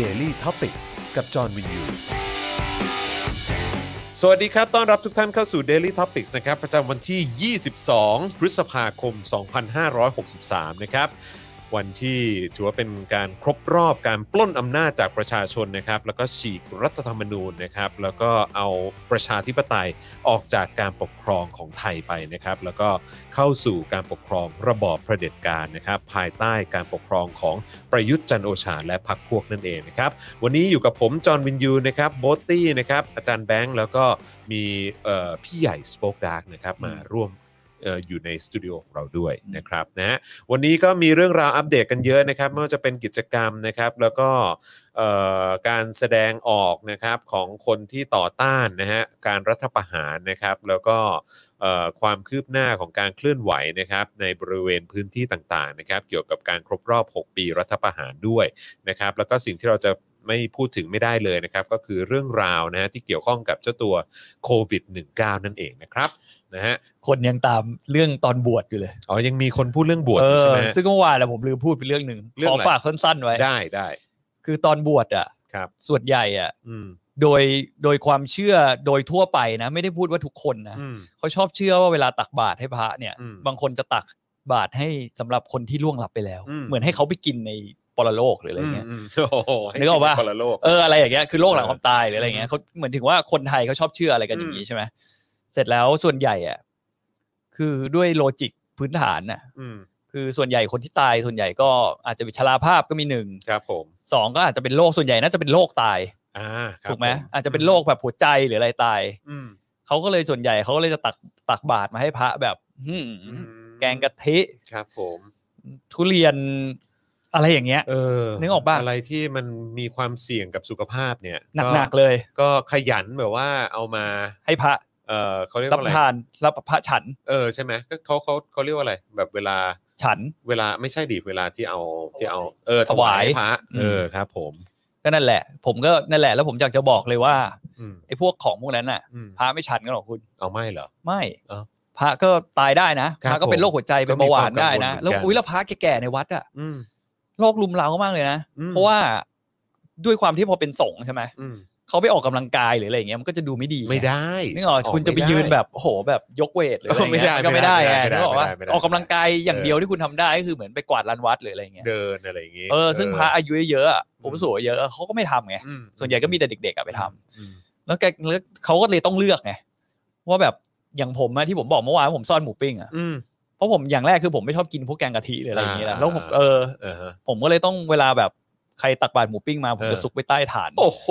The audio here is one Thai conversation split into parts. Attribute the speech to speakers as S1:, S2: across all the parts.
S1: Daily t o p i c กกับจอห์นวินยู สวัสดีครับ ต้อนรับทุกท่านเข้าสู่ Daily Topics นะครับ ประจำวันที่ 22 พฤษภาคม 2563 นะครับ วันที่ถือว่าเป็นการครบรอบการปล้นอำนาจจากประชาชนนะครับ แล้วก็ฉีกรัฐธรรมนูญนะครับ แล้วก็เอาประชาธิปไตยออกจากการปกครองของไทยไปนะครับ แล้วก็เข้าสู่การปกครองระบอบเผด็จการนะครับ ภายใต้การปกครองของประยุทธ์จันทร์โอชาและพรรคพวกนั่นเองนะครับ วันนี้อยู่กับผม จอห์นวินยูนะครับโบทตี้นะครับ อาจารย์แบงค์ แล้วก็มีเอ่อพี่ใหญ่สป็อคดาร์กนะครับ มาร่วมเอ่ออยู่ในสตูดิโอของเราด้วยนะครับนะฮะวันนี้ก็มีเรื่องราวอัปเดตกันเยอะนะครับไม่ว่าจะเป็นกิจกรรมนะครับ แล้วก็เอ่อการแสดงออกนะครับของคนที่ต่อต้านนะฮะการรัฐประหารนะครับ แล้วก็ เอ่อความคืบหน้าของการเคลื่อนไหวนะครับในบริเวณพื้นที่ต่างๆนะครับเกี่ยวกับการครบรอบ 6 ปีรัฐประหารด้วยนะครับแล้วก็สิ่งที่เราจะไม่พูดถึงไม่ได้เลยนะครับก็คือเรื่องราวนะฮะที่เกี่ยวข้องกับเจ้าตัวโควิด -19 นั่นเองนะครับนะฮะ
S2: คนยังตามเรื่องตอนบวชอยู่เลย
S1: อ๋อยังมีคนพูดเรื่องบวช
S2: เอ
S1: อยู่
S2: อ
S1: ใช่ไหมฮะ
S2: ซึ่งเมื่อวานน่ะผมลืมพูดไปเรื่องหนึ่ง
S1: เรื่อง
S2: ขอ
S1: อะไร
S2: ฝากสั้นๆไว้
S1: ได้ได้
S2: คือตอนบวชอ่ะ
S1: ครับ
S2: ส่วนใหญ่อ่ะ
S1: อืม
S2: โดยโดยความเชื่อโดยทั่วไปนะ ไม่ได้พูดว่าทุกคนนะ
S1: อืม
S2: เขาชอบเชื่อว่าเวลาตักบาตรให้พระเนี่ย
S1: อืม
S2: บางคนจะตักบาตรให้สำหรับคนที่ล่วงลับไปแล้ว
S1: อืม
S2: เหมือนให้เขาไปกินในปรโลกหรืออะไรเงี้ย
S1: มม โอ้โหให้
S2: นึกออกปะ
S1: คนละโลก
S2: เอออะไรอย่างเงี้ยคือโลกหลัง
S1: เออ
S2: ความตายหรืออะไรเงี้ยเขาเหมือนถึงว่าคนไทยเขาชอบเชื่ออะไรกันอย่าง
S1: อื
S2: นี้
S1: ม
S2: ใช่ไหมเสร็จแล้วส่วนใหญ่อ่ะคือด้วยโลจิกพื้นฐานน่ะ
S1: อืม
S2: คือส่วนใหญ่คนที่ตายส่วนใหญ่ก็อาจจะเป็นชราภาพก็มีหนึ่ง
S1: ครับผม
S2: สองก็อาจจะเป็นโรคส่วนใหญ่น่าจะเป็นโรคตาย
S1: อ่าครับ
S2: ถูกไหม
S1: ผ
S2: อาจจะเป็นโรคแบบหัวใจหรืออะไรตาย
S1: อืม
S2: เขาก็เลยส่วนใหญ่เขาก็เลยจะตักตักบาตรมาให้พระแบบหืม
S1: อืม
S2: แกงกะทิ
S1: ครับผม
S2: ทุเรียนอะไรอย่างเงี้ย
S1: เออ
S2: นึกออกปะ
S1: ไรที่มันมีความเสี่ยงกับสุขภาพเนี่ย
S2: หนักๆเลย
S1: ก็ขยันแบบว่าเอามา
S2: ให้พระ
S1: เออเขาเรียก
S2: รับ
S1: ว่าอะไร
S2: ทานรับพระฉัน
S1: เออใช่ไหมก็เขาเขาเขาเรียกว่าอะไร แบบเวลา
S2: ฉัน
S1: เวลาไม่ใช่ดิเวลาที่เอาที่เอา เออถวาย
S2: ถวาย
S1: พระ
S2: อืม
S1: เออครับ ผม
S2: ก็นั่นแหละ ผมก็นั่นแหละแล้วผมอยากจะบอกเลยว่า
S1: อืม
S2: ไอ้พวกของพวกนั้นน่ะ
S1: อืม
S2: พระไม่ฉันกันหรอกคุณ
S1: เอาไม่เหรอ
S2: ไม่
S1: เอ้า
S2: พระก็ตายได้นะครับ พระก็เป็นโรคหัวใจ
S1: ผม
S2: เป็นเบาหวานได้นะ
S1: ก็มีความกังวลเหมือนกัน
S2: แล้วอุ้ยแล้วพระแก่ๆในวัดอะ
S1: อืม
S2: โรคลุมเร้ามากเลยนะ
S1: อืม
S2: เพราะว่าด้วยความที่พอเป็นสงฆ์ใช่ไหม
S1: อืม
S2: เขาไปออกกำลังกายหรืออะไรอย่างเงี้ยมันก็จะดูไม่ดี
S1: ไม่ได้
S2: นึกออกคุณจะไป
S1: ม่ด้
S2: ยืนแบบโอ้โหแบบยกเวทหรืออะไร
S1: ไม่ได้
S2: เงี้ยก็ไม่ได้ไง
S1: ไม่ได้
S2: นึกออกว่า
S1: ไม่ได้ไม่ได้
S2: ออกกำลังกายอย่าง
S1: เออ
S2: เดียวที่คุณทำได้ก็คือเหมือนไปกวาดลานวัดหรืออะไรเงี้ย
S1: เดินอะไรอย่างงี้
S2: เออซึ่งพระอายุเยอะๆอะผมสูงเยอะเขาก็ไม่ทำไง
S1: อืม
S2: ส่วนใหญ่ก็มีแต่เด็กๆอะไปทำ
S1: อืม
S2: แล้วแกแล้วเขาก็เลยต้องเลือกไงว่าแบบอย่างผมอะที่ผมบอกเมื่อวานว่าผมซ่อนหมูปิ้งอะ
S1: อืม
S2: เพราะผมอย่างแรกคือผมไม่ชอบกินพวกแกงกะทิหรืออะไรอย่างเงี้ยแหละ
S1: อ่า
S2: แล้วผมเออ
S1: เออฮะ
S2: ผมก็เลยต้องเวลาแบบใครตักบาตรหมูปิ้งมาผม
S1: เอ
S2: จะ
S1: อ
S2: ซุกไว้ใต้ฐาน
S1: โอ้โห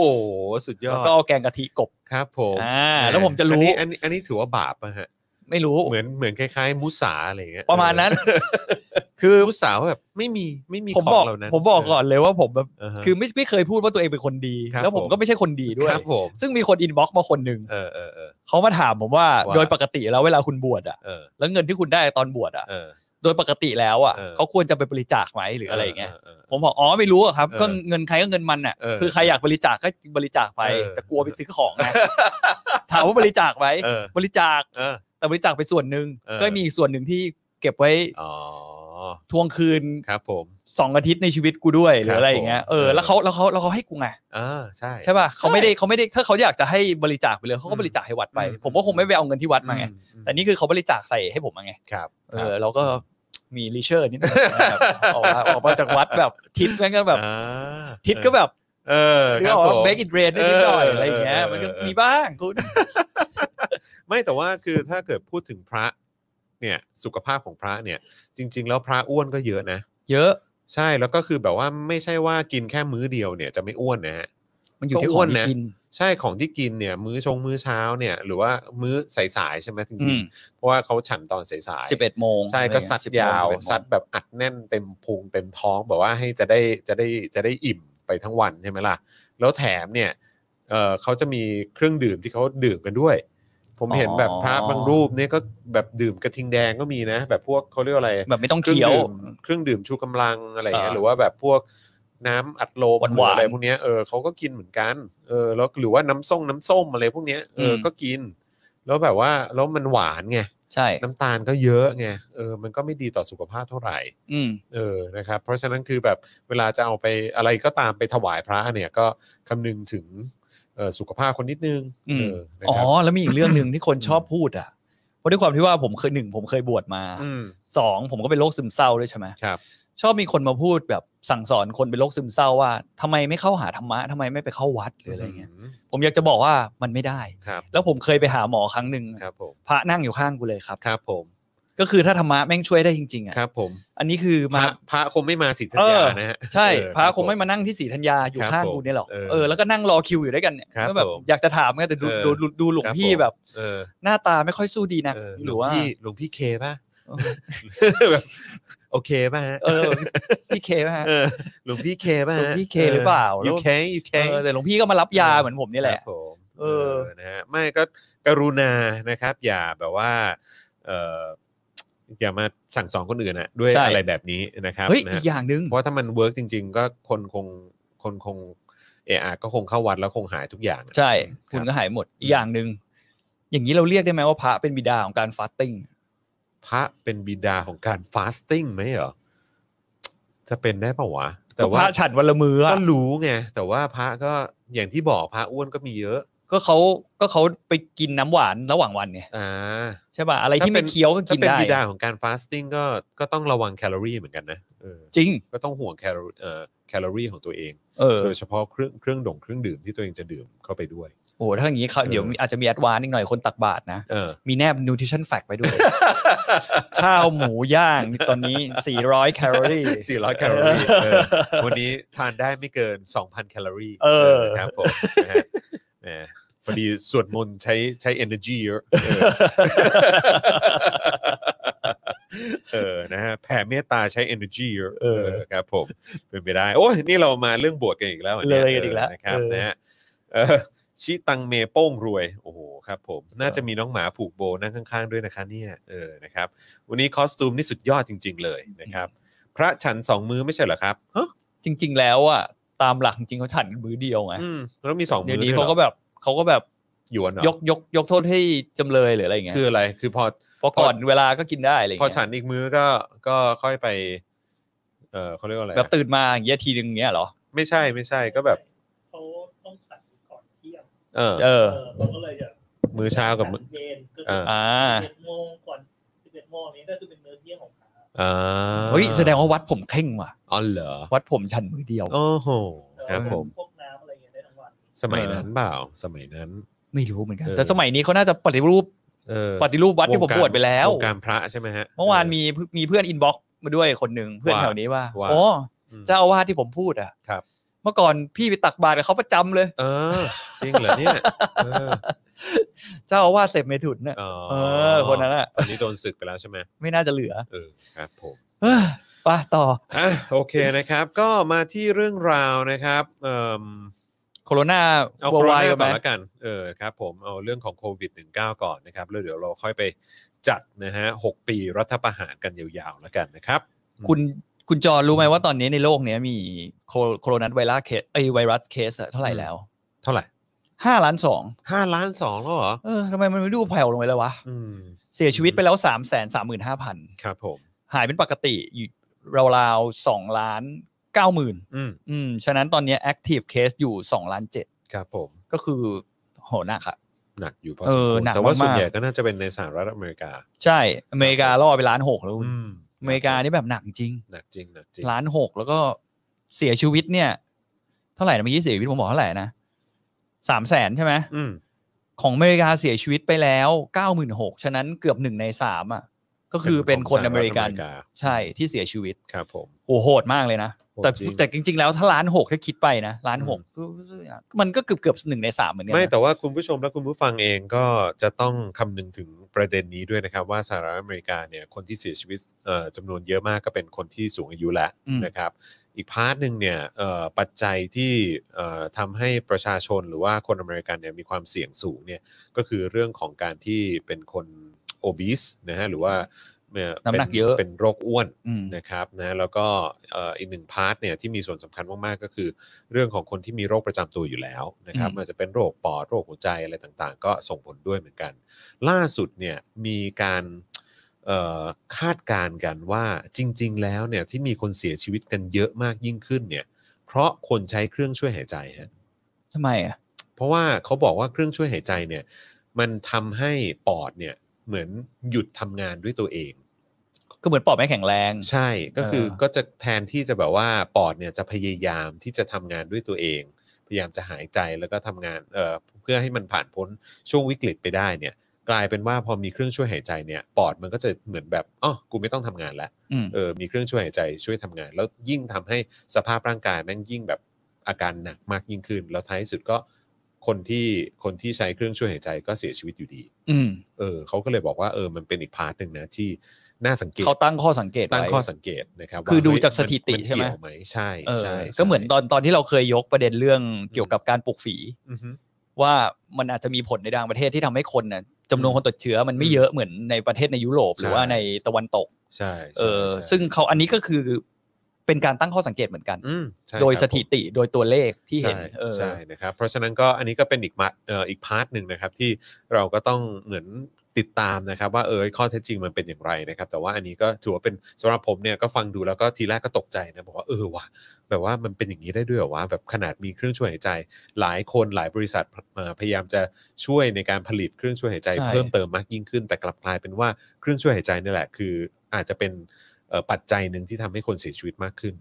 S1: สุดยอ
S2: แล้ว
S1: ด
S2: ก็เอาแกงกะทิกบ
S1: ครับผม
S2: อ่าแล้วผมจะ
S1: อัน
S2: รู้
S1: นี้อันนี้อันนี้ถือว่าบาปป่ะฮะ
S2: ไม่รู้
S1: เหมือนเหมือนคล้ายๆ มุสาอะไรอย่างเงี้ย
S2: ประมาณนั้น
S1: คื
S2: คือ
S1: อมุสาแบบไม่มีไม่มี
S2: ผม
S1: ข
S2: บ
S1: อ
S2: อง ก
S1: เหล่านั้น
S2: ผมบอกก่อนเลยว่าผมแบบ
S1: เออฮะ
S2: คือไม่ไม่เคยพูดว่าตัวเองเป็นคนดี
S1: ครับ
S2: แล้วผม
S1: ผม
S2: ก็ไม่ใช่คนดีด้วย
S1: ครับผม
S2: ซึ่งมีคนอินบ็อกซ์มาคนหนึ่ง
S1: เออเออเออ
S2: เขามาถามผมว่า
S1: ว่า
S2: โดยปกติแล้วเวลาคุณบวชอะ
S1: เออ
S2: แล้วเงินที่คุณได้ตอนบวชอะ
S1: เออ
S2: โดยปกติแล้วอ่ะ
S1: เออ
S2: เขาควรจะไปบริจาคไหมหรืออะไรอย่างเงี้ย
S1: ออ
S2: ผมบอกอ๋อไม่รู้อะครับ
S1: เออ
S2: ก็เงินใครก็เงินมันอ่ะ
S1: เออ
S2: คือใครอยากบริจาคก็บริจาคไป
S1: เออ
S2: แต่กลัวไปซื้อของนะถามว่าบริจาคไหม
S1: เออบ
S2: ริจาค
S1: เออ
S2: แต่บริจาคไปส่วนหนึ่ง
S1: เออ
S2: ก็มีอีกส่วนหนึ่งที่เก็บไว้
S1: อ๋อ
S2: ทวงคืน
S1: ครับผม
S2: สองอาทิตย์ในชีวิตกูด้วยหรืออะไรอย่างเงี้ย
S1: ผม
S2: เออ
S1: เออ
S2: แล้วเขาแล้วเขาแล้วเขาให้กูไง
S1: อ่าใช่
S2: ใช่ป่ะเขาไม่ได้เขาไม่ได้ถ้าเขาอยากจะให้บริจาคไปเลยเขา
S1: อื
S2: ก็
S1: ม
S2: บริจาคให้วัดไป
S1: อืม
S2: ผมก็คงไม่ไปเอาเงินที่วัดมาไง
S1: อือื
S2: แต่นี่คือเขาบริจาคใส่ให้ผมมาไง
S1: ครับ
S2: เออเราก็มีรีเชอร์นิดนึง นะครับออกมาออกมาจากวัดแบบทิศแม่งก็แบบ
S1: อ่า
S2: ทิศก็แบบ
S1: เออ
S2: เรี
S1: ค
S2: ย
S1: รั
S2: ก
S1: บผ
S2: ว่าม เบรกอินเรนนิดหน่อย
S1: เออ
S2: อะไรอย่างเงี้ย
S1: เออ
S2: มันก็
S1: เออ
S2: มีบ้างคุณ
S1: ไม่แต่ว่าคือถ้าเกิดพูดถึงพระเนี่ยสุขภาพของพระเนี่ย จริง ๆ แล้วพระอ้วนก็เยอะนะ
S2: เยอะ
S1: ใช่แล้วก็คือแบบว่าไม่ใช่ว่ากินแค่มื้อเดียวเนี่ยจะไม่อ้วนนะฮะ
S2: มันอยู่ที่
S1: ก็
S2: คน
S1: อ้วนนะ
S2: ที่กิน
S1: ใช่ของที่กินเนี่ย มื้อชงมื้อเช้าเนี่ยหรือว่ามื้อสายๆใช่ไหมจ
S2: อื
S1: ริง
S2: ม
S1: ๆเพราะว่าเขาฉันตอนสายๆ
S2: สิบเอ็ดโมง
S1: ใช่
S2: อะไร
S1: ก็
S2: เงี้
S1: สัด
S2: 11โมง
S1: ยาว
S2: 11โมง
S1: สัดแบบอัดแน่นเต็มพุงเต็มท้องแบบว่าให้จะได้จะได้จะได้อิ่มไปทั้งวันใช่ไหมล่ะ แล้วแถมเนี่ยเออเขาจะมีเครื่องดื่มที่เขาดื่มกันด้วย ผมเห็นแบบพระบางรูปเนี่ยก็แบบดื่มกระทิงแดงก็มีนะ แบบพวกเขาเรียกว่าอะไร
S2: แบบไม่ต้อง
S1: เครื่
S2: เคี้ยว
S1: ดื่มเครื่องดื่มชูกำลังอะไรอย่างเงี้ยห
S2: อ่า
S1: รือว่าแบบพวกน้ำอัดลม
S2: ห
S1: รือ
S2: วานๆ
S1: อะไรพวกเนี้ยเออเขาก็กินเหมือนกันเออแล้วหรือว่าน้ำส้มน้ำส้มอะไรพวกเนี้ยเอออ
S2: ม
S1: ก็กิน แล้วแบบว่าแล้วมันหวานไง
S2: ใช่
S1: น้ำตาลก็เยอะไงเออมันก็ไม่ดีต่อสุขภาพเท่าไหร่
S2: อืม
S1: เออ นะครับ เพราะฉะนั้นคือแบบเวลาจะเอาไปอะไรก็ตามไปถวายพระเนี่ยก็คำนึงถึงเอ่อสุขภาพคนนิดนึง
S2: อืม
S1: เออนะ
S2: อ๋อ
S1: ครับ
S2: แล้วมีอีกเรื่องหนึ่งที่คนชอบพูดอ่ะเพราะด้วยความที่ว่าผมเคยหนึ่งผมเคยบวชมา
S1: อืม
S2: สองผมก็เป็นโรคซึมเศร้าด้วยใช่ไหม
S1: ครับ
S2: ชอบมีคนมาพูดแบบสั่งสอนคนเป็นโรคซึมเศร้าว่าทำไมไม่เข้าหาธรรมะทำไมไม่ไปเข้าวัดหรืออะไรเงี้ยผมอยากจะบอกว่ามันไม่ได้
S1: ครับ
S2: แล้วผมเคยไปหาหมอครั้งหนึ่ง
S1: ครับผม
S2: พระนั่งอยู่ข้างกูเลยครับ
S1: ครับผม
S2: ก็คือถ้าธรรมะแม่งช่วยได้จริงๆอ่ะ
S1: ครับผม
S2: อันนี้คือ
S1: พ
S2: มา
S1: ระพระคงไม่มาสิทธิ์ทัญ
S2: เอ
S1: ญา
S2: อ
S1: นะฮะ
S2: ใช่
S1: เออ
S2: พระ
S1: รับ
S2: คงไม่มา
S1: ผ
S2: นั่งที่ศรีธัญญาอยู่
S1: ครับ
S2: ข้าง
S1: ผม
S2: กูเนี่ยหรอก
S1: เออ
S2: เออแล้วก็นั่งรอคิวอยู่ด้วยกันเนี่ย
S1: ครับ
S2: ก็แบบ
S1: ผม
S2: อยากจะถามไงแต่ดู
S1: เออ
S2: ดูดูดูหลวง
S1: ครับ
S2: พี่
S1: ผม
S2: แบบ
S1: เออ
S2: หน้าตาไม่ค่อยสู้ดีนะ
S1: เออ
S2: หรือว่า
S1: ลงพี่หลวงพี่เคป่ะ
S2: เออ
S1: แบบโอเคป่ะฮะ
S2: เออพี่เคป่ะฮะ
S1: เออหลวงพี่เคป่ะฮะ
S2: หลวงพี่เคหรือเปล่าแล้ว
S1: ยูเคยูเค
S2: เออแต่หลวงพี่ก็มารับยาเหมือนผมนี่แห
S1: ค
S2: ละ
S1: รับผม
S2: เออ
S1: นะฮะไม่ก็กรุณานะครับ อย่าแบบว่าเอออย่ามาสั่งสอนคนอื่นนะด้วยอะไรแบบนี้นะครับ
S2: เฮ้ย
S1: นะ
S2: อี
S1: ฮะ
S2: กอย่างหนึ่ง
S1: เพราะถ้ามันเวิร์กจริง ๆ ก็คนคงคนคงเออก็คงเข้าวัดแล้วคงหายทุกอย่าง
S2: ใช่
S1: ค
S2: คุณ
S1: รับ
S2: ก็หายหมดอีกอย่างหนึ่งอย่างนี้เราเรียกได้ไหมว่าพระเป็นบิดาของการฟาสติ้ง
S1: พระเป็นบิดาของการฟาสติ้งไหมเหรอจะเป็นได้ปะวะ แต่
S2: ก็พ
S1: ว่า
S2: ระฉันวันละมืออะ
S1: ก็รู้ไงแต่ว่าพระก็อย่างที่บอกพระอ้วนก็มีเยอะ
S2: ก็เขาก็เขาไปกินน้ำหวานระหว่างวันไง
S1: อ่า
S2: ใช่ป่ะอะไรที่ไม่
S1: ถ้าป็น
S2: เคี้ยวก็กิน
S1: ถ้าเป็น
S2: ได้
S1: บิดาของการฟาสติ้งก็ก็ต้องระวังแคลอรี่เหมือนกันนะเออ
S2: จริง
S1: ก็ต้องห่วงแคลอรี่เอ่อแคลอรี่ของตัวเอง
S2: เออ
S1: โดยเฉพาะเครื่องเครื่องดงเครื่องดื่มที่ตัวเองจะดื่มเข้าไปด้วย
S2: โอ้โหถ้าอย่างนี้เขา
S1: เออ
S2: เดี๋ยวมีอาจจะมีแอดวานซ์อีกหน่อยคนตักบาทนะ
S1: เออ
S2: มีแนบ nutrition fact ไป ด้วย ข้าวหมูย่างตอนนี้ 400 แคลอ รี่
S1: 400 แคลอรี่เออ วันนี้ทานได้ไม่เกิน 2,000 แคลอรี่
S2: เออ
S1: นะครับผมนะฮะแหมพอดีสวดมนต์ใช้ใช้ energy เยอะเออเออนะฮะแผ่เมตตาใช้ energy เยอะ
S2: เออ
S1: ครับผมเป็นไปได้ โอ้ยนี่เรามาเรื่องบวชกันอีกแล้วหรนี่
S2: เลยกันอีกแล้ว
S1: นะครับ
S2: เออ
S1: นะฮะเออชิตังเมโป้งรวย โอ้โหครับผม น่าจะมีน้องหมาผูกโบนั่งข้างๆด้วยนะคะเนี่ยเออนะครับ วันนี้คอสตูมนี่สุดยอดจริง ๆ เลยนะครับ พระฉันสองมือไม่ใช่เหรอครับฮะ
S2: จริง ๆ แล้วอ่ะตามหลักจริงเขาฉันมือเดียวไง
S1: อืมแล้วมีสองมื
S2: เดี๋ยว
S1: อ
S2: นี้
S1: ด้วหร
S2: เขา
S1: อ
S2: ก็แบบเขาก็แบบ
S1: หยวนเหรอย
S2: กยกยกโทษให้จำเลยหรืออะไรเงี้ย
S1: คืออะไรคือพอ
S2: เพราะก่อนเวลาก็กินได้อะไร
S1: พอ
S2: เงี้
S1: ฉั
S2: ย
S1: นอีกมื้อก็ก็ค่อยไป เออเขาเรียกว่าอะไร
S2: แบบ
S1: อะ
S2: ตื่นมาอย่างเงี้ยทีนึงเงี้ยเหรอ
S1: ไม่ใช่ไม่ใช่ก็แบบ
S3: เขาต้องฉันก่อนเที่ยง
S1: เออ
S2: เอ
S3: เอ
S2: อ
S3: อเราก็เลยจะ
S1: มื้อเช้ากับมื้อ
S3: เย็นก็
S1: อ่
S3: คือ
S2: อ่า
S3: สิบเอ็ดโมงก่อนสิบเอ็ดโมงนี้ก็คือเป็นมื้อเที่ยงของเขา
S1: อ่า
S2: เฮ้ยแสดงว่าวัดผมเข่งว่ะ
S1: อ๋อเหรอ
S2: วัดผมฉันมือเดียว
S1: โอ้โหค
S3: เอ
S1: รั
S3: อบ
S1: ผม
S3: พวกน้ำอะไรอย่างเงี้ยได้ทั้งวัน
S1: สมัยนั้นเปล่าสมัยนั้น
S2: ไม่รู้เหมือนกัน
S1: เออ
S2: แต่สมัยนี้เขาน่าจะปฏิรูป
S1: เออ
S2: ปฏิรูปวัดที่ผมบวชไปแล้ว
S1: วงการพระใช่ไหมฮะ
S2: เมื่อวานมีเพื่อนมีเพื่อนอินบ็อกมาด้วยคนหนึ่งเพื่อน
S1: ว่า
S2: แถวนี้ว่า
S1: ว่า
S2: โอ้
S1: อืม
S2: เจ้าอาวาสที่ผมพูดอ่ะ
S1: ครับ
S2: เมื่อก่อนพี่ไปตักบาตรกับเขาประจำเลย
S1: เออจริงเหรอเนี่ยเออ
S2: เจ้าอาวาสเสพเมถุนน่ะ
S1: อ๋อ
S2: เออ คนนั้นอ่ะ
S1: ตอนนี้โดนศึกไปแล้วใช่ไหม
S2: ไม่น่าจะเหลือ
S1: เออครับผม
S2: เอ้อไป่ะต่อ
S1: อ่ะโอเคนะครับ ก็มาที่เรื่องราวนะครับเอิ่ม
S2: โคโรนา
S1: เอา
S2: ว
S1: โควิ
S2: วาย
S1: ด
S2: กัน
S1: ก่อ
S2: ไหม
S1: นละกันเออครับผมเอาเรื่องของโควิด -19 ก่อนนะครับแล้วเดี๋ยวเราค่อยไปจัดนะฮะหกปีรัฐประหารกันยาวๆแล้วกันนะครับ
S2: คุณคุณจอรู้ไหมว่าตอนนี้ในโลกเนี้ยมีโคโคโรนาไวรัสเคสไอยไวรัสเคสอะเท่าไหร่แล้ว
S1: เท่าไหร่
S2: ห้าล้านสอง
S1: ห้าล้านสองแล้วเหรอ
S2: เออทำไมมันไม่ดูแผ่วลงไปเลยวะ
S1: อืม
S2: เสียชีวิตไปแล้วสามแสนสามหมื่นห้าพัน
S1: ครับผม
S2: หายเป็นปกติอยู่ราวๆสองล้านเก้าหมื่น
S1: อืม
S2: อืม ฉะนั้นตอนเนี้ย active case อยู่2ล้าน
S1: ครับผม
S2: 7ก็คือโหหนักอะ
S1: หนักอยู่พอ
S2: เอ
S1: สม
S2: อ
S1: ควร
S2: หนัก
S1: แต่ว่าส่วน
S2: มากๆ
S1: ใหญ่ก็น่าจะเป็นในสหรัฐอเมริกา
S2: ใช่ อเมริการ่อไปล้านหกแล้วคุณ
S1: อืม
S2: อเมริกานี่แบบหนักจริง
S1: หนักจริงหนักจริง
S2: ล้านหกแล้วก็เสียชีวิตเนี่ย เท่าไหร่นะเมื่อกี้เสียชีวิตผมบอกเท่าไหร่นะสามแสนใช่ไหม
S1: อืม
S2: ของอเมริกาเสียชีวิตไปแล้วเก้าหมื่นหกฉะนั้นเกือบหนึ่งในสามอ่ะ ก็คือเป็นคนอเมริกัน
S1: ขงสหฐอ
S2: ใช่ที่เสียชีวิต
S1: ครับผม
S2: โอ้โหดมากเลยนะ
S1: โหด
S2: แต่
S1: จริง
S2: แต่จริง ๆ แล้วถ้าล้านหกถ้าคิดไปนะล้านหก
S1: อื
S2: มันก็เกือบเกือบๆหนึ่งในสามเหมือนกัน
S1: ไม่
S2: นะ
S1: แต่ว่าคุณผู้ชมและคุณผู้ฟังเองก็จะต้องคำนึงถึงประเด็นนี้ด้วยนะครับ ว่าสหรัฐอเมริกาเนี่ยคนที่เสียชีวิตเอ่อจำนวนเยอะมากก็เป็นคนที่สูงอายุแล้ว
S2: อืม
S1: นะครับ อีกพาร์ทหนึ่งเนี่ยเอ่อปัจจัยที่เอ่อทำให้ประชาชนหรือว่าคนอเมริกันเนี่ยมีความเสี่ยงสูงเนี่ยก็คือเรื่องของการที่เป็นคนโอบิสนะฮะหรือว่า เนี่ย
S2: น้ำหนักเยอะ
S1: เป็นโรคอ้วน
S2: อืม
S1: นะครับนะแล้วก็เอ่ออีกหนึ่งพาร์ทเนี่ยที่มีส่วนสำคัญมากๆก็คือ เรื่องของคนที่มีโรคประจำตัวอยู่แล้วนะครับ
S2: อืม
S1: ไมันจะเป็นโรคปอดโรคหัวใจอะไรต่างๆ ก็ส่งผลด้วยเหมือนกัน ล่าสุดเนี่ยมีการเอ่อคาดการณ์กันว่าจริง ๆ แล้วเนี่ยที่มีคนเสียชีวิตกันเยอะมากยิ่งขึ้นเนี่ยเพราะคนใช้เครื่องช่วยหายใจฮะ
S2: ทำไมอ่ะ
S1: เพราะว่าเขาบอกว่าเครื่องช่วยหายใจเนี่ยมันทำให้ปอดเนี่ยเหมือนหยุดทำงานด้วยตัวเอง
S2: ก็เหมือนปอดไม่แข็งแรง
S1: ใช่ก็คือ
S2: เออ
S1: ก็จะแทนที่จะแบบว่าปอดเนี่ยจะพยายามที่จะทำงานด้วยตัวเอง พยายามจะหายใจแล้วก็ทำงานเอ่อเพื่อให้มันผ่านพ้นช่วงวิกฤตไปได้เนี่ย กลายเป็นว่าพอมีเครื่องช่วยหายใจเนี่ยปอดมันก็จะเหมือนแบบอ๋อกูไม่ต้องทำงานแล้ว
S2: อืม
S1: เออมีเครื่องช่วยหายใจช่วยทำงาน แล้วยิ่งทำให้สภาพร่างกายแม่งยิ่งแบบอาการหนักมากยิ่งขึ้น แล้วท้ายที่สุดก็คนที่คนที่ใช้เครื่องช่วยหายใจก็เสียชีวิตอยู่ดี
S2: อืม
S1: เออเขาก็เลยบอกว่าเออมันเป็นอีกพาร์ทหนึ่งนะที่น่าสังเกต
S2: เขาตั้งข้อสังเกต
S1: ตั้ง
S2: ไว้
S1: ข้อสังเกตนะครับ
S2: คือ
S1: ว่
S2: ดูจากสถิติ
S1: นน
S2: ใช่ไหม
S1: เกี่ยวไหมใช่
S2: เออ
S1: ใช่ใช่
S2: ก็เหมือนตอนตอนที่เราเคยยกประเด็นเรื่องเกี่ยวกับการปลูกฝี
S1: อือฮึ
S2: ว่ามันอาจจะมีผลในทางประเทศที่ทำให้คนน่ะจำนวนคนติดเชื้อมันไม่เยอะเหมือนในประเทศในยุโรป
S1: ใช่
S2: หรือว่าในตะวันตก
S1: ใช่ใช่
S2: เออ
S1: ใช่
S2: ซึ่งเขาอันนี้ก็คือเป็นการตั้งข้อสังเกตเหมือนกัน
S1: อืมใช่
S2: โดย
S1: ครับ
S2: สถิติโดยตัวเลขที่เห็น
S1: ใช่
S2: เออ
S1: ใช่นะครับ เพราะฉะนั้นก็อันนี้ก็เป็นอีกมาเอ่ออีกพาร์ทหนึ่งนะครับที่เราก็ต้องเหมือนติดตามนะครับ ว่าเออข้อเท็จจริงมันเป็นอย่างไรนะครับ แต่ว่าอันนี้ก็ถือว่าเป็นสำหรับผมเนี่ยก็ฟังดูแล้วก็ทีแรกก็ตกใจนะบอกว่าเออว่ะแบบว่ามันเป็นอย่างนี้ได้ด้วยเหรอวะแบบขนาดมีเครื่องช่วยหายใจ หลายคนหลายบริษัทเอ่อพยายามจะช่วยในการผลิตเครื่องช่วยหายใจ
S2: ใช่
S1: เพิ่มเติมมากยิ่งขึ้น แต่กลับกลายเป็นว่าเครื่องช่วยหายใจนี่แหละ คืออาจจะเป็นเอ่อปัจจัยหนึ่งที่ทำให้คนเสียชีวิตมากขึ้น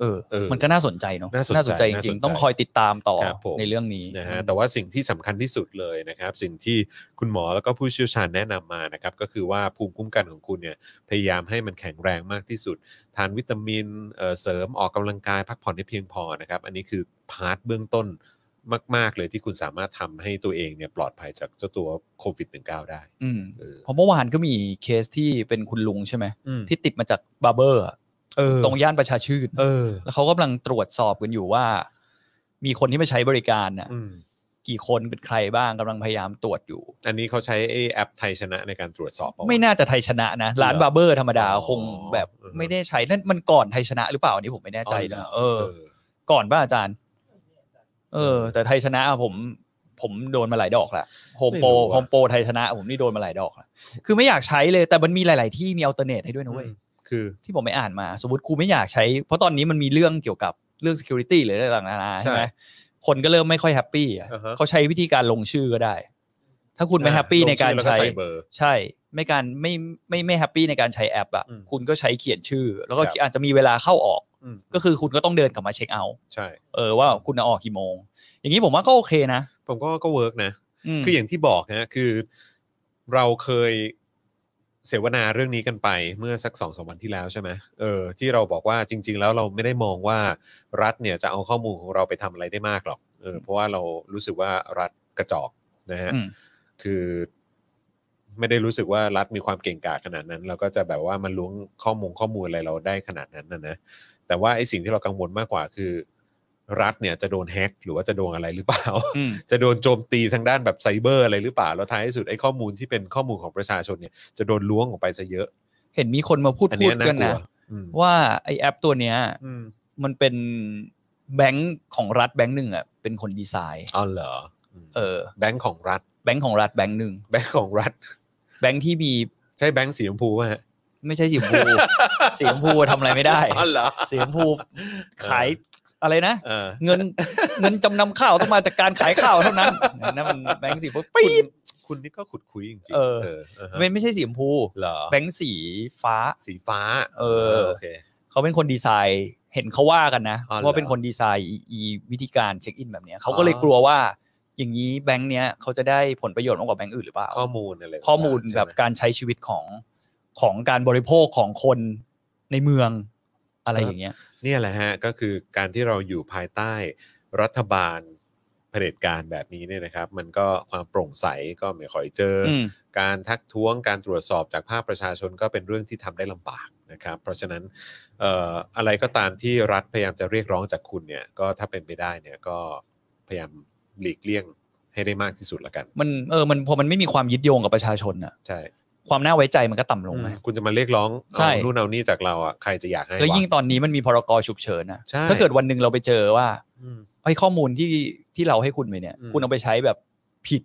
S2: เออ
S1: เออ
S2: มันก็น่าสนใจเนาะ
S1: น่าสนใจ
S2: จ
S1: น่าส
S2: ริ
S1: น
S2: ง
S1: ใจ
S2: ๆ ต้องคอยติดตามต่อ
S1: ครับผม
S2: ในเรื่องนี้
S1: นะฮะแต่ว่าสิ่งที่สำคัญที่สุดเลยนะครับ สิ่งที่คุณหมอแล้วก็ผู้เชี่ยวชาญแนะนำมานะครับ ก็คือว่าภูมิคุ้มกันของคุณเนี่ยพยายามให้มันแข็งแรงมากที่สุด ทานวิตามินเอ่อเสริมออกกำลังกายพักผ่อนให้เพียงพอนะครับ อันนี้คือพาร์ทเบื้องต้นมาก ๆ เลยที่คุณสามารถทำให้ตัวเองเนี่ยปลอดภัยจากเจ้าตัวโควิด -19 ได้
S2: อืม
S1: เออ
S2: เพราะเมื่อวานก็มีเคสที่เป็นคุณลุงใช่ไหม
S1: อืม
S2: ที่ติดมาจากบาร์เบอร์อะ
S1: เออ
S2: ตรงย่านประชาชื่น
S1: เออ
S2: แล้วเขากำลังตรวจสอบกันอยู่ว่า มีคนที่มาใช้บริการน่ะ
S1: อืม
S2: กี่คนเป็นใครบ้างกำลังพยายามตรวจอยู่
S1: อันนี้เขาใช้ไอ้แอปไทยชนะในการตรวจสอบเปล่าวะ
S2: ไม่น่าจะไทยชนะนะ ร้านบาร์เบอร์ธรรมดา
S1: อ๋อ
S2: คงแบบ
S1: เออ
S2: ไม่ได้ใช้นั่นมันก่อนไทยชนะหรือเปล่าอันนี้ผมไม่แน่ใจนะเออ ก่อนป่ะอาจารย์ เออ แต่ไทยชนะอะผม ผมโดนมาหลายดอกละโฮมโปร
S1: ไม่รู้อะ
S2: โฮมโปรไทยชนะ ผมนี่โดนมาหลายดอกละคือไม่อยากใช้เลยแต่มันมีหลาย ๆ ที่มีอัลเทอร์เนทให้ด้วยนะเว้ย
S1: คือ
S2: ที่ผมไม่อ่านมา สมมติครูไม่อยากใช้ เพราะตอนนี้มันมีเรื่องเกี่ยวกับเรื่อง security หรืออะไรต่างๆนานาใช่ไหม
S1: ใช่
S2: คนก็เริ่มไม่ค่อยแฮปปี้อะ
S1: อ่าฮะ
S2: เขาใช้วิธีการลงชื่อก็ได้ ถ้าคุณไม่แฮปปี้ในการ
S1: ลงอแล้ว
S2: ใช้
S1: ใส่เบอร์
S2: ใช่ไม่การไม่ไม่ไม่แฮปปี้ในการใช้แอปอ่ะ
S1: อืม
S2: คุณก็ใช้เขียนชื่อ แล้วก็
S1: ครับ
S2: อาจจะมีเวลาเข้าออก
S1: อืม
S2: ก็คือคุณก็ต้องเดินกลับมาเช็คเอาท์
S1: ใช่
S2: เออว่าคุณออกกี่โมง อย่างนี้ผมว่าก็โอเคนะ
S1: ผมก็ก็เวิร์กนะ
S2: ม
S1: คืออย่างที่บอกนะคือเราเคยเสวนาเรื่องนี้กันไปเมื่อสักสองสวันที่แล้วใช่ไหมเออที่เราบอกว่าจริง ๆ แล้วเราไม่ได้มองว่ารัฐเนี่ยจะเอาข้อมูลของเราไปทำอะไรได้มากหรอกเออเพราะว่าเรารู้สึกว่ารัฐกระจอกนะฮะ
S2: อืม
S1: คือ ไม่ได้รู้สึกว่ารัฐมีความเก่งกาจขนาดนั้น เราก็จะแบบว่ามันล้วงข้อมูลข้อมูลอะไรเราได้ขนาดนั้นนะนะแต่ว่าไอ้สิ่งที่เรากังวลมากกว่าคือ รัฐเนี่ยจะโดนแฮกหรือว่าจะโดนอะไรหรือเปล่า
S2: ม
S1: จะโดนโจมตีทางด้านแบบไซเบอร์อะไรหรือเปล่า แล้วท้ายที่สุดไอ้ข้อมูลที่เป็นข้อมูลของประชาชนเนี่ยจะโดนล้วงออกไปซะเยอะ
S2: เห็นมีคนมาพูด
S1: อัน
S2: พู
S1: เนี้
S2: ด
S1: ยน่า
S2: กัน
S1: กลัว
S2: นะ
S1: อืม
S2: ว่าไอแอปตัวเนี้ย
S1: อืม
S2: มันเป็นแบงค์ของรัฐแบงค์หนึ่งอ่ะเป็นคนดีไซน์
S1: อ๋อเหรออืม
S2: เออ
S1: แบงค์ของรัฐ
S2: แบงค์ของรัฐแบงค์หนึ่ง
S1: แบงค์ของรัฐ
S2: แบงค์ที่มี
S1: ใช่แบงค์สีชมพูป่ะฮะ
S2: ไม่ใช่สีชมพู สีชมพูทำอะไรไม่ได้
S1: อ๋อเหรอ
S2: สีชมพูขายอะไรนะ
S1: เออ
S2: เงินเงินจำนำข้าวต้องมาจากการขายข้าวเท่านั้นนั่นมันแบงค์สีปี๊
S1: คุณ
S2: ด
S1: คุณนี่ก็ขุดคุยจริงๆ
S2: เออ
S1: าฮะ
S2: ไม่ไม่ใช่สีชมพู
S1: เหรอ
S2: แบงค์สีฟ้า
S1: สีฟ้า
S2: เออ
S1: โอเค
S2: เขาเป็นคนดีไซน์เห็นเขาว่ากันนะ
S1: อ๋อเหรอ
S2: ว่าเป็นคนดีไซน์อีอีวิธีการเช็คอินแบบเนี้ยเขาก็เลย
S1: อ๋อ
S2: กลัวว่า อย่างนี้แบงค์เนี้ยเขาจะได้ผลประโยชน์มากกว่าแบงค์อื่นหรือเปล่า
S1: ข้อมูลอะไร
S2: ข้อมูล
S1: ใช่ไห
S2: แบบการใช้ชีวิตของของการบริโภคของคนในเมืองอะไรอย่างเงี้ย
S1: เนี่ยแหละฮะก็คือการที่เราอยู่ภายใต้รัฐบาลเผด็จการแบบนี้เนี่ยนะครับ มันก็ความโปร่งใสก็ไม่ค่อยเจออ
S2: อืม
S1: การทักท้วงการตรวจสอบจากภาคประชาชนก็เป็นเรื่องที่ทำได้ลำบากนะครับ เพราะฉะนั้นเอ่ออะไรก็ตามที่รัฐพยายามจะเรียกร้องจากคุณเนี่ยก็ถ้าเป็นไปได้เนี่ยก็พยายามหลีกเลี่ยงให้ได้มากที่สุดละกัน
S2: มันเออมันพอมันไม่มีความยึดโยงกับประชาชนอ่ะ
S1: ใช่
S2: ความน่าไว้ใจมันก็ต่ำลงนะ
S1: คุณจะมาเรียกร้อง
S2: ใช่
S1: เอานู่นเอานี่จากเราอ่ะใครจะอยากให้
S2: แล้วยิ่ง
S1: วะ
S2: ตอนนี้มันมีพรกฉุกเฉินนะ
S1: ใช่
S2: ถ้าเกิดวันหนึ่งเราไปเจอว่า
S1: อืม
S2: ไอ้ยข้อมูลที่ที่เราให้คุณไปเนี่ย
S1: อืม
S2: คุณเอาไปใช้แบบผิด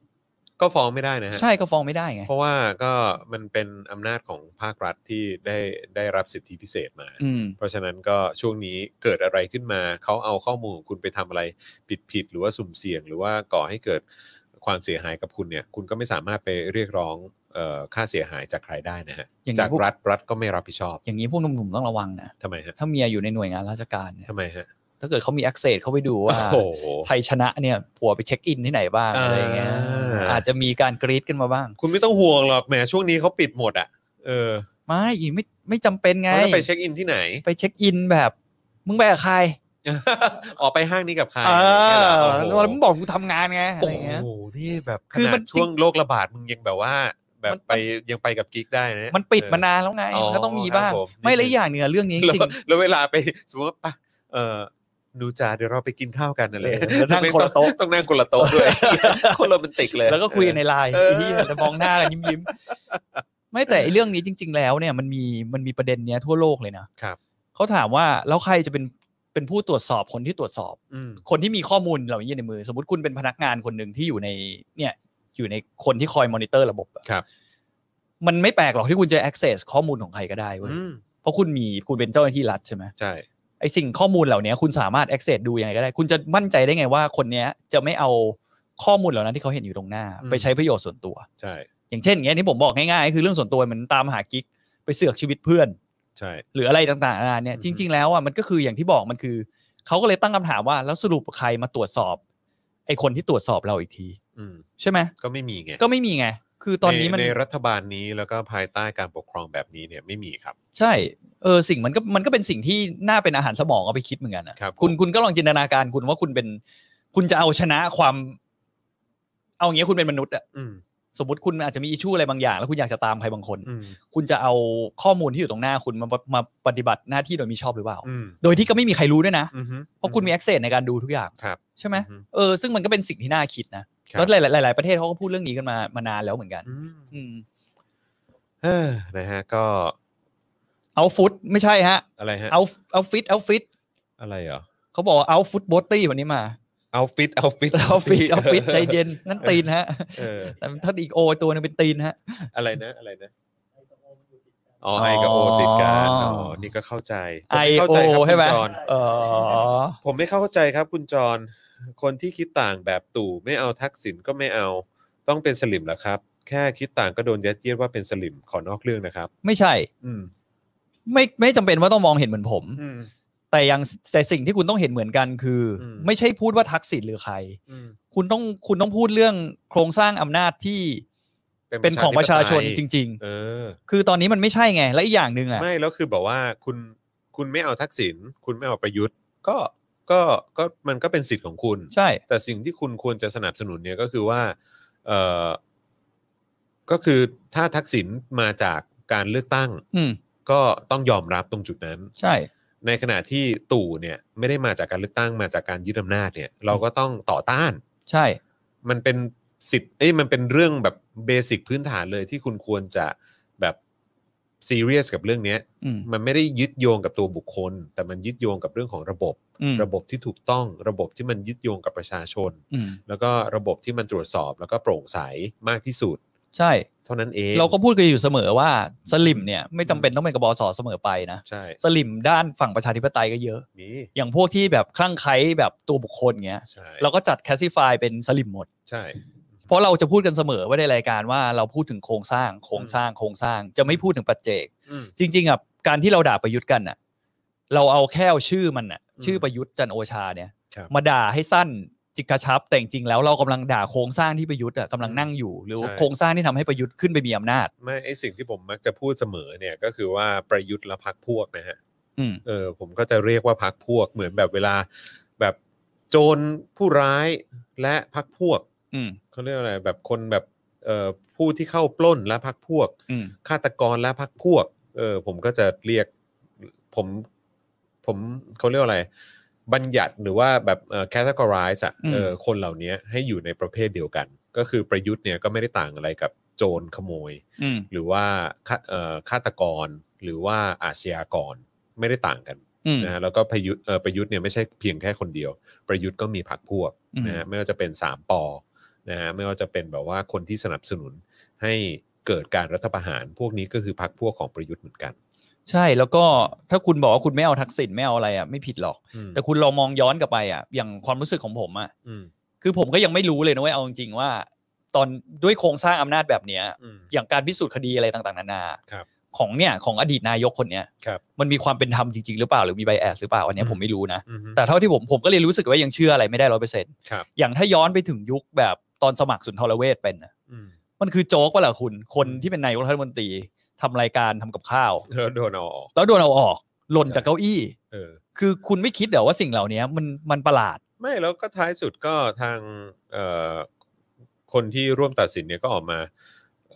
S1: ก็ฟ้องไม่ได้นะฮะ
S2: ใช่ก็ฟ้องไม่ได้ไง
S1: เพราะว่าก็มันเป็นอำนาจของภาครัฐที่ได้ได้รับสิทธิพิเศษมา
S2: อืม
S1: เพราะฉะนั้นก็ช่วงนี้เกิดอะไรขึ้นมา เขาเอาข้อมูลของคุณไปทำอะไรผิดผิดๆหรือว่าสุ่มเสี่ยง หรือว่าก่อให้เกิดความเสียหายกับคุณเนี่ย คุณก็ไม่สามารถไปเรียกร้องเอ่อค่าเสียหายจากใครได้นะฮะ
S2: อย่างนี้
S1: จาก
S2: พวก
S1: รัฐรัฐก็ไม่รับผิดชอบ
S2: อย่างนี้พวกหนุ่มๆต้องระวังนะ
S1: ทำไมฮะ
S2: ถ้าเมียอยู่ในหน่วยงานราชการเนี่ย
S1: ทำไมฮะ
S2: ถ้าเกิดเขามี access เขาไปดูว่า
S1: โอ้โห
S2: ไทยชนะเนี่ยผัวไปเช็คอินที่ไหนบ้างอะไรอย่างเงี้ย
S1: อ่า
S2: อาจจะมีการกรี๊ดกันมาบ้าง
S1: คุณไม่ต้องห่วงหรอกแหมช่วงนี้เขาปิดหมดอ่ะเออ
S2: ไม่ไม่ไม่จำเป็นไง
S1: เขาจะไปเช็คอินที่ไหน
S2: ไปเช็คอินแบบ มึงไปกับใคร
S1: ออกไปห้างนี้กับใคร
S2: เอ
S1: อย่างเงี้ยเหร
S2: อ
S1: อโอ้โห
S2: แล้วมึงบอกกูทำงานไงอะ
S1: โอ้
S2: ไรอย่างเงี้ย
S1: โห นี่แบบ
S2: คือมัน
S1: ขนาดช่วงโรคระบาดมึงยังแบบว่า แบบ
S2: มันมัน
S1: ไปยังไปกับกิ๊กได้นะ
S2: มันปิด
S1: เออ
S2: มานานแล้วไง
S1: อ๋อ
S2: มันก็ต้องมีบ้าง
S1: ครับผม
S2: ไม่และ
S1: นี่คืออ
S2: อีกอย่างหนึ่งอะเรื่องนี้จ
S1: แล้ว
S2: ริง
S1: แล้วเวลาไปสมมติว่าปะเออหนูจ๋าเดี๋ยวเราไปกินข้าวกันอะไร
S2: เออแล้วนั่งคนละโต๊ะ
S1: ต้องนั่งคนละโต๊ะ ด้วย คนโรแมนติกเลย
S2: แล้วก็คุยกันในไลน์
S1: เออ
S2: ที่จะมองหน้ากันยิ้มยิ้มๆไม่แต่ไอ้เรื่องนี้จริง ๆ แล้วเนี่ยมันมีมันมีประเด็นเนี้ยทั่วโลกเลยนะครับ เขาถามว่าแล้วใครจะเป็นเป็นผู้ตรวจสอบคนที่ตรวจสอบ
S1: อืม
S2: คนที่มีข้อมูลเหล่านี้อยู่ในมือ สมมติคุณเป็นพนักงานคนหนึ่งที่อยู่ในเนี่ยอยู่ในคนที่คอยมอนิเตอร์ระบบอะ
S1: ครับ
S2: มันไม่แปลกหรอกที่คุณจะ access ข้อมูลของใครก็ได้เว้ย
S1: อืม
S2: เพราะคุณมีคุณเป็นเจ้าหน้าที่รัฐใช่ไหม
S1: ใช่
S2: ไอสิ่งข้อมูลเหล่านี้คุณสามารถ access ดูยังไงก็ได้ คุณจะมั่นใจได้ไงว่าคนเนี้ยจะไม่เอาข้อมูลเหล่านั้นที่เขาเห็นอยู่ตรงหน้า ไปใช้ประโยชน์ส่วนตัว
S1: ใช่
S2: อย่างเช่นอย่างเงี้ยที่ผมบอกง่ายๆก็คือเรื่องส่วนตัวมันตามหากิ๊กไปเสือกชีวิตเพื่อน
S1: ใช่
S2: หรืออะไรต่างๆนานาเนี่ย
S1: อือ
S2: จ
S1: ฮึ
S2: ริง ๆ แล้วอ่ะมันก็คืออย่างที่บอกมันคือเขาก็เลยตั้งคำถามว่าแล้วสรุปใครมาตรวจสอบไอ้คนที่ตรวจสอบเราอีกที
S1: อืม
S2: ใช่ไหม
S1: ก็ไม่มีไง
S2: ก็ไม่มีไง คือตอนนี้มัน
S1: ใในรัฐบาลนี้แล้วก็ภายใต้การปกครองแบบนี้เนี่ยไม่มีครับ
S2: ใช่เออสิ่งมันก็มันก็เป็นสิ่งที่น่าเป็นอาหารสมองเอาไปคิดเหมือนกันนะครับ คุณ
S1: ผม
S2: คุณก็ลองจินตนาการคุณว่าคุณเป็น คุณจะเอาชนะความ เอาอย่างเงี้ยคุณเป็นมนุษย์อะ
S1: อืม
S2: สมมติคุณอาจจะมีอิชชูอะไรบางอย่าง แล้วคุณอยากจะตามใครบางคน
S1: อืม
S2: คุณจะเอาข้อมูลที่อยู่ตรงหน้าคุณมามาปฏิบัติหน้าที่โดยมิชอบหรือเปล่า
S1: อืม
S2: โดยที่ก็ไม่มีใครรู้ด้วยนะ
S1: อืม
S2: เพราะคุณมี access ในการดูทุกอย่าง
S1: ครับ
S2: ใช่ไหม
S1: อือฮึ
S2: เออซึ่งมันก็เป็นสิ่งที่น่าคิดนะครับ แล้วหลายหลายหลายประเทศเขาก็พูดเรื่องนี้กันมามานานแล้วเหมือนกัน
S1: อืม
S2: อืม
S1: เออนะฮะก็
S2: เอาฟุตไม่ใช่ฮะ
S1: อะไรฮะ
S2: เอาเอาฟิตเอาฟิต
S1: อะไรเหรอ
S2: เขาบอกว่าเอาฟุตบอตตี้วันนี้มา
S1: เอาฟิตเอาฟิต
S2: เอา ฟิตเอาฟิตใจเย็นนั่นตีนฮะ
S1: เออ
S2: แต่ถ้าอีกโอตัวหนึงเป็นตีนฮะ
S1: อะไรนะอะไรนะ
S3: ไอ้ตรงโอมันอยู่ติดกัน
S1: อ๋อไอกับโอติดกัน
S2: อ๋
S1: อ๋
S2: อ
S1: อ
S2: อ๋
S1: นี่ก็เข้าใจ
S2: ไอ
S1: ผมเข้า
S2: โอ
S1: ใจครับ
S2: ใช่ไหม
S1: คุณจอน
S2: เออ
S1: ผมไม่เข้าใจครับคุณจร คนที่คิดต่างแบบตู่ไม่เอาทักษิณก็ไม่เอาต้องเป็นสลิมเหรอครับ แค่คิดต่างก็โดนยัดเยียดว่าเป็นสลิมขอนอกเรื่องนะครับ
S2: ไม่ใช่
S1: อืม
S2: ไม่ไม่จำเป็นว่าต้องมองเห็นเหมือนผม
S1: อืม
S2: แต่ยังแต่สิ่งที่คุณต้องเห็นเหมือนกันคือ
S1: อืม
S2: ไม่ใช่พูดว่าทักษิณหรือใคร
S1: อืม
S2: คุณต้องคุณต้องพูดเรื่องโครงสร้างอำนาจที่เป็นของประชาชนจริง
S1: เออ
S2: ๆ คือตอนนี้มันไม่ใช่ไง และอีกอย่างหนึ่งอ่ะ
S1: ไม่แล้วคือแบบว่าคุณคุณไม่เอาทักษิณคุณไม่เอาประยุทธ์ ก็ก็ก็มันก็เป็นสิทธิ์ของคุณ
S2: ใช่
S1: แต่สิ่งที่คุณควรจะสนับสนุนเนี่ยก็คือว่าเออก็คือถ้าทักษิณมาจากการเลือกตั้ง
S2: อืม
S1: ก็ต้องยอมรับตรงจุดนั้น
S2: ใช่
S1: ในขณะที่ตู่เนี่ยไม่ได้มาจากการเลือกตั้งมาจากการยึดอำนาจเนี่ย เราก็ต้องต่อต้าน
S2: ใช่
S1: มันเป็นสิทธิ์เอ้ยมันเป็นเรื่องแบบเบสิกพื้นฐานเลยที่คุณควรจะแบบซีเรียสกับเรื่องเนี้ย
S2: อืม
S1: มันไม่ได้ยึดโยงกับตัวบุคคล แต่มันยึดโยงกับเรื่องของระบบ
S2: อืม
S1: ระบบที่ถูกต้องระบบที่มันยึดโยงกับประชาชน
S2: อืม
S1: แล้วก็ระบบที่มันตรวจสอบแล้วก็โปร่งใสมากที่สุด
S2: ใช่
S1: เท่านั้นเอง
S2: เราก็พูดกันอยู่เสมอว่าสลิมเนี่ยไม่จำเป็นต้องเป็นกบสเสมอไปนะ
S1: ใช่
S2: สลิมด้านฝั่งประชาธิปไตยก็เยอะ
S1: มี
S2: อย่างพวกที่แบบคลั่งไคล้แบบตัวบุคคลเงี้ย
S1: ใช่
S2: เราก็จัดแคสซิฟายเป็นสลิมหมด
S1: ใช่
S2: เพราะเราจะพูดกันเสมอว่าในรายการว่าเราพูดถึงโครงสร้างโครงสร้างโครงสร้าง จะไม่พูดถึงปัจเจก
S1: อืม
S2: จริงๆอ่ะการที่เราด่าประยุทธ์กันอ่ะ เราเอาแค่เอาชื่อมันอ่ะ
S1: อืม
S2: ชื่อประยุทธ์จันทร์โอชาเนี่ย
S1: ครับ
S2: มาด่าให้สั้นจิกกระชับ แต่จริงๆแล้วเรากำลังด่าโครงสร้างที่ประยุทธ์อ่ะกำลังนั่งอยู่ หรือว่า
S1: ใช่
S2: โครงสร้างที่ทำให้ประยุทธ์ขึ้นไปมีอำนาจ
S1: ไม่ไอสิ่งที่ผมมักจะพูดเสมอเนี่ยก็คือว่าประยุทธ์และพักพวกนะฮะ
S2: อืม
S1: เออผมก็จะเรียกว่าพักพวกเหมือนแบบเวลาแบบโจรผู้ร้ายและพักพวก
S2: อืม
S1: เขาเรียกอะไรแบบคนแบบเอ่อผู้ที่เข้าปล้นและพักพวก
S2: อืม
S1: ฆาตกรและพักพวก เออผมก็จะเรียกผมผมเขาเรียกว่าอะไร บัญญัติหรือว่าแบบเอ่อ categorize อะเออคนเหล่านี้ให้อยู่ในประเภทเดียวกัน ก็คือประยุทธ์เนี่ยก็ไม่ได้ต่างอะไรกับ โจรขโมย
S2: อืม
S1: หรือว่าฆาเอ่อฆาตกรหรือว่าอาชญากรไม่ได้ต่างกัน
S2: อืม
S1: นะฮะแล้วก็ประยุทธ์เอ่อประยุทธ์เนี่ยไม่ใช่เพียงแค่คนเดียว ประยุทธ์ก็มีพรรคพวก
S2: อืม
S1: นะฮะไม่ว่าจะเป็นสามปอนะฮะไม่ว่าจะเป็นแบบว่าคนที่สนับสนุนให้เกิดการรัฐประหารพวกนี้ก็คือพรรคพวกของประยุทธ์เหมือนกัน
S2: ใช่แล้วก็ถ้าคุณบอกว่าคุณไม่เอาทักษิณไม่เอาอะไรอ่ะไม่ผิดหรอก
S1: อืม
S2: แต่คุณลองมองย้อนกลับไปอ่ะอย่างความรู้สึกของผมอ่ะ
S1: อืม
S2: คือผมก็ยังไม่รู้เลยนะเว้ยเอาจริงๆว่า ตอนด้วยโครงสร้างอำนาจแบบเนี้ย
S1: อืม
S2: อย่างการพิสูจน์คดีอะไรต่างๆนานา
S1: ครับ
S2: ของเนี่ยของอดีตนายกคนเนี้ย
S1: ครับ
S2: มันมีความเป็นธรรมจริงๆหรือเปล่าหรือมีไบแอสหรือเปล่าอันเนี้ย
S1: อืม
S2: ผมไม่รู้นะ
S1: อืมฮึ
S2: แต่เท่าที่ผมผมก็เลยรู้สึกว่ายังเชื่ออะไรไม่ได้ร้อยเปอร์เซ็นต์
S1: ครับ
S2: อย่างถ้าย้อนไปถึงยุคแบบตอนสมัครสุนทรเวชเป็นน่ะ
S1: อืม
S2: มันคือโจ๊กว่าล่ะคุณ คน
S1: อืม
S2: ที่เป็นนายกรัฐมนตรีทำรายการทำกับข้าว
S1: แล้วโดนเอาออก
S2: แล้วโดนเอาออกหล่น
S1: ใช่
S2: จากเก้าอี้
S1: เออ
S2: คือคุณไม่คิดเหรอว่าสิ่งเหล่านี้มันมันประหลาด
S1: ไม่แล้วก็ท้ายสุดก็ทางเอ่อคนที่ร่วมตัดสินเนี่ยก็ออกมา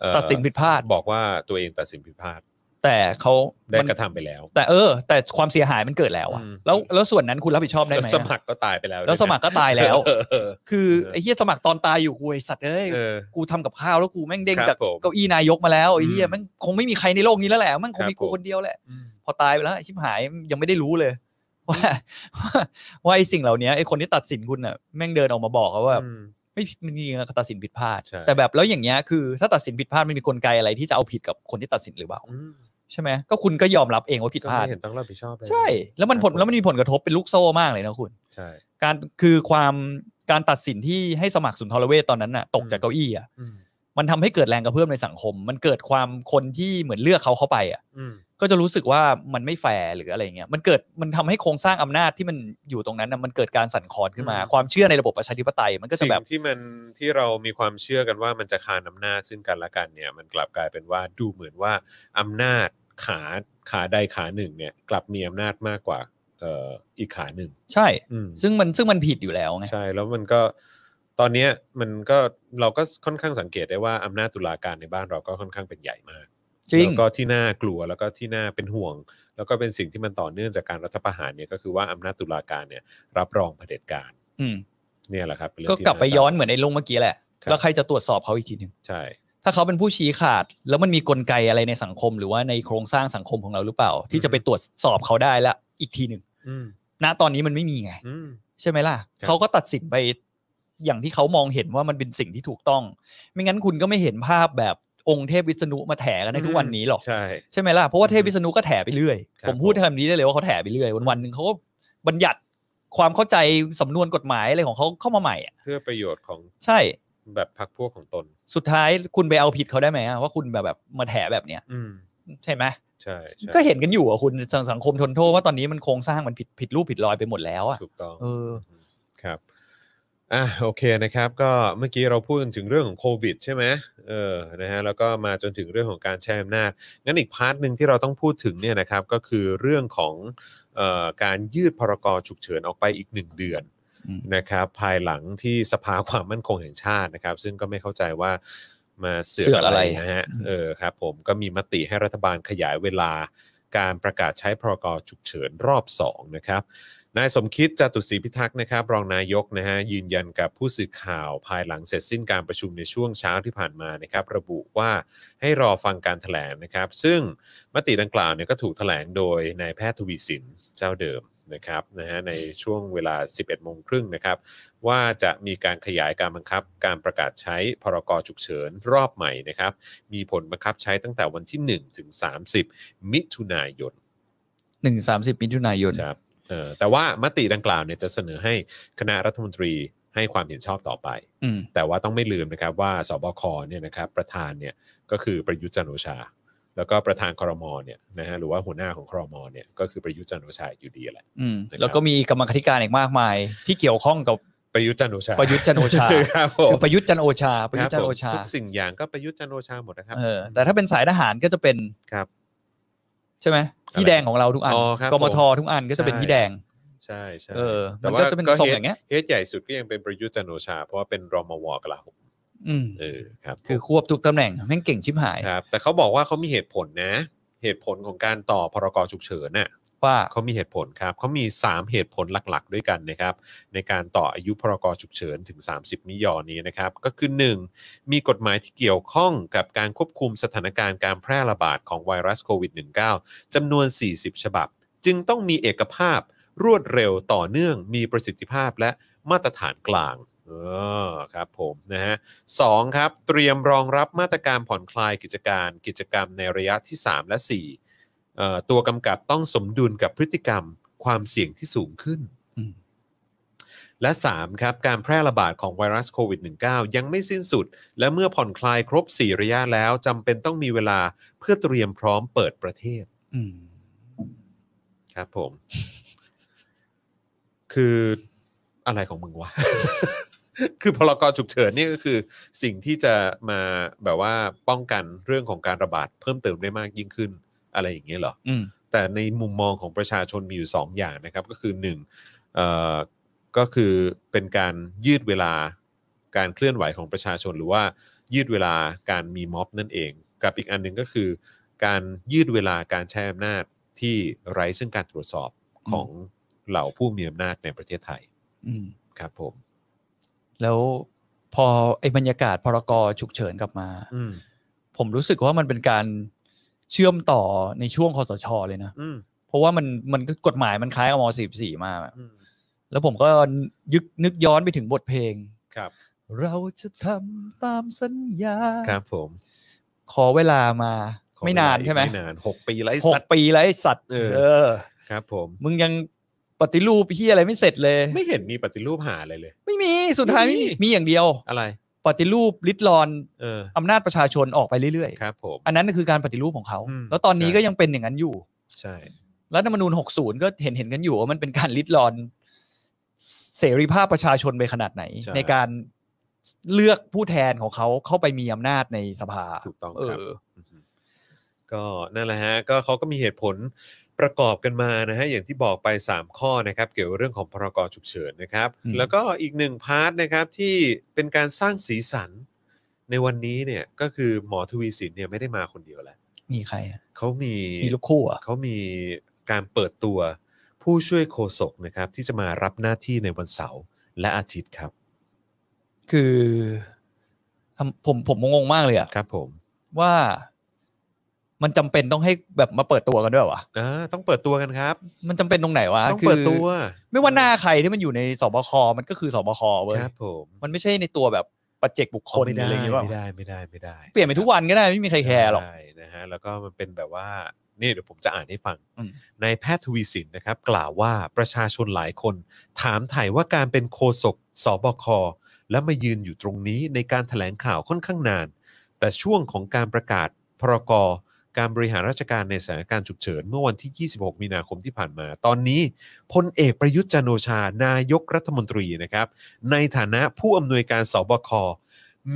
S1: เอ่อ
S2: ตัดสินผิดพลาด
S1: บอกว่าตัวเองตัดสินผิดพลาด
S2: แต่เขา
S1: ได้
S2: มัน
S1: กระทำไปแล้ว
S2: แต่เออ แต่ความเสียหายมันเกิดแล้วอะ
S1: อืม
S2: แล้วแล้วส่วนนั้นคุณรับผิดชอบได้
S1: แล้ว
S2: ไหม
S1: ส
S2: อะ
S1: มัครก็ตายไปแล้ว
S2: แล้วสมัครก็ตายแล้ว
S1: เออเออ
S2: คือ
S1: เออ
S2: ไอ้เฮียสมัครตอนตายอยู่กูไอสัตว์เอ้ย
S1: เออ
S2: กูทำกับข้าวแล้วกูแม่งเด้ง
S1: ครับ
S2: จาก
S1: ผม
S2: เก้าอี้นายกมาแล้วไอ้เฮีย
S1: อืม
S2: แมันคงไม่มีใครในโลกนี้แล้วแหละแมันคงมี
S1: ครับ
S2: กู
S1: ผม
S2: คนเดียวแหละ
S1: อืม
S2: พอตายไปแล้วไอ้ชิบหายยังไม่ได้รู้เลย ว่าว่าว่าไอ้สิ่งเหล่านี้ไอ้คนที่ตัดสินคุณน่ะแม่งเดินออกมาบอกอะว่า
S1: อืม
S2: ไม่มันจริงๆแล้วตัดสินผิดพลาด
S1: ใช่
S2: แต่แบบแล้วอย่างเงี้ยคือ ถ้าตัดสินผิดพลาดไม่มีกลไกอะไรที่จะเอาผิดกับคนที่ตัดสินหรือเปล่า
S1: อืม
S2: ใช่ไหมก็คุณก็ยอมรับเองว่าผิด
S1: ก็
S2: พลาด
S1: ไม่เห็นต้องรับผิดชอบเลย
S2: ใช่ แล้วมันผล
S1: ครับผม
S2: แล้วมันมีผลกระทบเป็นลูกโซ่มากเลยนะคุณ
S1: ใช่
S2: การคือความการตัดสินที่ให้สมัครสุนทรเวชตอนนั้นน่ะตกจากเก้าอี้อ่ะ
S1: อืม
S2: มันทำให้เกิดแรงกระเพื่อมในสังคม มันเกิดความคนที่เหมือนเลือกเขาเข้าไปอ่ะ
S1: อืม
S2: ก็จะรู้สึกว่ามันไม่แฟร์หรืออะไรเงี้ยมันเกิดมันทำให้โครงสร้างอำนาจที่มันอยู่ตรงนั้นน่ะมันเกิดการสั่นคลอนขึ้นมา ความเชื่อในระบบประชาธิปไตยมันก็จะ
S1: สิ่ง
S2: แบบ
S1: ที่มันที่เรามีความเชื่อกันว่ามันจะคานอำนาจซึ่งกันและกันเนี่ย มันกลับกลายเป็นว่าดูเหมือนว่าอำนาจขาขาใดขาหนึ่งเนี่ย กลับมีอำนาจมากกว่าเอ่ออีกขาหนึ่ง
S2: ใช่
S1: อืม
S2: ซึ่งมันซึ่งมันผิดอยู่แล้วไง
S1: ใช่แล้วมันก็ตอนเนี้ยมันก็เราก็ค่อนข้างสังเกตได้ว่าอำนาจตุลาการในบ้านเราก็ค่อนข้างเป็นใหญ่มาก
S2: จริง
S1: แล้วก็ที่น่ากลัวแล้วก็ที่น่าเป็นห่วง แล้วก็เป็นสิ่งที่มันต่อเนื่องจากการรัฐประหารเนี่ยก็คือว่าอำนาจตุลาการเนี่ยรับรองเผด็จการ
S2: อืม
S1: เนี่ยแหละครับเนเรื่ง
S2: ก็กลับไป
S1: ที่าเศร้า
S2: ย้อนเหมือนในลุงเมื่อกี้แหละ
S1: ครับ
S2: แล้วใครจะตรวจสอบเขาอีกทีหนึ่ง
S1: ใช่
S2: ถ้าเขาเป็นผู้ชี้ขาด แล้วมันมีกลไกอะไรในสังคม หรือว่าในโครงสร้างสังคมของเราหรือเปล่า ที่จะไปตรวจสอบเขาได้ละอีกทีหนึ่ง
S1: อืม
S2: ณตอนนี้มันไม่มีไง
S1: อืม
S2: ใช่ไหมล่ะ
S1: ครับ
S2: เขาก็ตัดสินไปอย่างที่เขามองเห็นว่ามันเป็นสิ่งที่ถูกต้อง ไม่งั้นคุณก็ไม่เห็นภาพแบบองค์เทพวิษณุมาแถกันในทุกวันนี้หรอก
S1: ใช่
S2: ใช่ไหมล่ะ เพราะว่าเทพวิษณุก็แถไปเรื่อย
S1: ครับ
S2: ผมพูด
S1: ผม
S2: คำนี้ได้เลยว่าเขาแถไปเรื่อย วันๆหนึ่งเขาก็บัญญัติความเข้าใจสำนวนกฎหมายอะไรของเขาเข้ามาใหม่อะ
S1: เพื่อประโยชน์ของ
S2: ใช่
S1: แบบพรรคพวกของตน
S2: สุดท้ายคุณไปเอาผิดเขาได้ไหมอะว่าคุณแบบแบบมาแถแบบเนี้ย
S1: อืม
S2: ใช่ไหม
S1: ใช่ใช่
S2: ก็เห็นกันอยู่อ่ะคุณสังสังคมทนโทษว่าตอนนี้มันโครงสร้างมันผิดผิดรูปผิดรอยไปหมดแล้วอ่ะ
S1: ถูกต้อง
S2: เออ
S1: ครับ อ่ะโอเคนะครับ ก็เมื่อกี้เราพูดถึงเรื่องของโควิดใช่ไหมเออ นะฮะ แล้วก็มาจนถึงเรื่องของการแชร์อำนาจ งั้นอีกพาร์ทหนึ่งที่เราต้องพูดถึงเนี่ยนะครับ ก็คือเรื่องของเอ่อการยืดพรกฉุกเฉินออกไปอีกหนึ่งเดือน
S2: อืม
S1: นะครับภายหลังที่สภาความมั่นคงแห่งชาตินะครับ ซึ่งก็ไม่เข้าใจว่ามาเสือ
S2: เสื
S1: ก
S2: อก
S1: อะ
S2: อะไรไร
S1: นะฮะเออครับผมก็มีมติให้รัฐบาลขยายเวลาการประกาศใช้พรกฉุกเฉินรอบ 2 นะครับ นายสมคิดจตุศรีพิทักษ์นะครับ รองนายกนะฮะยืนยันกับผู้สื่อข่าวภายหลังเสร็จสิ้นการประชุมในช่วงเช้าที่ผ่านมานะครับ ระบุว่าให้รอฟังการแถลงนะครับ ซึ่งมติดังกล่าวเนี่ยก็ถูกแถลงโดยนายแพทย์ทวีสินเจ้าเดิมนะครับนะฮะในช่วงเวลา 11โมงครึ่งนะครับ ว่าจะมีการขยายการบังคับ การประกาศใช้พรกฉุกเฉินรอบใหม่นะครับ มีผลบังคับใช้ตั้งแต่วันที่ 1 ถึง 30 มิถุนายน
S2: หนึ่งสามสิบมิถุนายน
S1: ครับเออแต่ว่ามติดังกล่าวเนี่ยจะเสนอให้คณะรัฐมนตรีให้ความเห็นชอบต่อไป
S2: อืม
S1: แต่ว่าต้องไม่ลืมนะครับว่าสบคเนี่ยนะครับประธานเนี่ยก็คือประยุทธ์จันทร์โอชา แล้วก็ประธานครมเนี่ยนะฮะหรือว่าหัวหน้าของครมเนี่ยก็คือประยุทธ์จันทร์โอชาอยู่ดีแหละ
S2: อืม
S1: นะครับ
S2: แล้วก็มีกรรมาธิการอีกมากมาย ที่เกี่ยวข้องกับ
S1: ประยุทธ์จันทร์โอชา
S2: ประยุทธ์จันทร์โอชา
S1: ครับผม
S2: คือประยุทธ์จันทร์โอชา ประยุทธ์จันทร์โอ
S1: ค
S2: ชา
S1: บผมทุกสิ่งอย่างก็ประยุทธ์จันทร์โอชาหมดนะครับ
S2: เออแต่ถ้าเป็นสายทหารก็จะเป็น
S1: ครับ
S2: ใช่ไหม
S1: อะไร
S2: พี่แดงของเราทุกอัน
S1: อ๋อครับ
S2: กมท
S1: ผม
S2: ทุกอันก็จะเป็น
S1: ใช่
S2: พี่แดง
S1: ใช่ใช่
S2: เออ
S1: แต่
S2: มัน
S1: ว่า
S2: ก็จะเป็นทรงอย่างเงี้ย
S1: เฮดใหญ่สุดก็ยังเป็นประยุทธ์จันทร์โอชา เพราะว่าเป็นรมวกลาโหม
S2: อืม
S1: เออครับผม
S2: คือควบทุกตำแหน่งแม่งเก่งชิบหาย
S1: ครับแต่เขาบอกว่าเขามีเหตุผลนะ เหตุผลของการต่อพรกฉุกเฉินน่ะ
S2: เพ ว่า
S1: เขามีเหตุผลครับเขามี 3 เหตุผลหลักๆ ด้วยกันนะครับ ในการต่ออายุพรกฉุกเฉินถึง 30 มิยอนี้นะครับ ก็คือ 1. มีกฎหมายที่เกี่ยวข้องกับการควบคุมสถานการณ์การแพร่ระบาดของไวรัสโควิด -19 จำนวน 40 ฉบับ จึงต้องมีเอกภาพ รวดเร็วต่อเนื่องมีประสิทธิภาพและมาตรฐานกลางเออครับผมนะฮะสองครับ เตรียมรองรับมาตรการผ่อนคลายกิจการกิจกรรมในระยะที่ 3 และ4เอ่อตัวกำกับต้องสมดุลกับพฤติกรรมความเสี่ยงที่สูงขึ้น
S2: อืม
S1: และ 3. ครับ การแพร่ระบาดของไวรัสโควิด -19 ยังไม่สิ้นสุด และเมื่อผ่อนคลายครบ 4 ระยะแล้วจำเป็นต้องมีเวลาเพื่อเตรียมพร้อมเปิดประเทศ
S2: อืม
S1: ครับผม คืออะไรของมึงวะ คือพลกรฉุกเฉินเนี่ยก็คือสิ่งที่จะมาแบบว่าป้องกันเรื่องของการระบาดเพิ่มเติมได้มากยิ่งขึ้น อะไรอย่างเงี้ยเหรอ
S2: อืม
S1: แต่ในมุมมองของประชาชนมีอยู่ 2 อย่างนะครับ ก็คือ1เอ่อก็คือเป็นการยืดเวลาการเคลื่อนไหวของประชาชน หรือว่ายืดเวลาการมีม็อบนั่นเอง กับอีกอันหนึงก็คือ การยืดเวลาการใช้อำนาจที่ไร้ซึ่งการตรวจสอบของเหล่าผู้มีอำนาจในประเทศไทย
S2: อืม
S1: ครับผม
S2: แล้วพอไอ้บรรยากาศพรกฉุกเฉินกลับมา
S1: อืม
S2: ผมรู้สึกว่ามันเป็นการเชื่อมต่อในช่วงคอสชเลยนะ
S1: อืม
S2: เพราะว่ามันมันก็กฎหมายมันคล้ายกับม .44 มากอะ
S1: อืม
S2: แล้วผมก็ยึกนึกย้อนไปถึงบทเพลง
S1: ครับ
S2: เราจะทำตามสัญญา
S1: ครับผม
S2: ขอเวลามา
S1: ขอ
S2: ไม่นาน
S1: เวลอีก
S2: ใช่ไหม
S1: ไม่นานหกปีไร้
S2: ห
S1: สัต
S2: ก
S1: ว์
S2: ปีแล้วไอ้สัตว์
S1: เออ
S2: เออ
S1: ครับผม
S2: มึงยังปฏิรูปที่อะไรไม่เสร็จเลย
S1: ไม่เห็นมีปฏิรูปหาอะไรเลย
S2: ไม่มีสุดท้าย
S1: ไม่
S2: ไม่
S1: มี
S2: มีมีอย่างเดียว
S1: อะไร
S2: ปฏิรูปลิดรอน
S1: เออ
S2: อำนาจประชาชนออกไปเรื่อย
S1: ครับผม
S2: ๆ อันนั้นคือการปฏิรูปของเขา
S1: อืม
S2: แล้วตอนนี้
S1: ใช่
S2: ก็ยังเป็นอย่างนั้นอยู่
S1: ใช่
S2: รัฐธรรมนูญ 60 ก็เห็นเห็นกันอยู่ว่ามันเป็นการลิดรอนเสรีภาพประชาชนไปขนาดไหน ในการเลือกผู้แทนของเขาเข้าไปมีอำนาจในสภา
S1: ถูกต้อง
S2: เอ
S1: ครับ
S2: อ
S1: ก็นั่นแหละฮะก็เขาก็มีเหตุผลประกอบกันมานะฮะอย่างที่บอกไป 3 ข้อนะครับ เกี่ยวกับเรื่องของพรกฉุกเฉินนะครับ
S2: อืม
S1: แล้วก็อีกหนึ่งพาร์ทนะครับที่เป็นการสร้างสีสัน ในวันนี้เนี่ยก็คือหมอทวีสินเนี่ยไม่ได้มาคนเดียวแล้ว
S2: มีใครอะ
S1: เขามี
S2: มีลูกคู่เหรอ่ะ
S1: เขามีการเปิดตัวผู้ช่วยโฆษกนะครับ ที่จะมารับหน้าที่ในวันเสาร์และอาทิตย์ครับ
S2: คือทำผมผมงงมากเลยอะ
S1: ครับผม
S2: ว่ามันจำเป็นต้องให้แบบมาเปิดตัวกันด้วยวะ
S1: อ่าต้องเปิดตัวกันครับ
S2: มันจำเป็นตรงไหนวะ
S1: ต้อง
S2: คื
S1: เปิดตัว
S2: ไม่ว่าหน้าใครที่มันอยู่ในสบคมันก็คือสบคเว้ย
S1: ครับผม
S2: มันไม่ใช่ในตัวแบบปัจเจกบุคคล
S1: ไม่ได้
S2: อะไรอย่างเงี้ยว่า
S1: ไม่ได้ไม่ได้ไม่ได้
S2: เปลี่ยนไปทุกวันก็ได้ไม่มีใครแคร์หรอก
S1: ใช่นะฮะแล้วก็มันเป็นแบบว่านี่เดี๋ยวผมจะอ่านให้ฟัง
S2: อืม
S1: นายแพทย์ทวีสินนะครับ กล่าวว่าประชาชนหลายคน ถามถ่ายว่าการเป็นโฆษกสบคและมายืนอยู่ตรงนี้ในการแถลงข่าวค่อนข้างนาน แต่ช่วงของการประกาศพรกรการบริหารราชการในสถานการณ์ฉุกเฉิน เมื่อวันที่ 26 มีนาคมที่ผ่านมา ตอนนี้พลเอกประยุทธ์จันทร์โอชา นายกรัฐมนตรีนะครับ ในฐานะผู้อำนวยการสบค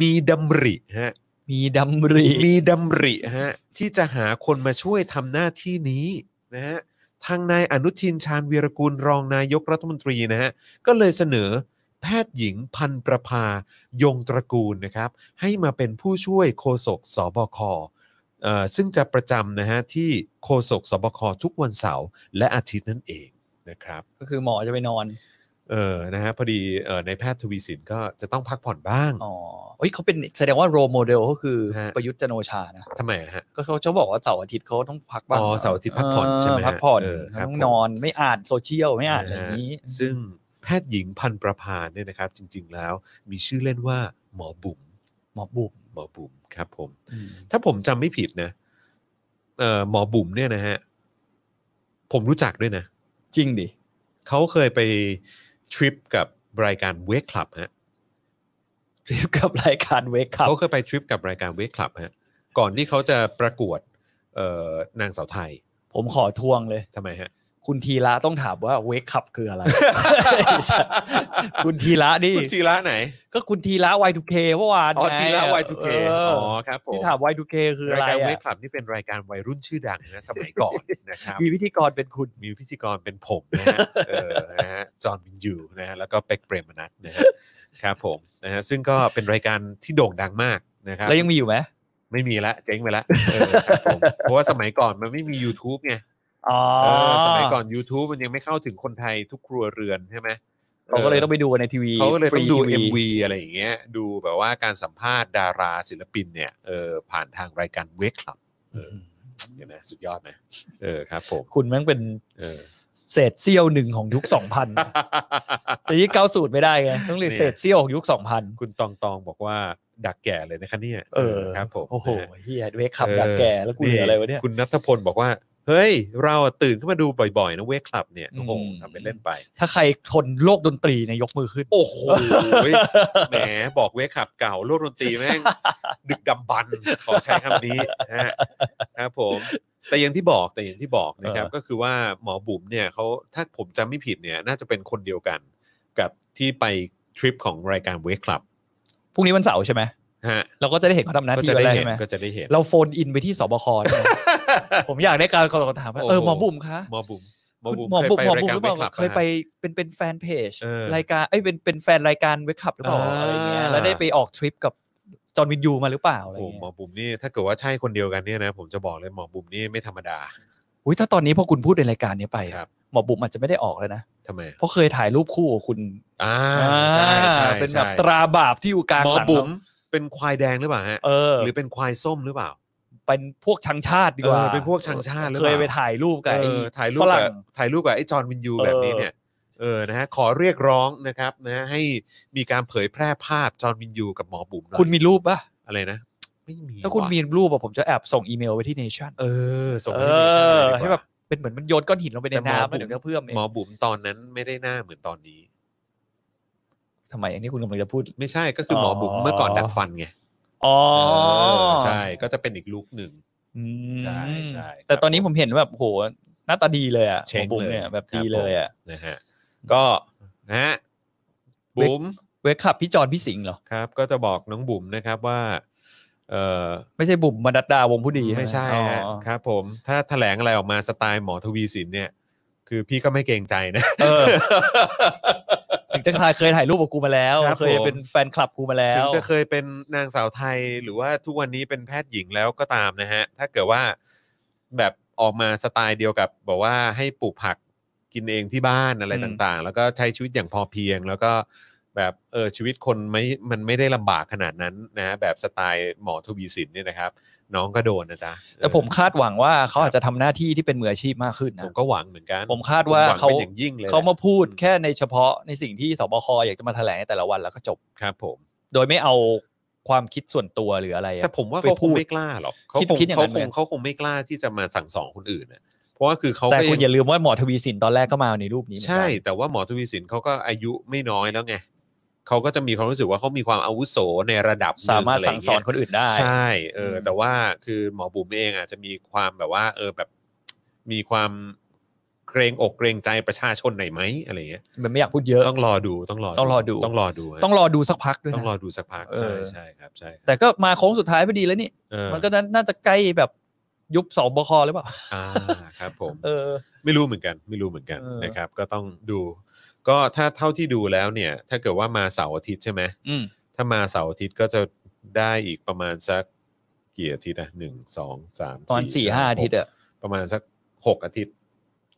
S1: มีดำริฮะ
S2: มีดำริ
S1: มีดำริฮะที่จะหาคนมาช่วยทำหน้าที่นี้นะฮะทางนายอนุทินชาญวีรกูลรองนายกรัฐมนตรีนะฮะก็เลยเสนอแพทย์หญิงพันประภายงตระกูลนะครับ ให้มาเป็นผู้ช่วยโฆษกสบคเอ่อซึ่งจะประจำนะฮะที่โฆษกสบคทุกวันเสาร์และอาทิตย์นั่นเองนะครับ
S2: ก็คือหมอจะไปนอน
S1: เออนะฮะพอดีเอ่อในแพทย์ทวีสินก็จะต้องพักผ่อนบ้าง
S2: อ๋อเฮ้ยเขาเป็นแสดงว่าโรโมเดลก็คือ
S1: ฮะ
S2: ประยุทธ์จันทร์โอชานะ
S1: ทำไมอะฮะ
S2: ก็เขาจะบอกว่าเสาร์อาทิตย์เขาต้องพักบ้าง
S1: อ๋อเสาร์อาทิตย์พักผ่อนใช่ไหมฮะ
S2: พักผ่อน
S1: เออครับ
S2: ต้อ
S1: ผ
S2: ง
S1: ม
S2: นอนไม่อ่านโซเชียลไม่อ่านอะไรอย่างนี้
S1: นะฮะซึ่งแพทย์หญิงพันประพาเนี่ยนะครับ จริง ๆ แล้วมีชื่อเล่นว่าหมอบุ๋ม
S2: หมอบุ๋ม
S1: หมอบุ๋มครับผม
S2: อืม
S1: ถ้าผมจำไม่ผิดนะเอ่อหมอบุ๋มเนี่ยนะฮะผมรู้จักด้วยนะ
S2: จริงดิ
S1: เขาเคยไปทริปกับรายการเวกคลับฮะ
S2: เรียบกับรายการเวกคับ
S1: เขาเคยไปทริปกับรายการเวกคลับฮะก่อนที่เขาจะประกวดเอ่อนางสาวไทย
S2: ผมขอทวงเลย
S1: ทำไมฮะ
S2: คุณทีละต้องถามว่าเวกคับคือ อะไร คุณทีละนี่
S1: คุณจีระไหน
S2: ก็คุณทีละ Y2K เมื่อวาน
S1: อ๋อ
S2: ไง
S1: จีระ Y2K
S2: เออ
S1: อ๋อครับผม
S2: ที่ถาม Y2K คืออะ
S1: ราย
S2: ไร
S1: การเว
S2: อะ
S1: กคลับนี่เป็นรายการวัยรุ่นชื่อดังนะสมัยก่ อนนะครับ
S2: มีพิธีกรเป็นคุณ
S1: มีพิธีกรเป็นผมนะ ฮะ เออ นะฮะ จอห์นวินยูนะฮะ แล้วก็เป็กเปรมนัทนะฮะ ครับผมนะฮะ ซึ่งก็เป็นรายการที่โด่งดังมากนะครับ
S2: แล้วยังมีอยู่ไหม
S1: ไม่มีละ เจ๊งไปละเออครับผมเพราะว่าสมัยก่อนมันไม่มี YouTube ไง
S2: อ๋อ
S1: เออสมัยก่อน YouTube มันยังไม่เข้าถึงคนไทยทุกครัวเรือนใช่ไหม
S2: เขาก็เลยต้องไปดูกันในทีวี
S1: เขาก็เลยต้องดู
S2: ฟรีที
S1: MV อะไรอย่างเงี้ยดูแบบว่าการสัมภาษณ์ดาราศิลปินเนี่ยเออผ่านทางรายการเวกคลับเห็นไหมสุดยอดไหมเออครับผม
S2: คุณแม่งเป็น
S1: เออ
S2: เศษเสี้ยวหนึ่งของยุคสอง พันแต่ยี่เก้าสูตรไม่ได้ไงต้องเรียก
S1: เนี่ย
S2: เศษเสี้ยวของยุคสองพัน
S1: คุณตองตองบอกว่าดักแก่เลยนะคะเนี่ย
S2: เออ
S1: ครับผม
S2: โอ้โห
S1: นะฮะ
S2: เฮียเวกขับดักแก่แล้วกูเหลืออะไรวะเนี่ย
S1: คุณนัทพลบอกว่า เฮ้ย เราอะตื่นขึ้นมาดูบ่อยๆ นะเวกคลับเนี่ยโอ้โห
S2: อืม
S1: ทำเป็นเล่นไป
S2: ถ้าใครทนโลกดนตรีเนยยกมือขึ้น
S1: โอ้โห แหมบอกเวกคลับเก่าโลกดนตรีแม่ง ดึกดำบรรพ์ขอใช้คำนี้นะฮะครับผม แต่อย่างที่บอกแต่อย่างที่บอกนะครับ
S2: เออ
S1: ก็คือว่าหมอบุ๋มเนี่ยเขาถ้าผมจำไม่ผิดเนี่ย น่าจะเป็นคนเดียวกัน กับที่ไปทริปของรายการเวกคลับ
S2: พรุ่งนี้วันเสาร์ใช่ไหม
S1: ฮะ
S2: เราก็จะได้เห็นเขาทำหน้า
S1: ก็
S2: ที่
S1: จะ
S2: กัน
S1: ได้
S2: แล้ว
S1: เห็น
S2: ใช่ไหม
S1: ก็จะได้เห็น
S2: เราโฟนอินไปที่สบค ใช่ไหม ผมอยากได้การขอถามว่า
S1: โอ้โห
S2: เออหมอบุ๋มคะ
S1: หมอบุ๋มหมอ
S2: คุณ
S1: บุ๋ม
S2: หมอบุ๋มหม
S1: เคยไปราย
S2: อบุ๋ม
S1: การ
S2: ห
S1: เวกคลั
S2: รือเปล่า
S1: บ
S2: เคย
S1: นะฮะ
S2: ไปเป็นเป็นแฟนเพจ
S1: เออ
S2: รายการเอ้ยเป็นเป็นแฟนรายการเวกขับหรือเปล่า
S1: อ่า
S2: อะไรเงี้ยแล้วได้ไปออกทริปกับจอห์นวินยูมาหรือเปล่าอะไร
S1: โอ้โหหม
S2: เงี้
S1: อย บุ๋มนี่ถ้าเกิดว่าใช่คนเดียวกันเนี่ยนะผมจะบอกเลยหมอบุ๋มนี่ไม่ธรรมดา
S2: อุ้ยถ้าตอนนี้พอคุณพูดในรายการเนี้ยไป
S1: ครับ
S2: หมอบุ๋มอาจจะไม่ได้ออกเลยนะ
S1: ทำไม
S2: เพราะเคยถ่ายรูปคู่กับคุณ
S1: อ่าใช่ใช่
S2: เป็นแบบ
S1: ใช่
S2: ตราบาปที่อยู่กลาง
S1: หมอ
S2: หลัง
S1: บุ๋ม
S2: เรา
S1: เป็นควายแดงหรือเปล่าฮะ
S2: เออ
S1: หรือเป็นควายส้มหรือเปล่า
S2: เป็นพวกชังชาติดีกว่า
S1: เออเป็นพวกชังชาติหรือเป
S2: เค
S1: ล่า
S2: ยไปถ่ายรูปกับ
S1: เอ
S2: ไอ้
S1: อถ่ายรูป
S2: ฝรั่
S1: กับ
S2: ง
S1: ถ่ายรูปกับไอ้จอห์นวินยู
S2: เออ
S1: แบบนี้เนี่ยเออนะฮะขอเรียกร้องนะครับนะฮะให้มีการเผยแพร่ภาพจอห์นวินยูกับหมอบุ๋มหน่อย
S2: คุณมีรูปป่ะ
S1: อะไรนะ ไม่มี
S2: ถ้าคุณ
S1: ว่ะ
S2: มีรูปอะผมจะแอบส่งอีเมลไปที่เนชั่น
S1: เออส่ง
S2: เอ
S1: ให้ดิฉัน
S2: อ
S1: เลยดีกว่า
S2: ให้แบบเป็นเหมือนมันโยนก้อนหินลงไปใน
S1: แต่หมอ
S2: น้ำ
S1: บุ๋ม
S2: แล้วเดี๋ยวก็เพื่อมเอง
S1: หมอบุ๋มตอนนั้นไม่ได้หน้าเหมือนตอนนี้
S2: ทำไมอันนี้คุณกำลังจะพูด
S1: ไม่ใช่ก็คืออ
S2: อ
S1: หมอบุ๋มเมื่อก่อนดัดฟันไง
S2: อ๋อ
S1: เใช่ก็จะเป็นอีกลุกหนึ่ง
S2: อืม
S1: ใช่ใช่
S2: แต่ตอนนี้ผมเห็นแบบโหหน้าตาดีเลยอ่ะ
S1: เช้
S2: ของงบุ๋ม
S1: เลย
S2: เนี่ยแบบ
S1: ครับ
S2: ดีเลยอ่ะ
S1: นะฮะก็นะฮะบุ๋ม
S2: เวคขับพี่จอนพี่สิงห์เหรอ
S1: ครับ ก็จะบอกน้องบุ๋มนะครับว่าเออ
S2: ไม่ใช่บุ๋มมาดัดดาวงผู้ดี
S1: ไม่ใช่
S2: อ๋อ
S1: ฮะครับผมถ้าแถลงอะไรออกมาสไตล์หมอทวีสินเนี่ย คือพี่ก็ไม่เกรงใจนะ
S2: เออถึงจะถ่ายเคยถ่ายรูปกับกูมาแล้ว
S1: ครับ
S2: เคย
S1: ผม
S2: เป็นแฟนคลับกูมาแล้
S1: ถึง
S2: ว
S1: จะเคยเป็นนางสาวไทยหรือว่าทุกวันนี้เป็นแพทย์หญิงแล้วก็ตามนะฮะ ถ้าเกิดว่าแบบออกมาสไตล์เดียวกับบอกว่าให้ปลูกผักกินเองที่บ้านอะไร
S2: อืม
S1: ต่างๆ แล้วก็ใช้ชีวิตอย่างพอเพียง แล้วก็แบบเออชีวิตคนไม่มันไม่ได้ลำบากขนาดนั้นนะฮะแบบสไตล์หมอทวีสินเนี่ยนะครับ น้องก็โดนนะจ๊ะ
S2: แต่ผมคาดหวังว่าเขาอาจจะทำหน้าที่ที่เป็นมืออาชีพมากขึ้น
S1: เออ
S2: นะ
S1: ผมก็หวังเหมือนกัน
S2: ผมคาดว่า
S1: หง
S2: เขา
S1: เป็นอย่างยิ่งเลย
S2: เขามาพูดแค่ในเฉพาะในสิ่งที่สบคอยากจะมาแถลงในแต่ละวันแล้วก็จบ
S1: ครับผม
S2: โดยไม่เอาความคิดส่วนตัวหรืออะไรอะ
S1: แต่ผมว่าเขา
S2: ไป
S1: ค
S2: พู
S1: ง
S2: ด
S1: ไม่กล้าหรอกเขา
S2: คิด
S1: คง
S2: คิดอย่างนั้
S1: เขาค
S2: นไหม
S1: งเขาคงไม่กล้าที่จะมาสั่งสอนคนอื่นนะเพราะว่าคือเขา
S2: แต่
S1: ก็
S2: คุณ
S1: ง
S2: อย่าลืมว่าหมอทวีสินตอนแรกก็มาในรูปนี้เหมือนกัน
S1: ใช่แต่ว่าหมอทวีสินเขาก็อายุไม่น้อยแล้วไงเขาก็จะมีความรู้สึกว่าเขามีความอาวุโสในระดับหนึ่
S2: สามารถ
S1: ะไย่
S2: สั่งสอนคนอื่นได้
S1: ใช่เอออ
S2: ม
S1: แต่ว่าคือหมอบุ๋มเองอาจจะมีความแบบว่า เออแบบมีความเกรงอกเกรงใจประชาชนหน่อยไหมอะไรเงี้ย
S2: มันไม่อยากพูดเยอะ
S1: ต้องรอดูต้องรอ
S2: ต้องรอดู
S1: ต้องรอดูฮะ
S2: ต้องรอดูสักพักด้วย
S1: ต้องรอ
S2: นะ
S1: ดูสักพัก
S2: เออ
S1: ใช่ใช่ครับใช่ครับ
S2: แต่ก็มาโค้งสุดท้ายพอดีแล้วนี่
S1: เออ
S2: มันก็น่าจะใกล้แบบยุบสบคหรือเปล่า
S1: อ่าครับผม
S2: เออ
S1: ไม่รู้เหมือนกันไม่รู้เหมือนกัน
S2: เออ
S1: นะครับ ก็ต้องดู ก็ถ้าเท่าที่ดูแล้วเนี่ย ถ้าเกิดว่ามาเสาร์อาทิตย์ใช่ไหม
S2: อืม
S1: ถ้ามาเสาร์อาทิตย์ก็จะได้อีกประมาณสักกี่อาทิตย์นะหนึ่งสองสาม
S2: ตอนสี่ห้าอาทิตย์
S1: ก
S2: อะ
S1: ประมาณสักหกอาทิตย์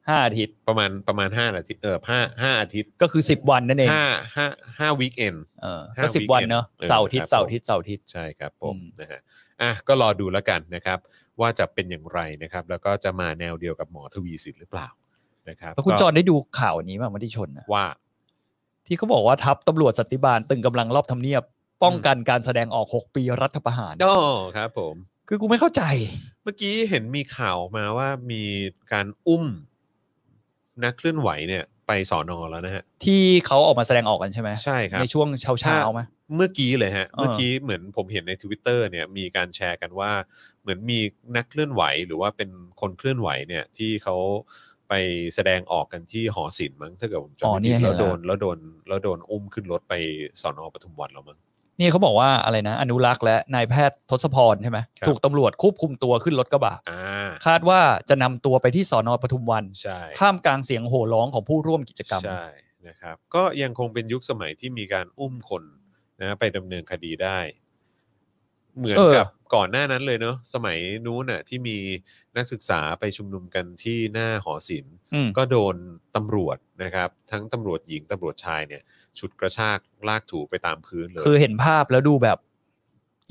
S2: ห้าอาทิตย์
S1: ประมาณประมาณห้าอาทิตย์เออห้าห้าอาทิตย์
S2: ก็คือสิบวันนั่นเอง
S1: ห้าห้าห้าวีคเอน
S2: เออ
S1: ห้า
S2: ก็สิบ
S1: weekend
S2: วันเนอะ
S1: เออ
S2: เสาร์อาทิต
S1: ครับ
S2: ย์เสาร์อาทิตย์เสาร์อาทิตย์
S1: ใช่ครับผม
S2: อืม
S1: นะฮะอ่ะก็รอดูแล้วกันนะครับ ว่าจะเป็นอย่างไรนะครับ แล้วก็จะมาแนวเดียวกับหมอทวีสิทธิ์หรือเปล่านะครับ
S2: แล้วคุณ
S1: ก็
S2: จอห์นได้ดูข่าวนี้ป่ะมติชนอะ
S1: ว่า
S2: ที่เขาบอกว่าทัพตำรวจสันติบาลตึงกำลังรอบทำเนียบ ป้องกันการแสดงออกหกปีรัฐประหาร
S1: โอ้ครับผม
S2: คือกูไม่เข้าใจ
S1: เมื่อกี้เห็นมีข่าวมาว่ามีการอุ้มนักเคลื่อนไหวเนี่ย ไปสอนอแล้วนะฮะ
S2: ที่เขาออกมาแสดงออกกันใช่ไหม
S1: ใช่ครับ
S2: ในช่วงเช้าเช้าๆไหม
S1: เมื่อกี้เลยฮะ
S2: เออ
S1: เมื่อกี้เหมือนผมเห็นใน Twitter เนี่ยมีการแชร์กันว่า เหมือนมีนักเคลื่อนไหวหรือว่าเป็นคนเคลื่อนไหวเนี่ยที่เขาไปแสดงออกกันที่หอศิลป์มั้งถ้าเกิดผมจำ
S2: อ๋อ
S1: ไม่
S2: เนี่
S1: ผิด
S2: ยเห็
S1: แล้ว
S2: นละ
S1: โดนแล้วโดนแล้วโดนอุ้มขึ้นรถไปสอนอปทุมวันแล้วมั้ง
S2: นี่เขาบอกว่าอะไรนะ อนุรักษ์และนายแพทย์ทศพรใช่ไหม
S1: ครับ
S2: ถูกตำรวจควบคุมตัวขึ้นรถกระบะ
S1: อ่า
S2: คาดว่าจะนำตัวไปที่สอนอปทุมวัน
S1: ใช่
S2: ท่ามกลางเสียงโห่ร้องของผู้ร่วมกิจกรรม
S1: ใช่นะครับ ก็ยังคงเป็นยุคสมัยที่มีการอุ้มคนนะไปดำเนินคดีได้ เหมือน
S2: เออ
S1: กับก่อนหน้านั้นเลยเนอะสมัยนู้นน่ะที่มีนักศึกษาไปชุมนุมกันที่หน้าหอศิลป์
S2: อืม
S1: ก็โดนตำรวจนะครับ ทั้งตำรวจหญิงตำรวจชายเนี่ย ฉุดกระชากลากถูไปตามพื้นเลย
S2: คือเห็นภาพแล้วดูแบบ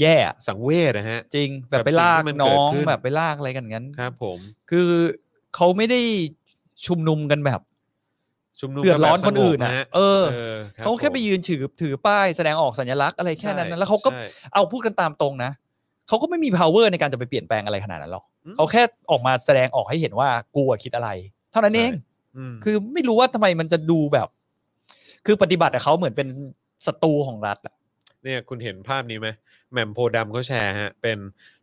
S2: แย่อะ
S1: สังเวชนะฮะ
S2: จริงแบบไป
S1: กับสิ่ง
S2: ลาก
S1: ที่มัน
S2: น้อง
S1: เกิดขึ้น
S2: แบบไปลากอะไรกันงั้น
S1: ครับผม
S2: คือเขาไม่ได้ชุมนุมกันแบบ
S1: ชุมนุม
S2: เดือดร้อนคนอื่น
S1: แบบสงบ
S2: อ่ะ
S1: ฮะ
S2: เออ
S1: รับ
S2: เขาแค่ไปยืนถือถือป้ายแสดงออกสัญลักษณ์อะไรแค่นั้น
S1: ใช่
S2: นะแล้วเขาก็
S1: ใช่
S2: เอาพูดกันตามตรงนะเขาก็ไม่มี power ในการจะไปเปลี่ยนแปลงอะไรขนาดนั้นหรอก
S1: อืม
S2: เขาแค่ออกมาแสดงออกให้เห็นว่ากูอะคิดอะไร เท่านั้นเอง
S1: ม
S2: คือไม่รู้ว่าทำไมมันจะดูแบบ คือปฏิบัติกับเขาเหมือนเป็นศัตรูของรัฐอะ
S1: เนี่ยคุณเห็นภาพนี้ไหมแหม่มโพธิ์ดำเขาแชร์ฮะ เป็น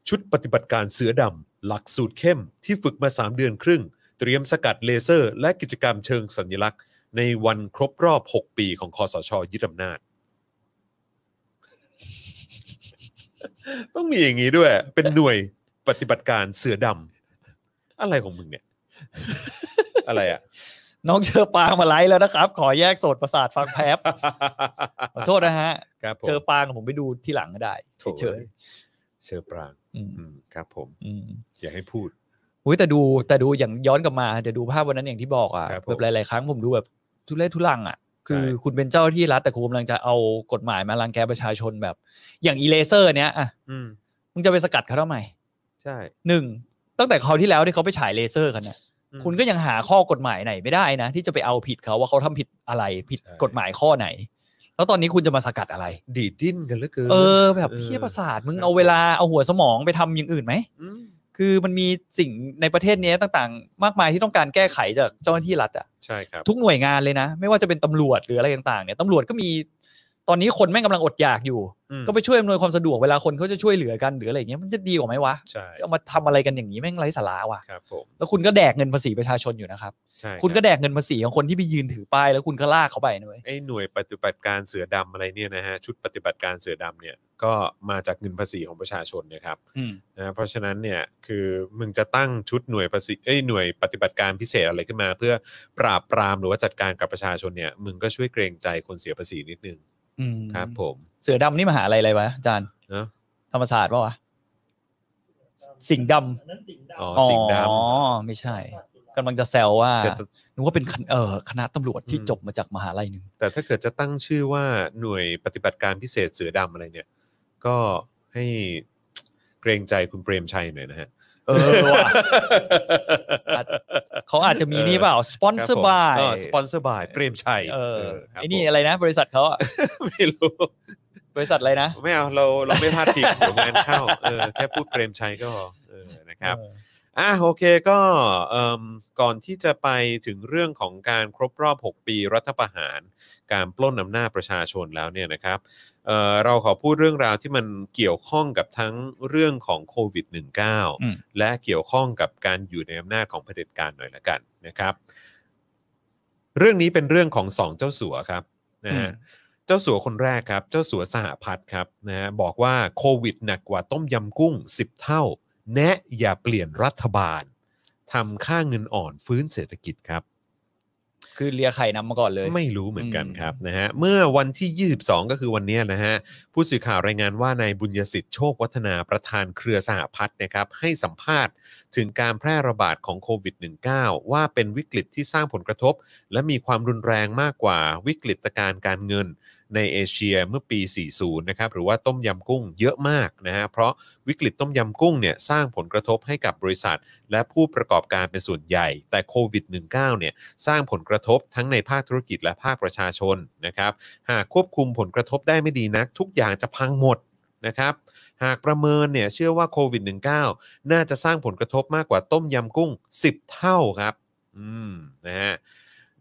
S1: ชุดปฏิบัติการเสือดำหลักสูตรเข้มที่ฝึกมา 3 เดือนครึ่ง เตรียมสกัดเลเซอร์ และกิจกรรมเชิงสัญลักษณ์ ในวันครบรอบ 6 ปีของคอสชยึดอำนาจ ต้องมีอย่างนี้ด้วย เป็นหน่วยปฏิบัติการเสือดำอะไรของมึงเนี่ย อะไรอ่ะ
S2: น้องเชอปางมาไลฟ์แล้วนะครับ ขอแยกโสดประสาทฟังแพบ ขอโทษนะฮะ
S1: ครับผม
S2: เชอปางผมไปดูที่หลังก็ได้
S1: โถ
S2: เฉย
S1: เชอปราง
S2: ๆอืม
S1: อืมครับผม
S2: อืม
S1: อย่าให้พูด
S2: อุ้ยแต่ดูแต่ดูอย่างย้อนกลับมาเดี๋ยวดูภาพวันนั้นอย่างที่บอกอ่ะ
S1: ครับผม
S2: แบบหลาย ๆ ครั้งผมดูแบบทุเรศทุลังอ่ะ คือ
S1: ใช่
S2: คุณเป็นเจ้าหน้าที่รัฐแต่คุณกำลังจะเอากฎหมายมารังแกประชาชนแบบ อย่างอีเลเซอร์เนี้ยอ่ะ
S1: อืม
S2: มึงจะไปสกัดเขาทำไม
S1: ใช่
S2: หนึ่งตั้งแต่คราวที่แล้วที่เขาไปฉายเลเซอร์กันเนี่ย
S1: อืม
S2: คุณก็ยังหาข้อกฎหมายไหนไม่ได้นะ ที่จะไปเอาผิดเขาว่าเขาทำผิดอะไรผิด
S1: ใช่
S2: กฎหมายข้อไหน แล้วตอนนี้คุณจะมาสกัดอะไร
S1: ดีดดิ้นกันเหลือเกิน
S2: เออแบบ
S1: เออ
S2: เฮียประสาทมึง
S1: ครับ
S2: เอาเวลาเอาหัวสมองไปทำอย่างอื่นไหม
S1: ม
S2: คือมันมีสิ่งในประเทศเนี้ยต่างๆ มากมายที่ต้องการแก้ไขจากเจ้าหน้าที่รัฐอะ
S1: ใช่ครับ
S2: ทุกหน่วยงานเลยนะ ไม่ว่าจะเป็นตำรวจหรืออะไรต่างๆเนี่ยตำรวจก็มีตอนนี้คนแม่งกำลังอดอยากอยู่
S1: อืม
S2: ก็ไปช่วยอำนวยความสะดวกเวลาคนเขาจะช่วยเหลือกันหรืออะไรอย่างเงี้ยมันจะดีกว่าไหมวะ
S1: ใช่
S2: เอามาทำอะไรกันอย่างนี้แม่งไร้สาระว่ะ
S1: ครับผม
S2: แล้วคุณก็แดกเงินภาษีประชาชนอยู่นะครับ
S1: ใช่รับ
S2: คุณก็แดกเงินภาษีของคนที่ไปยืนถือป้ายแล้วคุณก็ลากเขาไปนะเว้ย
S1: ไอ้หน่วยปฏิบัติการเสือดำอะไรเนี่ยนะฮะชุดปฏิบัติการเสือดำเนี่ย ก็มาจากเงินภาษีของประชาชนนะครับ
S2: อืม
S1: นะเพราะฉะนั้นเนี่ยคือมึงจะตั้งชุดหน่วยภาษีเอ้ยหน่วยปฏิบัติการพิเศษอะไรขึ้นมา เพื่อปราบปรามหรือว่าจัดการกับประชาชนเนี่ยมึงก็ช่วยเกรงใจคนเสียภาษีนิดนึง
S2: อืม
S1: ครับ ผม
S2: เสือดำนี่มหาอะไรอะไรวะอาจารย์
S1: เนาะ
S2: ธรรมศาสตร์ปะวะ สิ่งดำ
S3: อันนั้นสิ่งดำ
S1: อ๋อ
S2: อ๋อ
S1: สิ่งดำ
S2: ไม่ใช่ กำลังจะแซวว่า
S1: จะ
S2: นึกว่าเป็นคณเอ่อคณะตำรวจที่
S1: อืม
S2: จบมาจากมหาลัยหนึ่ง
S1: แต่ถ้าเกิดจะตั้งชื่อว่าหน่วยปฏิบัติการพิเศษเสือดำอะไรเนี่ย ก็ให้เกรงใจคุณเปรมชัยหน่อยนะฮะ
S2: เออว่ะ เขาอาจจะมีนี่เปล่า สปอนเซอร์บาย
S1: สปอนเซอร์บายเปรมชัย
S2: เออ
S1: ครับ
S2: ไอ้นี่
S1: ผม
S2: อะไรนะ บริษัทเขา อะ
S1: ไม่รู้
S2: บริษัทอะไรนะ
S1: ไม่เอาเราเราไม่พลาดผิดเดี๋ยวงานเข้าเออแค่พูดเปรมชัยก็พอเออนะครับ
S2: เออ
S1: อ่ะโอเคก็เอิ่มก่อนที่จะไปถึงเรื่องของการครบรอบ 6 ปีรัฐประหาร การปล้นอำนาจประชาชนแล้วเนี่ยนะครับเอ่อเราขอพูดเรื่องราวที่มันเกี่ยวข้องกับทั้งเรื่องของโควิด
S2: อืม
S1: -19 และเกี่ยวข้องกับการอยู่ในอำนาจของเผด็จการหน่อยละกันนะครับ เรื่องนี้เป็นเรื่องของสองเจ้าสัวครับนะฮะ
S2: อืม
S1: เจ้าสัวคนแรกครับ เจ้าสัวสหพัฒน์ครับนะฮะบอกว่าโควิดหนักกว่าต้มยำกุ้ง 10 เท่า แนะอย่าเปลี่ยนรัฐบาลทำค่าเงินอ่อนฟื้นเศรษฐกิจครับ
S2: คือเลียไข่นำมาก่อนเลย
S1: ไม่รู้เหมือนกัน
S2: อืม
S1: ครับนะฮะเมื่อวันที่ 22 ก็คือวันเนี้ยนะฮะผู้สื่อข่าวรายงานว่านายบุญยสิทธิ์โชควัฒนาประธานเครือสหพัฒน์นะครับให้สัมภาษณ์ถึงการแพร่ระบาดของโควิด -19 ว่าเป็นวิกฤตที่สร้างผลกระทบ และมีความรุนแรงมากกว่าวิกฤตการณ์การเงินในเอเชียเมื่อปี 40 นะครับหรือว่าต้มยำกุ้งเยอะมากนะฮะเพราะวิกฤตต้มยำกุ้งเนี่ยสร้างผลกระทบให้กับบริษัท และผู้ประกอบการเป็นส่วนใหญ่ แต่โควิด -19 เนี่ย สร้างผลกระทบทั้งในภาคธุรกิจและภาคประชาชนนะครับ หากควบคุมผลกระทบได้ไม่ดีนัก ทุกอย่างจะพังหมดนะครับ หากประเมินเนี่ยเชื่อว่าโควิด -19 น่าจะสร้างผลกระทบมากกว่าต้มยำกุ้ง 10 เท่าครับ อืมนะฮะ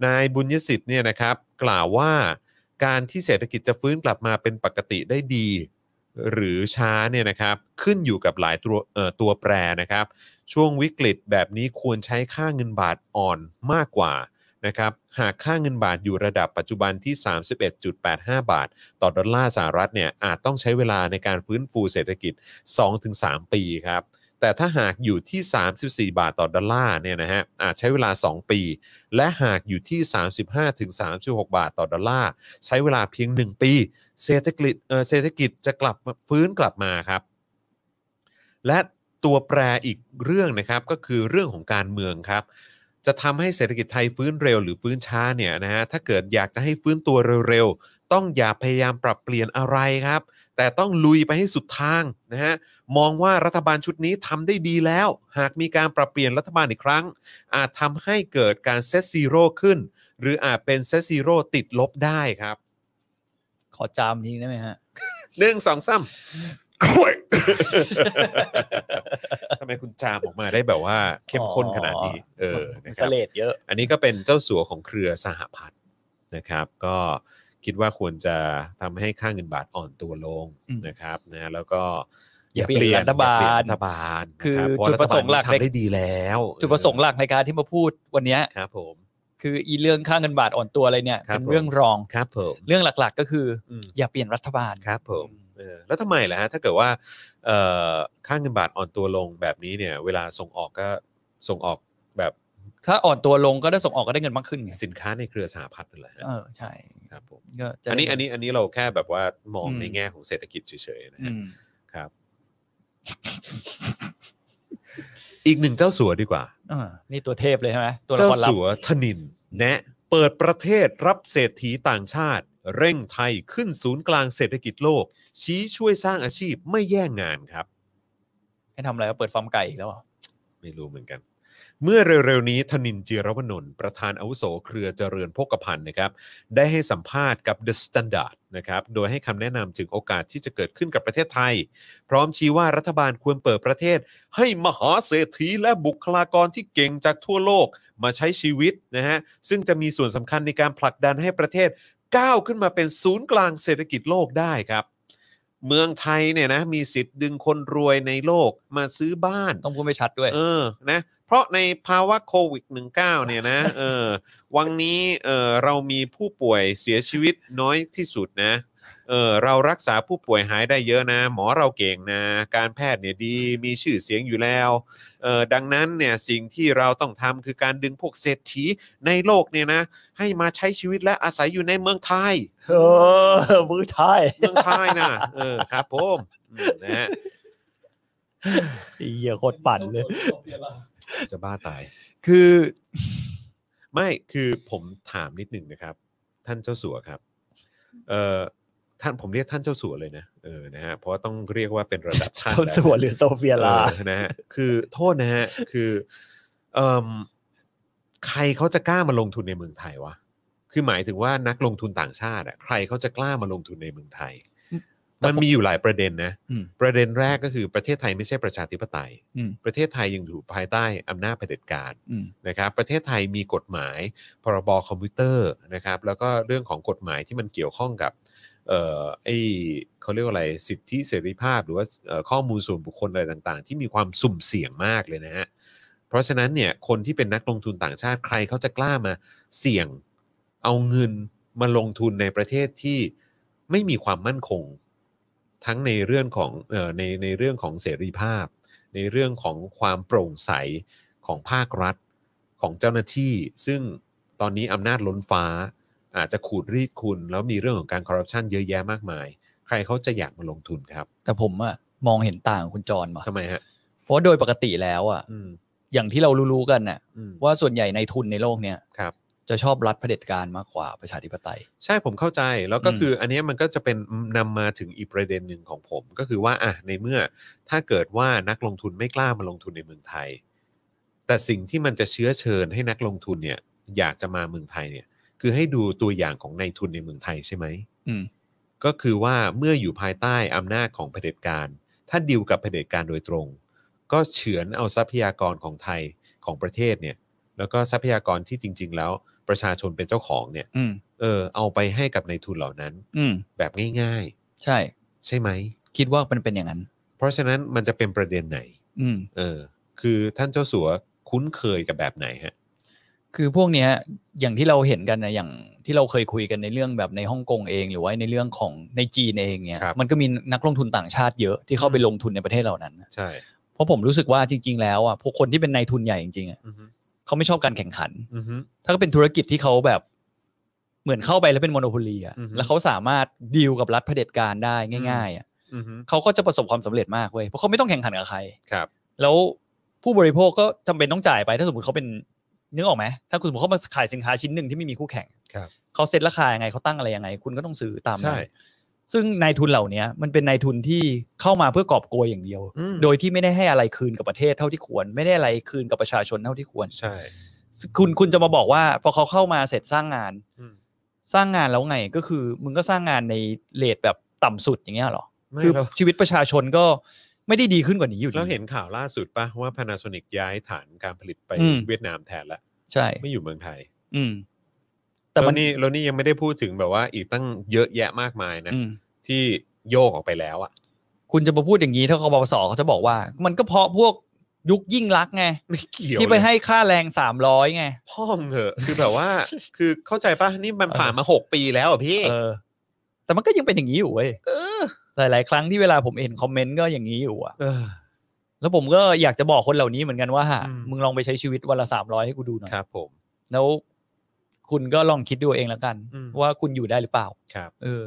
S1: นายบุญยสิทธิ์เนี่ยนะครับกล่าวว่าการที่เศรษฐกิจจะฟื้นกลับมาเป็นปกติได้ดี หรือช้าเนี่ยนะครับขึ้นอยู่กับหลายตัวเอ่อตัวแปรนะครับ ช่วงวิกฤตแบบนี้ควรใช้ค่าเงินบาทอ่อนมากกว่านะครับหากค่าเงินบาทอยู่ระดับปัจจุบันที่ 31.85 บาท ต่อดอลลาร์สหรัฐเนี่ยอาจต้องใช้เวลาในการฟื้นฟูเศรษฐกิจ 2-3 ปีครับ แต่ถ้าหากอยู่ที่ 34 บาทต่อดอลลาร์เนี่ยนะฮะอาจใช้เวลา 2 ปี และหากอยู่ที่ 35-36 บาทต่อดอลลาร์ใช้เวลาเพียง 1 ปี เศรษฐกิจเอ่อเศรษฐกิจจะกลับมาฟื้นกลับมาครับ และตัวแปรอีกเรื่องนะครับก็คือเรื่องของการเมืองครับ จะทำให้เศรษฐกิจไทยฟื้นเร็วหรือฟื้นช้าเนี่ยนะฮะถ้าเกิดอยากจะให้ฟื้นตัวเร็วๆ ต้องอย่าพยายามปรับเปลี่ยนอะไรครับ แต่ต้องลุยไปให้สุดทางนะฮะมองว่ารัฐบาลชุดนี้ทำได้ดีแล้ว หากมีการปรับเปลี่ยนรัฐบาลอีกครั้ง อาจทำให้เกิดการเซตซีโร่ขึ้น หรืออาจเป็นเซตซีโร่ติดลบได้ครับ
S2: ขอจามทิ้งได้ไหมฮะ
S1: หนึ่งสองสามกล้วย ทำไมคุณจามออกมาได้แบบว่าเข้มข้นขนาดนี้ เออนะค
S2: ส
S1: รับ
S2: เลดเยอะ
S1: อันนี้ก็เป็นเจ้าสัวของเครือสหพัฒน์นะครับ ก็คิดว่าควรจะทำให้ค่าเงินบาทอ่อนตัวลง
S2: อืม
S1: นะครับนะแล้วก็
S2: อย่าเปลี่ยนรัฐบาล
S1: อย่เปยนรัฐบาล
S2: คือ
S1: นะบเพา
S2: จุดประสงค์หลัก
S1: ฐบานี้ทำได้ดีแล้ว
S2: จุดประสงค์หลักในการที่มาพูดวันเนี้ย
S1: ครับผม
S2: คืออีเรื่องค่าเงินบาทอ่อนตัวอะไรเนี่ย
S1: ครับ
S2: เป็น
S1: ผม
S2: เรื่องรอง
S1: ครับผม
S2: เรื่องหลักๆ ก็คืออ
S1: อืม
S2: อย่าเปลี่ยนรัฐบาล
S1: ครับผมเออแล้วทำไมล่ะฮะถ้าเกิดว่าเอ่อค่าเงินบาทอ่อนตัวลงแบบนี้เนี่ย เวลาส่งออกก็ส่งออกแบบ
S2: ถ้าอ่อนตัวลงก็ได้ส่งออกก็ได้เงินมากขึ้นไง
S1: สินค้าในเครือสหพัฒน์นั่นแหละฮะ
S2: เออใช่
S1: ครับผม
S2: ก็จะได้
S1: อันนี้อันนี้อันนี้เราแค่แบบว่ามอง
S2: อืม
S1: ในแง่ของเศรษฐกิจเฉยๆนะ
S2: อื
S1: ฮะ
S2: ม
S1: ครับ อีกหนึ่งเจ้าสัวดีกว่า
S2: อ่านี่ตัวเทพเลยใช่ไหมตัวละ
S1: เจ้า
S2: ครลับ
S1: สัวธนิน แนะ เปิดประเทศรับเศรษฐีต่างชาติ เร่งไทยขึ้นศูนย์กลางเศรษฐกิจโลก ชี้ช่วยสร้างอาชีพไม่แย่งงานครับ
S2: ให้ทำอะไรก็เปิดฟาร์มไก่อีกแล้วเหรอ
S1: ไม่รู้เหมือนกัน เมื่อเร็วๆนี้ธนินเจียรวนนท์ประธานอาวุโสเครือเจริญโภคภัณฑ์นะครับ ได้ให้สัมภาษณ์กับ The Standard นะครับ โดยให้คำแนะนำถึงโอกาสที่จะเกิดขึ้นกับประเทศไทย พร้อมชี้ว่ารัฐบาลควรเปิดประเทศ ให้มหาเศรษฐีและบุคลากรที่เก่งจากทั่วโลกมาใช้ชีวิตนะฮะ ซึ่งจะมีส่วนสำคัญในการผลักดันให้ประเทศก้าวขึ้นมาเป็นศูนย์กลางเศรษฐกิจโลกได้ครับ เมืองไทยเนี่ยนะมีสิทธิ์ดึงคนรวยในโลกมาซื้อบ้าน
S2: ต้องพูดไม่ชัดด้วย
S1: เออ นะ เพราะในภาวะโควิด -19 เนี่ยนะ เออ วันนี้ เออเรามีผู้ป่วยเสียชีวิตน้อยที่สุดนะ เออ เรารักษาผู้ป่วยหายได้เยอะนะ หมอเราเก่งนะ การแพทย์เนี่ยดี มีชื่อเสียงอยู่แล้ว เออ ดังนั้นเนี่ย สิ่งที่เราต้องทำคือการดึงพวกเศรษฐีในโลกเนี่ยนะ ให้มาใช้ชีวิตและอาศัยอยู่ในเมืองไทย
S2: เออมือไทย
S1: เมืองไทยนะ เออ ครับผมอืมนะฮะ
S2: เหี้ยโคตรปั่นเลย
S1: จะบ้าตาย
S2: คือ
S1: ไม่คือผมถามนิดหนึ่งนะครับ ท่านเจ้าสัวครับเอ่อท่านผมเรียกท่านเจ้าสัวเลยนะเออนะฮะเพราะว่าต้องเรียกว่าเป็นระดับท่าน
S2: เจ้าสัวหรือโซเฟีย
S1: แล้ว
S2: ลา
S1: เออนะฮะคือโทษนะฮะคือเอ่มใครเขาจะกล้ามาลงทุนในเมืองไทยวะคือหมายถึงว่านักลงทุนต่างชาติอะใครเขาจะกล้ามาลงทุนในเมืองไทย
S2: แต่ผม
S1: มันมีอยู่หลายประเด็นนะ
S2: อืม
S1: ประเด็นแรกก็คือประเทศไทยไม่ใช่ประชาธิปไตย
S2: อืม
S1: ประเทศไทยยังอยู่ภายใต้อำนาจเผด็จการ
S2: อืม
S1: นะครับประเทศไทยมีกฎหมาย พรบคอมพิวเตอร์นะครับแล้วก็เรื่องของกฎหมายที่มันเกี่ยวข้องกับเอ่อไอเขาเรียกว่าอะไรสิทธิเสรีภาพ หรือว่าเอ่อข้อมูลส่วนบุคคลอะไรต่างๆ ที่มีความสุ่มเสี่ยงมากเลยนะฮะเพราะฉะนั้นเนี่ยคนที่เป็นนักลงทุนต่างชาติใครเขาจะกล้ามาเสี่ยงเอาเงินมาลงทุนในประเทศที่ไม่มีความมั่นคง ทั้งในเรื่องของเอ่อในในเรื่องของเสรีภาพ ในเรื่องของความโปร่งใสของภาครัฐของเจ้าหน้าที่ ซึ่งตอนนี้อำนาจล้นฟ้า อาจจะขูดรีดคุณ แล้วมีเรื่องของการคอร์รัปชันเยอะแยะมากมาย ใครเขาจะอยากมาลงทุนครับ
S2: แต่ผมอะมองเห็นต่างกับคุณจรมา
S1: ทำไมฮะ
S2: เพราะโดยปกติแล้วอะ
S1: อืม
S2: อย่างที่เรารู้ๆกันน่ะ
S1: อืม
S2: ว่าส่วนใหญ่ในทุนในโลกเนี่ย
S1: ครับ
S2: จะชอบรัฐเผด็จการมากกว่าประชาธิปไตย
S1: ใช่ผมเข้าใจแล้วก็
S2: อืม
S1: คืออันเนี้ยมันก็จะเป็นนำมาถึงอีกประเด็นหนึ่งของผม ก็คือว่าอ่ะในเมื่อถ้าเกิดว่านักลงทุนไม่กล้ามาลงทุนในเมืองไทย แต่สิ่งที่มันจะเชื้อเชิญให้นักลงทุนเนี่ยอยากจะมาเมืองไทยเนี่ยคือให้ดูตัวอย่างของนายทุนในเมืองไทยใช่ไหม
S2: อืม
S1: ก็คือว่าเมื่ออยู่ภายใต้อำนาจของเผด็จการ ถ้าดิวกับเผด็จการโดยตรง ก็เฉือนเอาทรัพยากรของไทยของประเทศเนี่ยแล้วก็ทรัพยากรที่จริง ๆ แล้วประชาชนเป็นเจ้าของเนี่ย
S2: อืม
S1: เออเอาไปให้กับในายทุนเหล่านั้น
S2: อืม
S1: แบบง่าย
S2: ใช่
S1: ๆ ใช่ไหม
S2: คิดว่ามันเป็นอย่างนั้น
S1: เพราะฉะนั้นมันจะเป็นประเด็นไหน
S2: อืม
S1: เออ คือท่านเจ้าสัวคุ้นเคยกับแบบไหนฮะ
S2: คือพวกเนี้ย อย่างที่เราเห็นกันนะอย่างที่เราเคยคุยกันในเรื่องแบบในฮ่องกงเอง หรือว่าในเรื่องของในจีนเองเนี่ย
S1: ครับ
S2: มันก็มีนักลงทุนต่างชาติเยอะที่เข้าไปลงทุนในประเทศเหล่านั้นนะ
S1: ใช่
S2: เพราะผมรู้สึกว่าจริง ๆ แล้วอ่ะพวกคนที่เป็นนายทุนใหญ่จริงๆอะ
S1: อือฮึ
S2: เขาไม่ชอบการแข่งขัน
S1: อือฮึ
S2: ถ้าเป็นธุรกิจที่เขาแบบเหมือนเข้าไปแล้วเป็นโมโนโพลีอ่ะ
S1: อือฮึ
S2: แล้วเขาสามารถดีลกับรัฐเผด็จการได้ง่าย ๆอ่ะ
S1: อือฮึ
S2: เขาก็จะประสบความสำเร็จมากเว้ยเพราะเขาไม่ต้องแข่งขันกับใคร
S1: ครับ
S2: แล้วผู้บริโภคก็จำเป็นต้องจ่ายไป ถ้าสมมติเขาเป็นนึกออกไหมถ้าคุณสมมติเขามาขายสินค้าชิ้นหนึ่งที่ไม่มีคู่แข่ง
S1: ครับ
S2: เขาเซ็ตราคายังไงเขาตั้งอะไรยังไง คุณก็ต้องซื้อตาม
S1: ใช่
S2: นั้นซึ่งนายทุนเหล่านี้มันเป็นนายทุนที่เข้ามาเพื่อกอบโกยอย่างเดียว
S1: อืม
S2: โดยที่ไม่ได้ให้อะไรคืนกับประเทศเท่าที่ควร ไม่ได้อะไรคืนกับประชาชนเท่าที่ควร
S1: ใช่
S2: ซึ่งคุณคุณจะมาบอกว่าพอเขาเข้ามาเสร็จสร้างงาน
S1: อืม
S2: สร้างงานแล้วไงก็คือมึงก็สร้างงานในเลทแบบต่ำสุดอย่างเงี้ยเหรอ
S1: ไม่
S2: คือ
S1: แล้ว
S2: ชีวิตประชาชนก็ไม่ได้ดีขึ้นกว่านี้อยู่ดี
S1: แล้วเห็นข่าวล่าสุดปะว่า Panasonic ย้ายฐานการผลิตไป
S2: อืม
S1: เวียดนามแทนละ
S2: ใช่
S1: ไม่อยู่เมืองไทย
S2: อืม แต่
S1: แต่
S2: มัน
S1: นี่แล้วนี่ยังไม่ได้พูดถึงแบบว่าอีกตั้งเยอะแยะมากมายนะ
S2: อืม
S1: ที่โยกออกไปแล้วอ่ะ
S2: คุณจะมาพูดอย่างนี้ถ้าคบสเขาจะบอกว่า มันก็เพราะพวกยุคยิ่งรักษณ์ไง
S1: ไม่เกี่ยว
S2: ที่ไป
S1: เลย
S2: ให้ค่าแรงสามร้อยไง
S1: พ่อมึงเถอะ คือแบบว่า คือเข้าใจปะนี่มันผ่านมาหกปีแล้วอ่ะพี่
S2: เออ แต่มันก็ยังเป็นอย่างนี้อยู่เว้ย
S1: เออ
S2: หลาย ๆ ครั้งที่เวลาผมเห็นคอมเมนต์ก็อย่างนี้อยู่อะ
S1: เออ
S2: แล้วผมก็อยากจะบอกคนเหล่านี้เหมือนกันว่า
S1: อืม
S2: มึงลองไปใช้ชีวิตวันละสามร้อยให้กูดูหน่อย
S1: ครับผม
S2: แล้วคุณก็ลองคิดดูเองแล้วกัน
S1: อืม
S2: ว่าคุณอยู่ได้หรือเปล่า
S1: ครับ
S2: เออ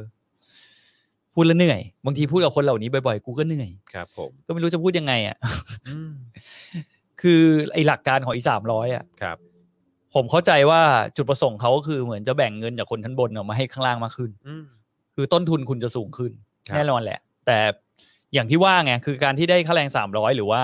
S2: พูดแล้วเหนื่อย บางทีพูดกับคนเหล่านี้บ่อยๆ กูก็เหนื่อย
S1: ครับผม
S2: ก็ไม่รู้จะพูดยังไงอ่ะ
S1: อืม
S2: คือไอ้หลักการของอีสามร้อยอ่ะ
S1: ครับ
S2: ผมเข้าใจว่าจุดประสงค์เขาก็คือเหมือนจะแบ่งเงินจากคนชั้นบนออกมาให้ข้างล่างมากขึ้น
S1: อืม
S2: คือต้นทุนคุณจะสูงขึ้น
S1: ครับ
S2: แน่นอนแหละ แต่อย่างที่ว่าไงคือการที่ได้ค่าแรงสามร้อยหรือว่า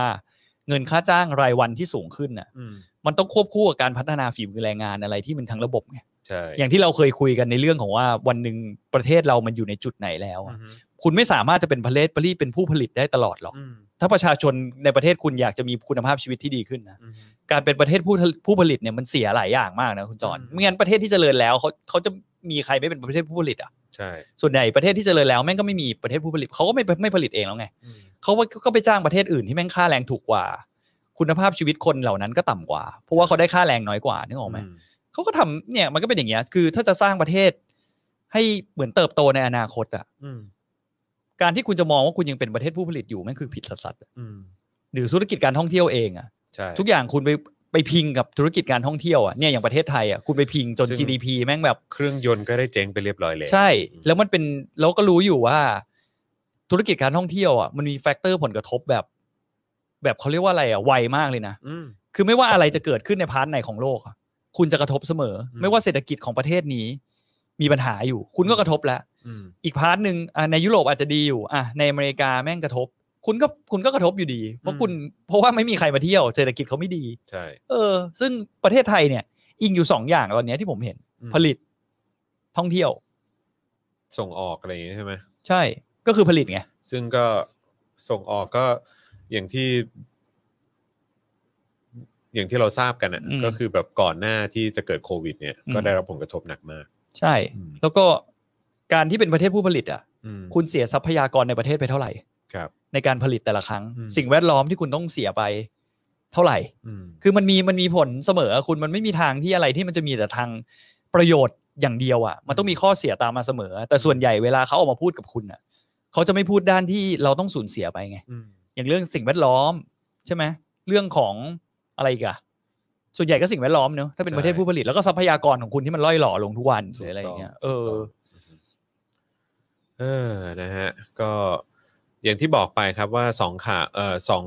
S2: เงินค่าจ้างรายวันที่สูงขึ้นน่ะ
S1: อืม
S2: มันต้องควบคู่กับการพัฒนาฝีมือแรงงานอะไรที่มันทั้งระบบไง
S1: ใช่
S2: อย่างที่เราเคยคุยกันในเรื่องของว่าวันหนึ่งประเทศเรามันอยู่ในจุดไหนแล้ว
S1: อื
S2: อะ
S1: อฮึ
S2: คุณไม่สามารถจะเป็นประเทศปรีเป็นผู้ผลิตได้ตลอดหรอก
S1: อืม
S2: ถ้าประชาชนในประเทศคุณอยากจะมีคุณภาพชีวิตที่ดีขึ้นนะ
S1: อืม
S2: การเป็นประเทศผู้ผู้ผลิตเนี่ยมันเสียหลายอย่างมากนะคุณจอน
S1: อืม
S2: ไม่งั้นประเทศที่เจริญแล้วเขาเขาจะมีใครไม่เป็นประเทศผู้ผลิตอ่ะ
S1: ใช่
S2: ส่วนใหญ่ประเทศที่เจริญแล้วแม่งก็ไม่มีประเทศผู้ผลิตเขาก็ไม่ไม่ผลิตเองแล้วไง
S1: อืม
S2: เขาก็ก็ไปจ้างประเทศอื่นที่แม่งค่าแรงถูกกว่า คุณภาพชีวิตคนเหล่านั้นก็ต่ำกว่า เพราะว่าเขาได้ค่าแรงน้อยกว่านึกออกไหม เขาก็ทำเนี่ยมันก็เป็นอย่างเงี้ยคือถ้าจะสร้างประเทศให้เหมือนเติบโตในอนาคตอ่ะ
S1: อืม
S2: การที่คุณจะมองว่าคุณยังเป็นประเทศผู้ผลิตอยู่แม่งคือผิดสัส
S1: อืม
S2: ๆหรือธุรกิจการท่องเที่ยวเองอะ
S1: ใช่
S2: ทุกอย่างคุณไปไปพิงกับธุรกิจการท่องเที่ยวอะเนี่ยอย่างประเทศไทยอะคุณไปพิงจน GDP แม่งแบบ
S1: เครื่องยนต์ก็ได้เจ๊งไปเรียบร้อยแล้ว
S2: ใช่ แล้วมันเป็นเราก็รู้อยู่ว่า ธุรกิจการท่องเที่ยวอะมันมีแฟกเตอร์ผลกระทบแบบ แบบเขาเรียกว่าอะไรอะไวมากเลยนะ
S1: อืม
S2: คือไม่ว่าอะไรจะเกิดขึ้นในพาร์ทไหนของโลกอะคุณจะกระทบเสมอ
S1: อืม
S2: ไม่ว่าเศรษฐกิจของประเทศนี้ มีปัญหาอยู่ คุณก็กระทบแล้ว
S1: อืม
S2: อีกพาร์ทหนึ่งอ่ะในยุโรปอาจจะดีอยู่อ่ะในอเมริกาแม่งกระทบ คุณก็คุณก็กระทบอยู่ดี เพราะคุณเพราะว่าไม่มีใครมาเที่ยวเศรษฐกิจเขาไม่ดี
S1: ใช่
S2: เออ ซึ่งประเทศไทยเนี่ย อิงอยู่สองอย่างตอนเนี้ยที่ผมเห็น
S1: อืม
S2: ผลิตท่องเที่ยว
S1: ส่งออกอะไรอย่างเงี้ยใช่ไหม
S2: ใช่ก็คือผลิตไง
S1: ซึ่งก็ส่งออกก็อย่างที่ อย่างที่เราทราบกันนะ
S2: อืม
S1: ก็คือแบบก่อนหน้าที่จะเกิดโควิด เนี่ย
S2: อืม
S1: ก็ได้รับผลกระทบหนักมาก
S2: ใช่
S1: อืม
S2: แล้วก็การที่เป็นประเทศผู้ผลิตอ่ะ
S1: อืม
S2: คุณเสียทรัพยากรในประเทศไปเท่าไหร่
S1: ครับ
S2: ในการผลิตแต่ละครั้ง
S1: อืม
S2: สิ่งแวดล้อมที่คุณต้องเสียไปเท่าไหร่
S1: อืม
S2: คือมันมีมันมีผลเสมอคุณมันไม่มีทางที่อะไรที่มันจะมีแต่ทางประโยชน์อย่างเดียวอะ่ะ มันต้องมีข้อเสียตามมาเสมอ แต่ส่วนใหญ่เวลาเขาออกมาพูดกับคุณอ่ะเขาจะไม่พูดด้านที่เราต้องสูญเสียไปไง
S1: อืม
S2: อย่างเรื่องสิ่งแวดล้อมใช่ไหมเรื่องของอะไรอีกอะส่วนใหญ่ก็สิ่งแวดล้อมเนอะถ้าเป็นประเทศผู้ผลิตแล้วก็ทรัพยากรของคุณที่มันล่อยหล่อลงทุกวันหรืออะไรอย่างเงี้ยเออ
S1: เออนะฮะ ก็อย่างที่บอกไปครับว่าสองข่าวเอ่อสอง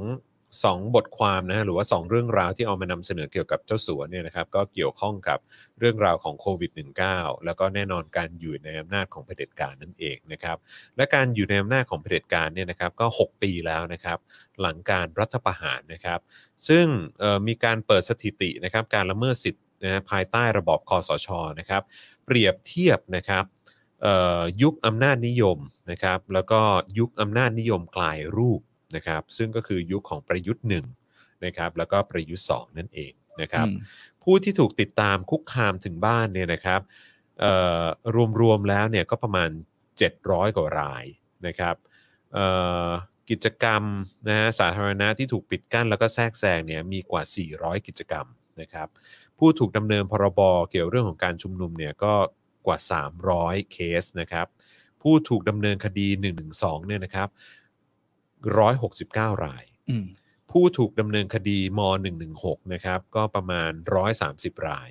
S1: สองบทความนะฮะหรือว่าสองเรื่องราวที่เอามานำเสนอเกี่ยวกับเจ้าสัวเนี่ยนะครับ ก็เกี่ยวข้องกับเรื่องราวของโควิด -19 แล้วก็แน่นอนการอยู่ในอำนาจของเผด็จการนั่นเองนะครับ และการอยู่ในอำนาจของเผด็จการเนี่ยนะครับก็ 6 ปีแล้วนะครับหลังการรัฐประหารนะครับ ซึ่งเอ่อมีการเปิดสถิตินะครับการละเมิดสิทธินะฮะภายใต้ระบอบคอสชนะครับ เปรียบเทียบนะครับเอ่อยุคอำนาจนิยมนะครับแล้วก็ยุคอำนาจนิยมกลายรูปนะครับ ซึ่งก็คือยุคของประยุทธ์หนึ่งนะครับแล้วก็ประยุทธ์สองนั่นเองนะครับ ผู้ที่ถูกติดตามคุกคามถึงบ้านเนี่ยนะครับเอ่อรวมๆแล้วเนี่ยก็ประมาณ 700 กว่ารายนะครับเอ่อกิจกรรมนะฮะสาธารณะที่ถูกปิดกั้นแล้วก็แทรกแซงเนี่ยมีกว่า 400 กิจกรรมนะครับผู้ถูกดำเนินพรบเกี่ยวเรื่องของการชุมนุมเนี่ยก็กว่า 300 เคสนะครับผู้ถูกดำเนินคดี 112เนี่ยนะครับ169 ราย
S2: อืม
S1: ผู้ถูกดำเนินคดีม .116 นะครับก็ประมาณ 130 ราย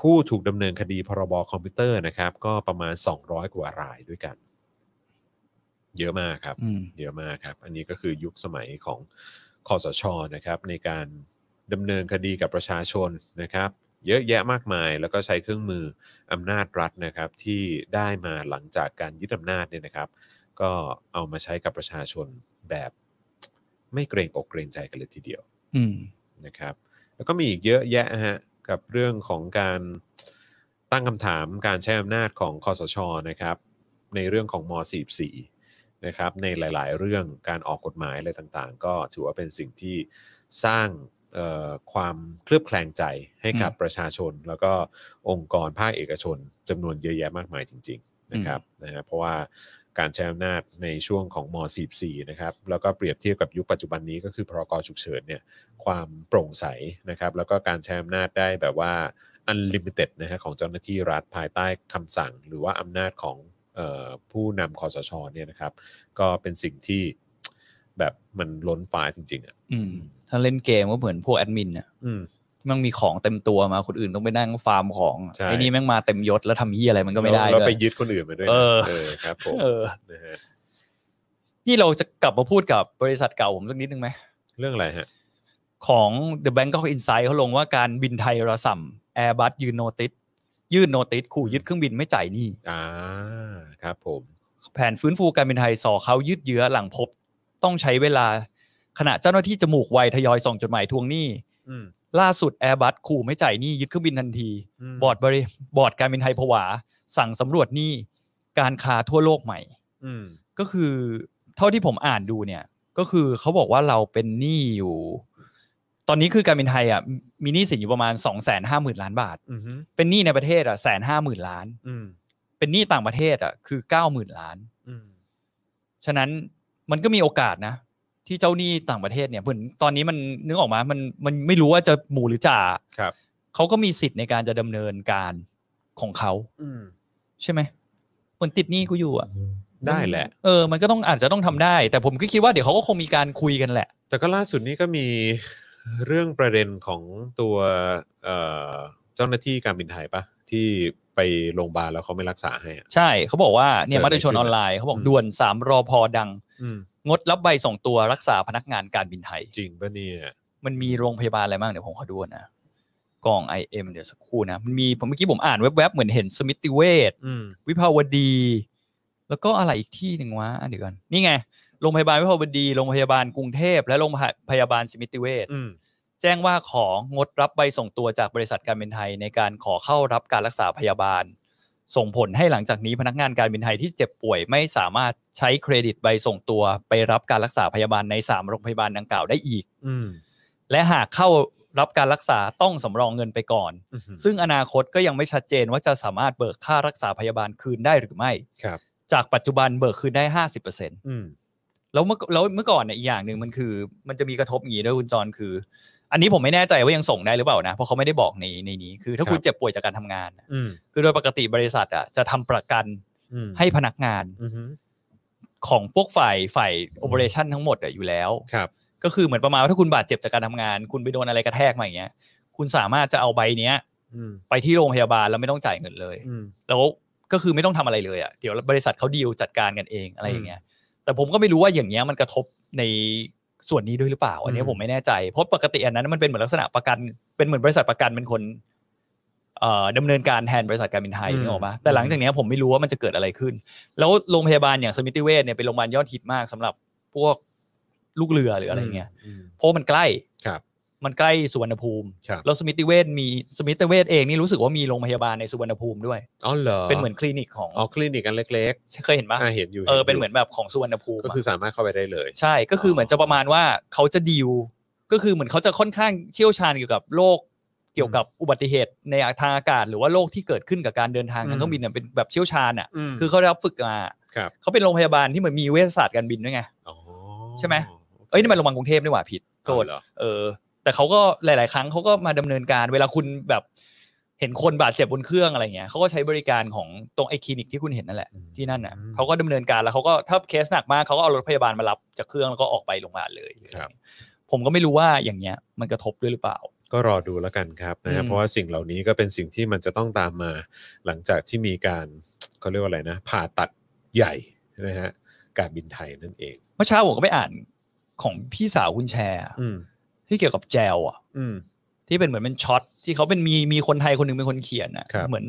S1: ผู้ถูกดำเนินคดีพรบคอมพิวเตอร์นะครับ ก็ประมาณ 200 กว่ารายด้วยกัน เยอะมากครับ
S2: อืม
S1: เยอะมากครับ อันนี้ก็คือยุคสมัยของคอสชนะครับในการดำเนินคดีกับประชาชนนะครับ เยอะแยะมากมายแล้วก็ใช้เครื่องมืออำนาจรัฐนะครับ ที่ได้มาหลังจากการยึดอำนาจเนี่ยนะครับ ก็เอามาใช้กับประชาชนแบบไม่เกรงอกเกรงใจกันเลยทีเดียว
S2: อืม
S1: นะครับแล้วก็มีอีกเยอะแยะฮะกับเรื่องของการตั้งคำถามการใช้อำนาจของคอสชนะครับในเรื่องของม .44 นะครับในหลาย ๆ เรื่องการออกกฎหมายอะไรต่างๆ ก็ถือว่าเป็นสิ่งที่สร้างเอ่อความเคลือบแคลงใจให้กับประชาชน แล้วก็องค์กรภาคเอกชนจำนวนเยอะแยะมากมายจริง ๆ นะครับนะฮะเพราะว่าการใช้อำนาจในช่วงของม .44 นะครับแล้วก็เปรียบเทียบกับยุคปัจจุบันนี้ก็คือพรกฉุกเฉินเนี่ย ความโปร่งใสนะครับ แล้วก็การใช้อำนาจได้แบบว่า unlimited นะฮะของเจ้าหน้าที่รัฐภายใต้คำสั่ง หรือว่าอำนาจของเออผู้นำคอสชเนี่ยนะครับ ก็เป็นสิ่งที่แบบมันล้นฟ้าจริง ๆอ่ะ
S2: อืม ถ้าเล่นเกมก็เหมือนพวกแอดมินน่ะ
S1: อืม
S2: ที่มันมีของเต็มตัวมาคนอื่นต้องไปนั่งฟาร์มของ
S1: ใช่
S2: ไอ้นี่แม่งมาเต็มยศแล้วทำเฮียอะไรมันก็ไม่ได้
S1: แล้ว
S2: ด้
S1: ไป
S2: วย
S1: ยึดคนอื่นมาด้วยนะ
S2: เออ
S1: ครับผม
S2: เออ
S1: นะฮะ
S2: นี่เราจะกลับมาพูดกับบริษัทเก่าผมสักนิดนึงไหม
S1: เรื่องอะไรฮะ
S2: ของ The Bank of Insight เขาลงว่าการบินไทยระส่ำ Airbus ยืนโนติสยื่นโนติสขู่ยึดเครื่องบินไม่จ่ายหนี้
S1: อ่าครับผม
S2: แผนฟื้นฟูการบินไทยส่อเขายืดเยื้อหลังพบ ต้องใช้เวลาขณะเจ้าหน้าที่จมูกไวทยอยส่งจดหมายทวงหนี้
S1: อืม
S2: ล่าสุด Airbus ขู่ไม่จ่ายหนี้ยึดเครื่องบินทันที
S1: ม
S2: บอร์ดบริบอร์ดการบินไทยผวา สั่งสำรวจหนี้การค้าทั่วโลกใหม่
S1: อืม
S2: ก็คือเท่าที่ผมอ่านดูเนี่ย ก็คือเขาบอกว่าเราเป็นหนี้อยู่ ตอนนี้คือการบินไทยอ่ะมีหนี้สินอยู่ประมาณ2องแสนห้าหมื่นล้านบาท
S1: อืม
S2: เป็นหนี้ในประเทศอ่ะแสนห้าหมื่นล้าน
S1: อืม
S2: เป็นหนี้ต่างประเทศอ่ะคือเก้าหมื่นล้าน
S1: อืม
S2: ฉะนั้นมันก็มีโอกาสนะ ที่เจ้าหนี้ต่างประเทศเนี่ยเหมือนตอนนี้มันนึกออกมามันมันไม่รู้ว่าจะหมู่หรือจ่า
S1: ครับ
S2: เขาก็มีสิทธิ์ในการจะดำเนินการของเขา
S1: อืม
S2: ใช่ไหมเหมือนติดหนี้กูอยู่อ่ะ
S1: ได้แหละ
S2: เออ มันก็ต้องอาจจะต้องทำได้ แต่ผมก็คิดว่าเดี๋ยวเขาก็คงมีการคุยกันแหละ
S1: แต่ก็ล่าสุดนี้ก็มีเรื่องประเด็นของตัวเอ่อเจ้าหน้าที่การบินไทยปะที่ไปโรงพยาบาลแล้วเขาไม่รักษาให้อะ
S2: ใช่เขาบอกว่าเนี่ย
S1: เกิดอะ
S2: มา
S1: ไร
S2: ตรชนออนไลน์เขาบอ
S1: อื
S2: ก
S1: ม
S2: ด่วนสามรอพอดัง
S1: อืม
S2: งดรับใบส่งตัวรักษาพนักงานการบินไทย
S1: จริงปะเนี่ย
S2: มันมีโรงพยาบาลอะไรบ้างเดี๋ยวผมขอดูก่อนนะกอง IM เดี๋ยวสักครู่นะมันมีผมเมื่อกี้ผมอ่านแวบๆเหมือนเห็นสมิติเวช
S1: อืม
S2: วิภาวดี แล้วก็อะไรอีกที่หนึ่งวะเดี๋ยวก่อนนี่ไงโรงพยาบาลวิภาวดีโรงพยาบาลกรุงเทพและโรงพยาบาลสมิติเวช
S1: อืม
S2: แจ้งว่าของงดรับใบส่งตัวจากบริษัทการบินไทยในการขอเข้ารับการรักษาพยาบาล ส่งผลให้หลังจากนี้พนักงานการบินไทยที่เจ็บป่วยไม่สามารถใช้เครดิตใบส่งตัวไปรับการรักษาพยาบาลใน 3 โรงพยาบาลดังกล่าวได้อีก
S1: อืม
S2: และหากเข้ารับการรักษาต้องสำรองเงินไปก่อน
S1: อืม
S2: ซึ่งอนาคตก็ยังไม่ชัดเจนว่าจะสามารถเบิกค่ารักษาพยาบาลคืนได้หรือไม่
S1: ครับ
S2: จากปัจจุบันเบิกคืนได้ 50%
S1: อืม
S2: แล้วเมื่อแล้วเมื่อก่อนเนี่ยอีกอย่างหนึ่งมันคือ มันจะมีกระทบอย่างนี้ด้วยคุณจรคือ อันนี้ผมไม่แน่ใจว่ายังส่งได้หรือเปล่านะ เพราะเขาไม่ได้บอกในในนี้ คือถ้าคุณเจ็บป่วยจากการทำงานน่ะ
S1: อืม
S2: คือโดยปกติบริษัทอ่ะจะทำประกัน
S1: อืม
S2: ให้พนักงาน
S1: อืม
S2: ของพวกฝ่ายฝ่ายโอเปอเรชันทั้งหมดอ่ะอยู่แล้ว
S1: ครับ
S2: ก็คือเหมือนประมาณว่าถ้าคุณบาดเจ็บจากการทำงาน คุณไปโดนอะไรกระแทกมาอย่างเงี้ย คุณสามารถจะเอาใบเนี้ย
S1: อืม
S2: ไปที่โรงพยาบาลแล้วไม่ต้องจ่ายเงินเลย
S1: อืม
S2: แล้วก็คือไม่ต้องทำอะไรเลยอ่ะเดี๋ยวบริษัทเขาดีลจัดการกันเองอะไรอย่างเงี้ยแต่ผมก็ไม่รู้ว่าอย่างเงี้ยมันกระทบในส่วนนี้ด้วยหรือเปล่า อันเนี้ยผมไม่แน่ใจ เพราะปกติอันนั้นมันเป็นเหมือนลักษณะประกัน เป็นเหมือนบริษัทประกันเป็นคนเอ่อดำเนินการแทนบริษัทการบินไทยนึกออกปะแต่หลังจากเนี้ยผมไม่รู้ว่ามันจะเกิดอะไรขึ้น แล้วโรงพยาบาลอย่างสมิติเวชเนี่ยเป็นโรงพยาบาลยอดฮิตมากสำหรับพวกลูกเรือหรืออะไรเงี้ย
S1: อืม
S2: เพราะมันใกล้
S1: ครับ
S2: มันใกล้สุวรรณภูมิ
S1: ครับ
S2: แล้วสมิติเวชมีสมิติเวชเองนี่รู้สึกว่ามีโรงพยาบาลในสุวรรณภูมิด้วย
S1: อ๋อเหรอ
S2: เป็นเหมือนคลินิกของ
S1: อ๋อคลินิกอันเล็ก
S2: เคยเห็น
S1: ๆ
S2: ปะ
S1: อ่าเห็นอยู่
S2: เออ
S1: ยู่
S2: เป็นเหมือนแบบของสุวรรณภูมิ
S1: ก็
S2: อะ
S1: คือสามารถเข้าไปได้เลย
S2: ใช่ก็คือเหมือนจะประมาณว่าเขาจะดีลก็คือเหมือนเขาจะค่อนข้างเชี่ยวชาญเกี่ยวกับโรคเกี่ยวกับอุบัติเหตุในทางอากาศ หรือว่าโรคที่เกิดขึ้นกับการเดินทางทางเครื่องบินเนี่ยเป็นแบบเชี่ยวชาญอ่ะ
S1: อืม
S2: คือเขาได้รับฝึกมา
S1: ครับ
S2: เขาเป็นโรงพยาบาลที่เหมือนมีเวชศาสตร์การบินด้วยไง
S1: อ๋อ
S2: ใช่ไหม เอ้ยนี่มันโรงพยาบาลกรุงเทพนี่หว่าผิดโทษ
S1: อ๋อเหรอ
S2: เออแต่เขาก็หลาย ๆ ครั้งเขาก็มาดำเนินการ เวลาคุณแบบเห็นคนบาดเจ็บบนเครื่องอะไรเงี้ยเขาก็ใช้บริการของตรงไอ้คลินิกที่คุณเห็นนั่นแหละที่นั่นน่ะเขาก็ดำเนินการแล้วเขาก็ถ้าเคสหนักมากเขาก็เอารถพยาบาลมารับจากเครื่องแล้วก็ออกไปโรงพยาบาลเลยผมก็ไม่รู้ว่าอย่างเงี้ยมันกระทบด้วยหรือเปล่า
S1: ก็รอดูแล้วกันครับนะฮะ
S2: อืม
S1: เพราะว่าสิ่งเหล่านี้ก็เป็นสิ่งที่มันจะต้องตามมาหลังจากที่มีการเขาเรียกว่าอะไรนะผ่าตัดใหญ่นะฮะ การบินไทยนั่นเอง
S2: เมื่อเช้าผมก็ไปอ่านของพี่สาวคุณแชร์อะ
S1: อืม
S2: ที่เกี่ยวกับแจวอ่ะ
S1: อืม
S2: ที่เป็นเหมือนเป็นช็อตที่เขาเป็นมีมีคนไทยคนหนึงเป็นคนเขียนอ่ะ
S1: ครับ
S2: เหมือน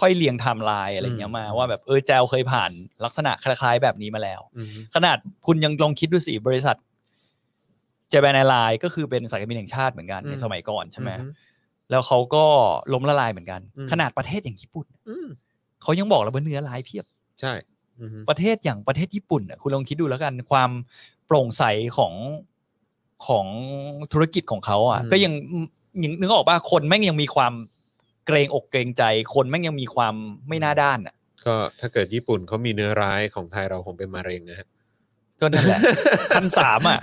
S2: ค่อยๆเรียงไทม์ไลน์อะไรเงี้ยมา
S1: อืม
S2: ว่าแบบเออแจวเคยผ่านลักษณะคล้ายๆแบบนี้มาแล้ว
S1: อืม
S2: ขนาดคุณยังลองคิดดูสิบริษัทเจแปนแอร์ไลน์ก็คือเป็นสายการบินแห่งชาติเหมือนกันในสมัยก่อนใช่ไหม
S1: อื
S2: แล้วเขาก็ล้มละลายเหมือนกัน
S1: อืม
S2: ขนาดประเทศอย่างญี่ปุ่น
S1: อืม
S2: เขายังบอกเลยว่าเนื้อร้ายเพียบ
S1: ใช่อืม
S2: ประเทศอย่างประเทศญี่ปุ่นน่ะคุณลองคิดดูแล้วกันความโปร่งใสของของธุรกิจของเขาอ่ะก็ยังยังนึกออกป่ะคนแม่งยังมีความเกรงอกเกรงใจ คนแม่งยังมีความไม่น่าด้านอ่ะ
S1: ก็ถ้าเกิดญี่ปุ่นเขามีเนื้อร้ายของไทยเราคงเป็นมะเร็งนะฮะ
S2: ก็นั่นแหละ ขั้นสามอ่ะ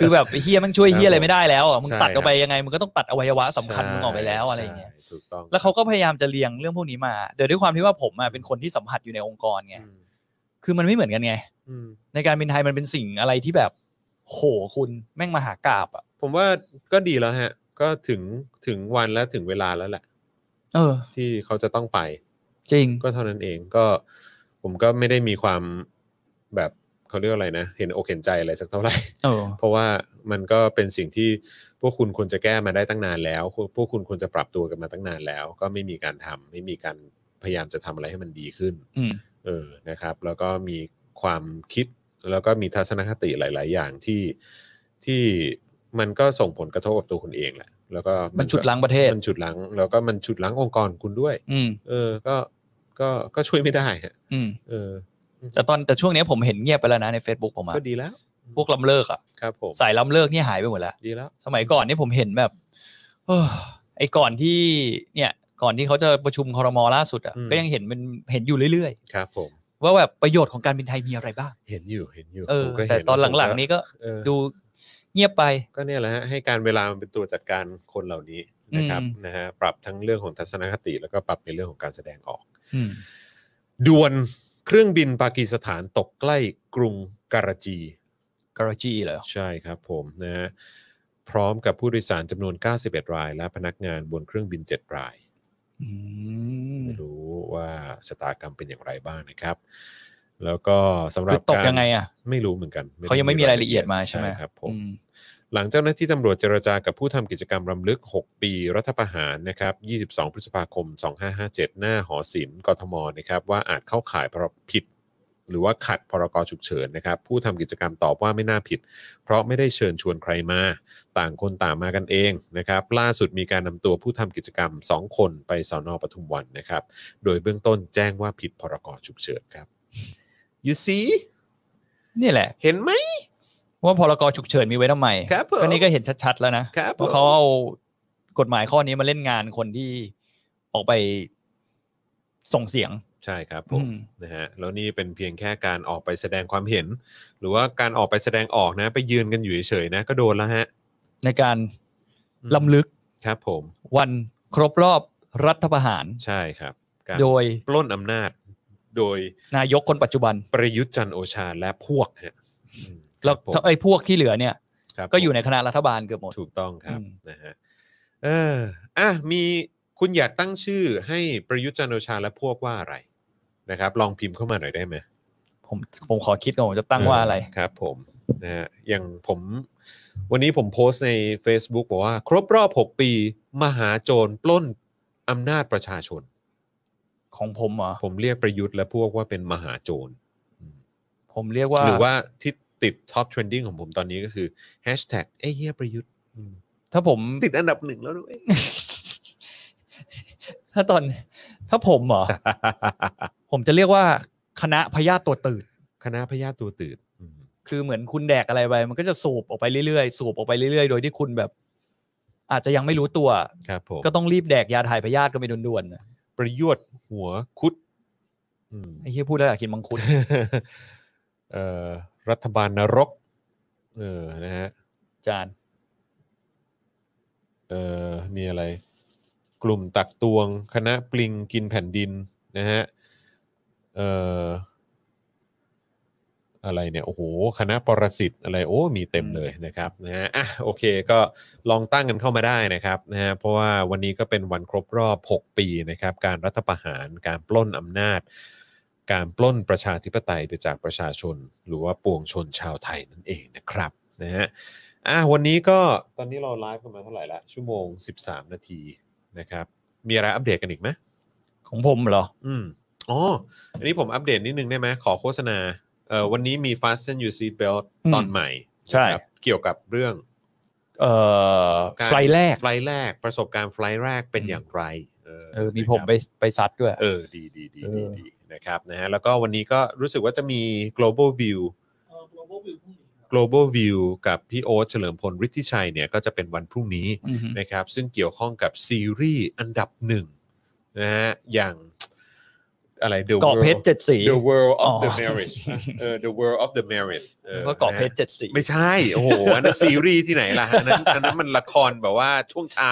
S2: คือแบบไอ้เฮียแมันช่วยเฮียอะไรไม่ได้แล้วอ่ะมึง
S1: ใช่
S2: ตัดออกไป
S1: ครับ
S2: ยังไงมึงก็ต้องตัดอวัยวะสำคัญมึงออกไปแล้วอะไรอย่างเงี้ย
S1: ใช่ถูกต้อง
S2: แล้วเขาก็พยายามจะเลียงเรื่องพวกนี้มาโดยด้วยความที่ว่าผมอ่ะเป็นคนที่สัมผัสอยู่ในองค์กรไง
S1: อืม
S2: คือมันไม่เหมือนกันไง
S1: อืม
S2: ในการบินไทยมันเป็นสิ่งอะไรที่แบบโหคุณแม่งมหากราบอ่ะ
S1: ผมว่าก็ดีแล้วฮะ ก็ถึงถึงวันและถึงเวลาแล้วแหละ
S2: เออ
S1: ที่เขาจะต้องไป
S2: จริง
S1: ก็เท่านั้นเองก็ผมก็ไม่ได้มีความแบบเขาเรียกอะไรนะ เห็นอกเห็นใจอะไรสักเท่าไหร่
S2: เออ
S1: เพราะว่ามันก็เป็นสิ่งที่พวกคุณควรจะแก้มาได้ตั้งนานแล้ว พวกพวกคุณควรจะปรับตัวกันมาตั้งนานแล้ว ก็ไม่มีการทำไม่มีการพยายามจะทำอะไรให้มันดีขึ้น
S2: อืม
S1: เออ นะครับ แล้วก็มีความคิด แล้วก็มีทัศนคติหลาย ๆ อย่างที่ที่มันก็ส่งผลกระทบกับตัวคุณเองแหละ แล้วก็
S2: มันฉุดล้างประเทศ
S1: มันฉุดล้าง แล้วก็มันฉุดล้างองค์กรคุณด้วย
S2: อืม
S1: เออ ก็ ก็ ก็ช่วยไม่ได้ฮะ
S2: อืม
S1: เออ
S2: แต่ตอนแต่ช่วงเนี้ยผมเห็นเงียบไปแล้วนะใน Facebook ผมอะ
S1: ก็ดีแล้ว
S2: พวกล้ำเลิกอะ
S1: ครับผม
S2: สายล้ำเลิกนี่หายไปหมดแล้ว
S1: ดีแล้ว
S2: สมัยก่อนนี่ผมเห็นแบบเอ้อไอ้ก่อนที่เนี่ย ก่อนที่เขาจะประชุมคอรมอล่าสุดอะ
S1: อืม
S2: ก็ยังเห็นมันเห็นอยู่เรื่อย
S1: ครับผม
S2: ๆ ว่าแบบประโยชน์ของการบินไทยมีอะไรบ้าง
S1: เห็นอยู่ เห็นอยู่
S2: เออ
S1: ผมก็
S2: แต่
S1: เห็
S2: ตอนหลัง
S1: ผม
S2: ๆ นี้ก็
S1: เออ
S2: ดูเงียบไป
S1: ก็เนี่ยแหละฮะให้การเวลามันเป็นตัวจัดการคนเหล่านี้นะครับ
S2: อืม
S1: นะฮะปรับทั้งเรื่องของทัศนคติแล้วก็ปรับในเรื่องของการแสดงออก
S2: อืม
S1: ด่วนเครื่องบินปากีสถานตกใกล้กรุงการาจี
S2: การาจีเลยเหรอ
S1: ใช่ครับผมนะฮะพร้อมกับผู้โดยสารจำนวน 91 ราย และพนักงานบนเครื่องบิน 7 ราย
S2: อืม
S1: ไม่รู้ว่าชะตากรรมเป็นอย่างไรบ้างนะครับ แล้วก็สำหรั
S2: คือตก
S1: บาร
S2: ยังไงอะ
S1: ไม่รู้เหมือนกันด้
S2: เขายังไม่มีรายละเอียดมาใช่ไหม
S1: ครับผม
S2: อืม
S1: หลังเจ้าหน้าที่ตำรวจเจรจากับผู้ทำกิจกรรมรำลึก 6 ปีรัฐประหารนะครับ 22 พฤษภาคม 2557 หน้าหอศิลป์กทมนะครับ ว่าอาจเข้าข่ายพรผิด หรือว่าขัดพรกฉุกเฉินนะครับ ผู้ทำกิจกรรมตอบว่าไม่น่าผิด เพราะไม่ได้เชิญชวนใครมา ต่างคนต่างมากันเองนะครับ ล่าสุดมีการนำตัวผู้ทำกิจกรรม 2 คนไปสอนอปทุมวันนะครับ โดยเบื้องต้นแจ้งว่าผิดพรกฉุกเฉินครับ you see
S2: นี่แหละ
S1: เห็นไหม
S2: ว่าพรกฉุกเฉินมีไว้ทำไม
S1: ครับผม
S2: ก็นี่ก็เห็นชัดๆแล้วนะครับ
S1: ผม
S2: ว่าเขาเอากฎหมายข้อนี้มาเล่นงานคนที่ออกไปส่งเสียง
S1: ใช่ครับผ
S2: อื
S1: ม
S2: ม
S1: นะฮะแล้วนี่เป็นเพียงแค่การออกไปแสดงความเห็น หรือว่าการออกไปแสดงออกนะ ไปยืนกันอยู่เฉยๆนะก็โดนแล้วฮะ
S2: ในการ
S1: อืม
S2: ลำลึก
S1: ครับผม
S2: วันครบรอบรัฐประหาร
S1: ใช่ครับ การ
S2: โดย
S1: ปล้นอำนาจ โดย
S2: นายกคนปัจจุบัน
S1: ประยุทธ์จันทร์โอชาและพวกฮะอืม
S2: แล้ว
S1: ครับผม
S2: ไอ้พวกที่เหลือเนี่ย
S1: ครับ
S2: ก็อยู่
S1: ผม
S2: ในคณะรัฐบาลเกือบหมด
S1: ถูกต้องครับ
S2: อืม
S1: นะฮะเอออ่ะมีคุณอยากตั้งชื่อให้ประยุทธ์จันทร์โอชาและพวกว่าอะไรนะครับ ลองพิมพ์เข้ามาหน่อยได้ไหม
S2: ผมผมขอคิดก่อนผมจะตั้งว่าอะไร
S1: เครับผมนะฮะอย่างผมวันนี้ผมโพสต์ใน Facebook บอกว่า ครบรอบ 6 ปี มหาโจรปล้นอำนาจประชาชน
S2: ของผมเหรอ
S1: ผมเรียกประยุทธ์และพวกว่าเป็นมหาโจรอืม
S2: ผมเรียกว่า
S1: หรือว่าที่ติดท็อปเทรนดิ้งของผมตอนนี้ก็คือแฮชแท็กไอ้เฮียประยุทธ์อืม
S2: ถ้าผม
S1: ติดอันดับหนึ่งแล้ว ด้วย
S2: ถ้าตอน ถ้าผม เหรอผมจะเรียกว่าคณะพญาติตัวตืด
S1: คณะพญาตัวตืดอืม
S2: คือเหมือนคุณแดกอะไรไปมันก็จะสูบออกไปเรื่อยๆ สูบออกไปเรื่อยๆ โดยที่คุณแบบ อาจจะยังไม่รู้ตัว
S1: ครับผม
S2: ก็ต้องรีบแดกยาถ่ายพยาธิก็ไปด่วนๆนะ
S1: ประยุทธ์หัวคุด อืม
S2: ไอ้ที่พูดแล้วอยากกินมังคุด
S1: เอ่อรัฐบาลนรก เออ นะฮะ
S2: จาน
S1: เออมีอะไร กลุ่มตักตวง คณะปลิงกินแผ่นดิน นะฮะ เอ่อ อะไรเนี่ย โอ้โห คณะปรสิตอะไร โอ้ มีเต็มเลยนะครับ นะฮะ อ่ะ โอเค ก็ลองตั้งกันเข้ามาได้นะครับ นะฮะ เพราะว่าวันนี้ก็เป็นวันครบรอบ 6 ปีนะครับ การรัฐประหาร การปล้นอำนาจ การปล้นประชาธิปไตยไปจากประชาชน หรือว่าปวงชนชาวไทยนั่นเองนะครับนะฮะอ่ะวันนี้ก็ตอนนี้เราไลฟ์กันมาเท่าไหร่ละชั่วโมง 13 นาทีนะครับ มีอะไรอัปเดตกันอีกไหม
S2: ของผมเหรอ
S1: อืมอ๋ออันนี้ผมอัปเดตนิดนึงได้ไหมขอโฆษณาเอ่อวันนี้มี Fasten Your Seat Belt ตอน
S2: อืม
S1: ใหม่
S2: ใช่
S1: นะครับเกี่ยวกับเรื่อง
S2: เอ่อ
S1: การ
S2: ไฟล์แรก
S1: ไฟล์แรกประสบการณ์ไฟล์แรกเป็นอย่างไร
S2: เออมีผมไปไปซัดด้วย
S1: เออดีดีดีดี
S2: เออ
S1: ดีนะครับนะฮะแล้วก็วันนี้ก็รู้สึกว่าจะมี global view
S3: เออ global view พรุ่งนี้ครับ
S1: global view กับพี่โอ๊ตเฉลิมพลฤทธิชัยเนี่ยก็จะเป็นวันพรุ่งนี้
S2: อือฮึ
S1: นะครับ ซึ่งเกี่ยวข้องกับซีรีส์อันดับหนึ่งนะฮะอย่างอะไร The
S2: เกาะเพชร
S1: World-
S2: เจ็ดสี
S1: The world
S2: อ๋
S1: of
S2: อ
S1: the marriage เออ The world of the marriage ออ
S2: แล้วก็เกาะเพชร
S1: นฮ
S2: เจ็ดสี
S1: ไม่ใช่ โอ้โห อันนั้นซีรีส์ที่ไหนล่ะ อันนั้นอันนั้นมันละครแบบว่าช่วงเช้า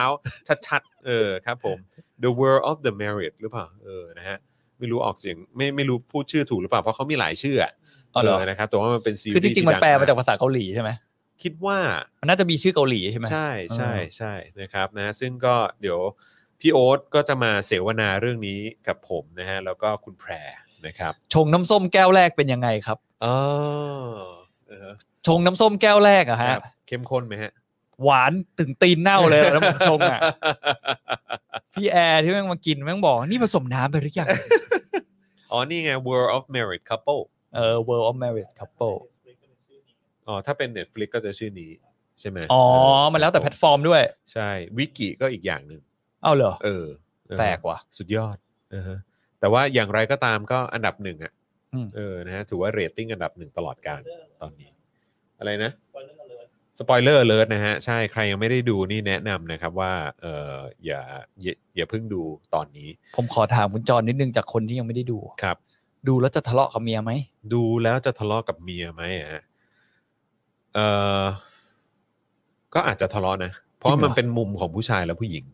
S1: ชัดๆ เออครับผม The world of the married หรือเปล่า เออนะฮะ ไม่รู้ออกเสียง ไม่ไม่รู้พูดชื่อถูกหรือเปล่า เพราะเขามีหลายชื่ออะ
S2: อ๋อเหรอ
S1: นะครับแต่ว่ามันเป็นซีรีส์
S2: คือจริงๆ มัน
S1: ที่ดั
S2: แปลมาจากภาษาเกาหลีใช่ไหม
S1: คิดว่า
S2: มันน่าจะมีชื่อเกาหลีใช่ไหม
S1: ใช่ใช่
S2: เออ
S1: ใช่นะครับนะซึ่งก็เดี๋ยวพี่โอ๊ตก็จะมาเสวนาเรื่องนี้กับผมนะฮะ แล้วก็คุณแพรนะครับ
S2: ชงน้ำส้มแก้วแรกเป็นยังไงครับ
S1: อ๋อเออ
S2: ชงน้ำส้มแก้วแรกอะฮะ
S1: ครับเข้มข้นไหมฮะ
S2: หวานถึงตีนเน่าเลย แล้วผมชงอะ พี่แอร์ที่แม่งมากินแม่งบอก นี่ผสมน้ำไปหรือยัง
S1: อ๋อ นี่ไง World of Married Couple
S2: เออ world of marriage couple
S1: อ๋อ ถ้าเป็น Netflix ก็จะชื่อนี้ ใช่ไหม
S2: อ๋อ
S1: เ
S2: มันแล้วแต่แพลตฟอร์มด้วย
S1: ใช่ วิกิก็อีกอย่างหนึ่ง
S2: เอ้าเหรอ
S1: เออเออ
S2: แปลกว่ะ
S1: สุดยอดนะฮะแต่ว่าอย่างไรก็ตามก็อันดับหนึ่งอ่ะ
S2: อืม
S1: เออนะฮะถือว่าเรตติ้งอันดับหนึ่งตลอดการ ตอนนี้ อะไรนะ
S3: สปอยเลอร์เลย
S1: สปอยเลอร์เลิศนะฮะ ใช่ใครยังไม่ได้ดูนี่แนะนำนะครับว่าเอออย่าอย่าอย่าเพิ่งดูตอนนี้
S2: ผมขอถามคุณจอห์นนิดนึงจากคนที่ยังไม่ได้ดู
S1: ครับ
S2: ดูแล้วจะทะเลาะกับเมียไหม
S1: ดูแล้วจะทะเลาะกับเมียไหมอะฮะ เออก็อาจจะทะเลาะนะ เพราะ
S2: จริงเหรอ
S1: มันเป็นมุมของผู้ชายและผู้หญิง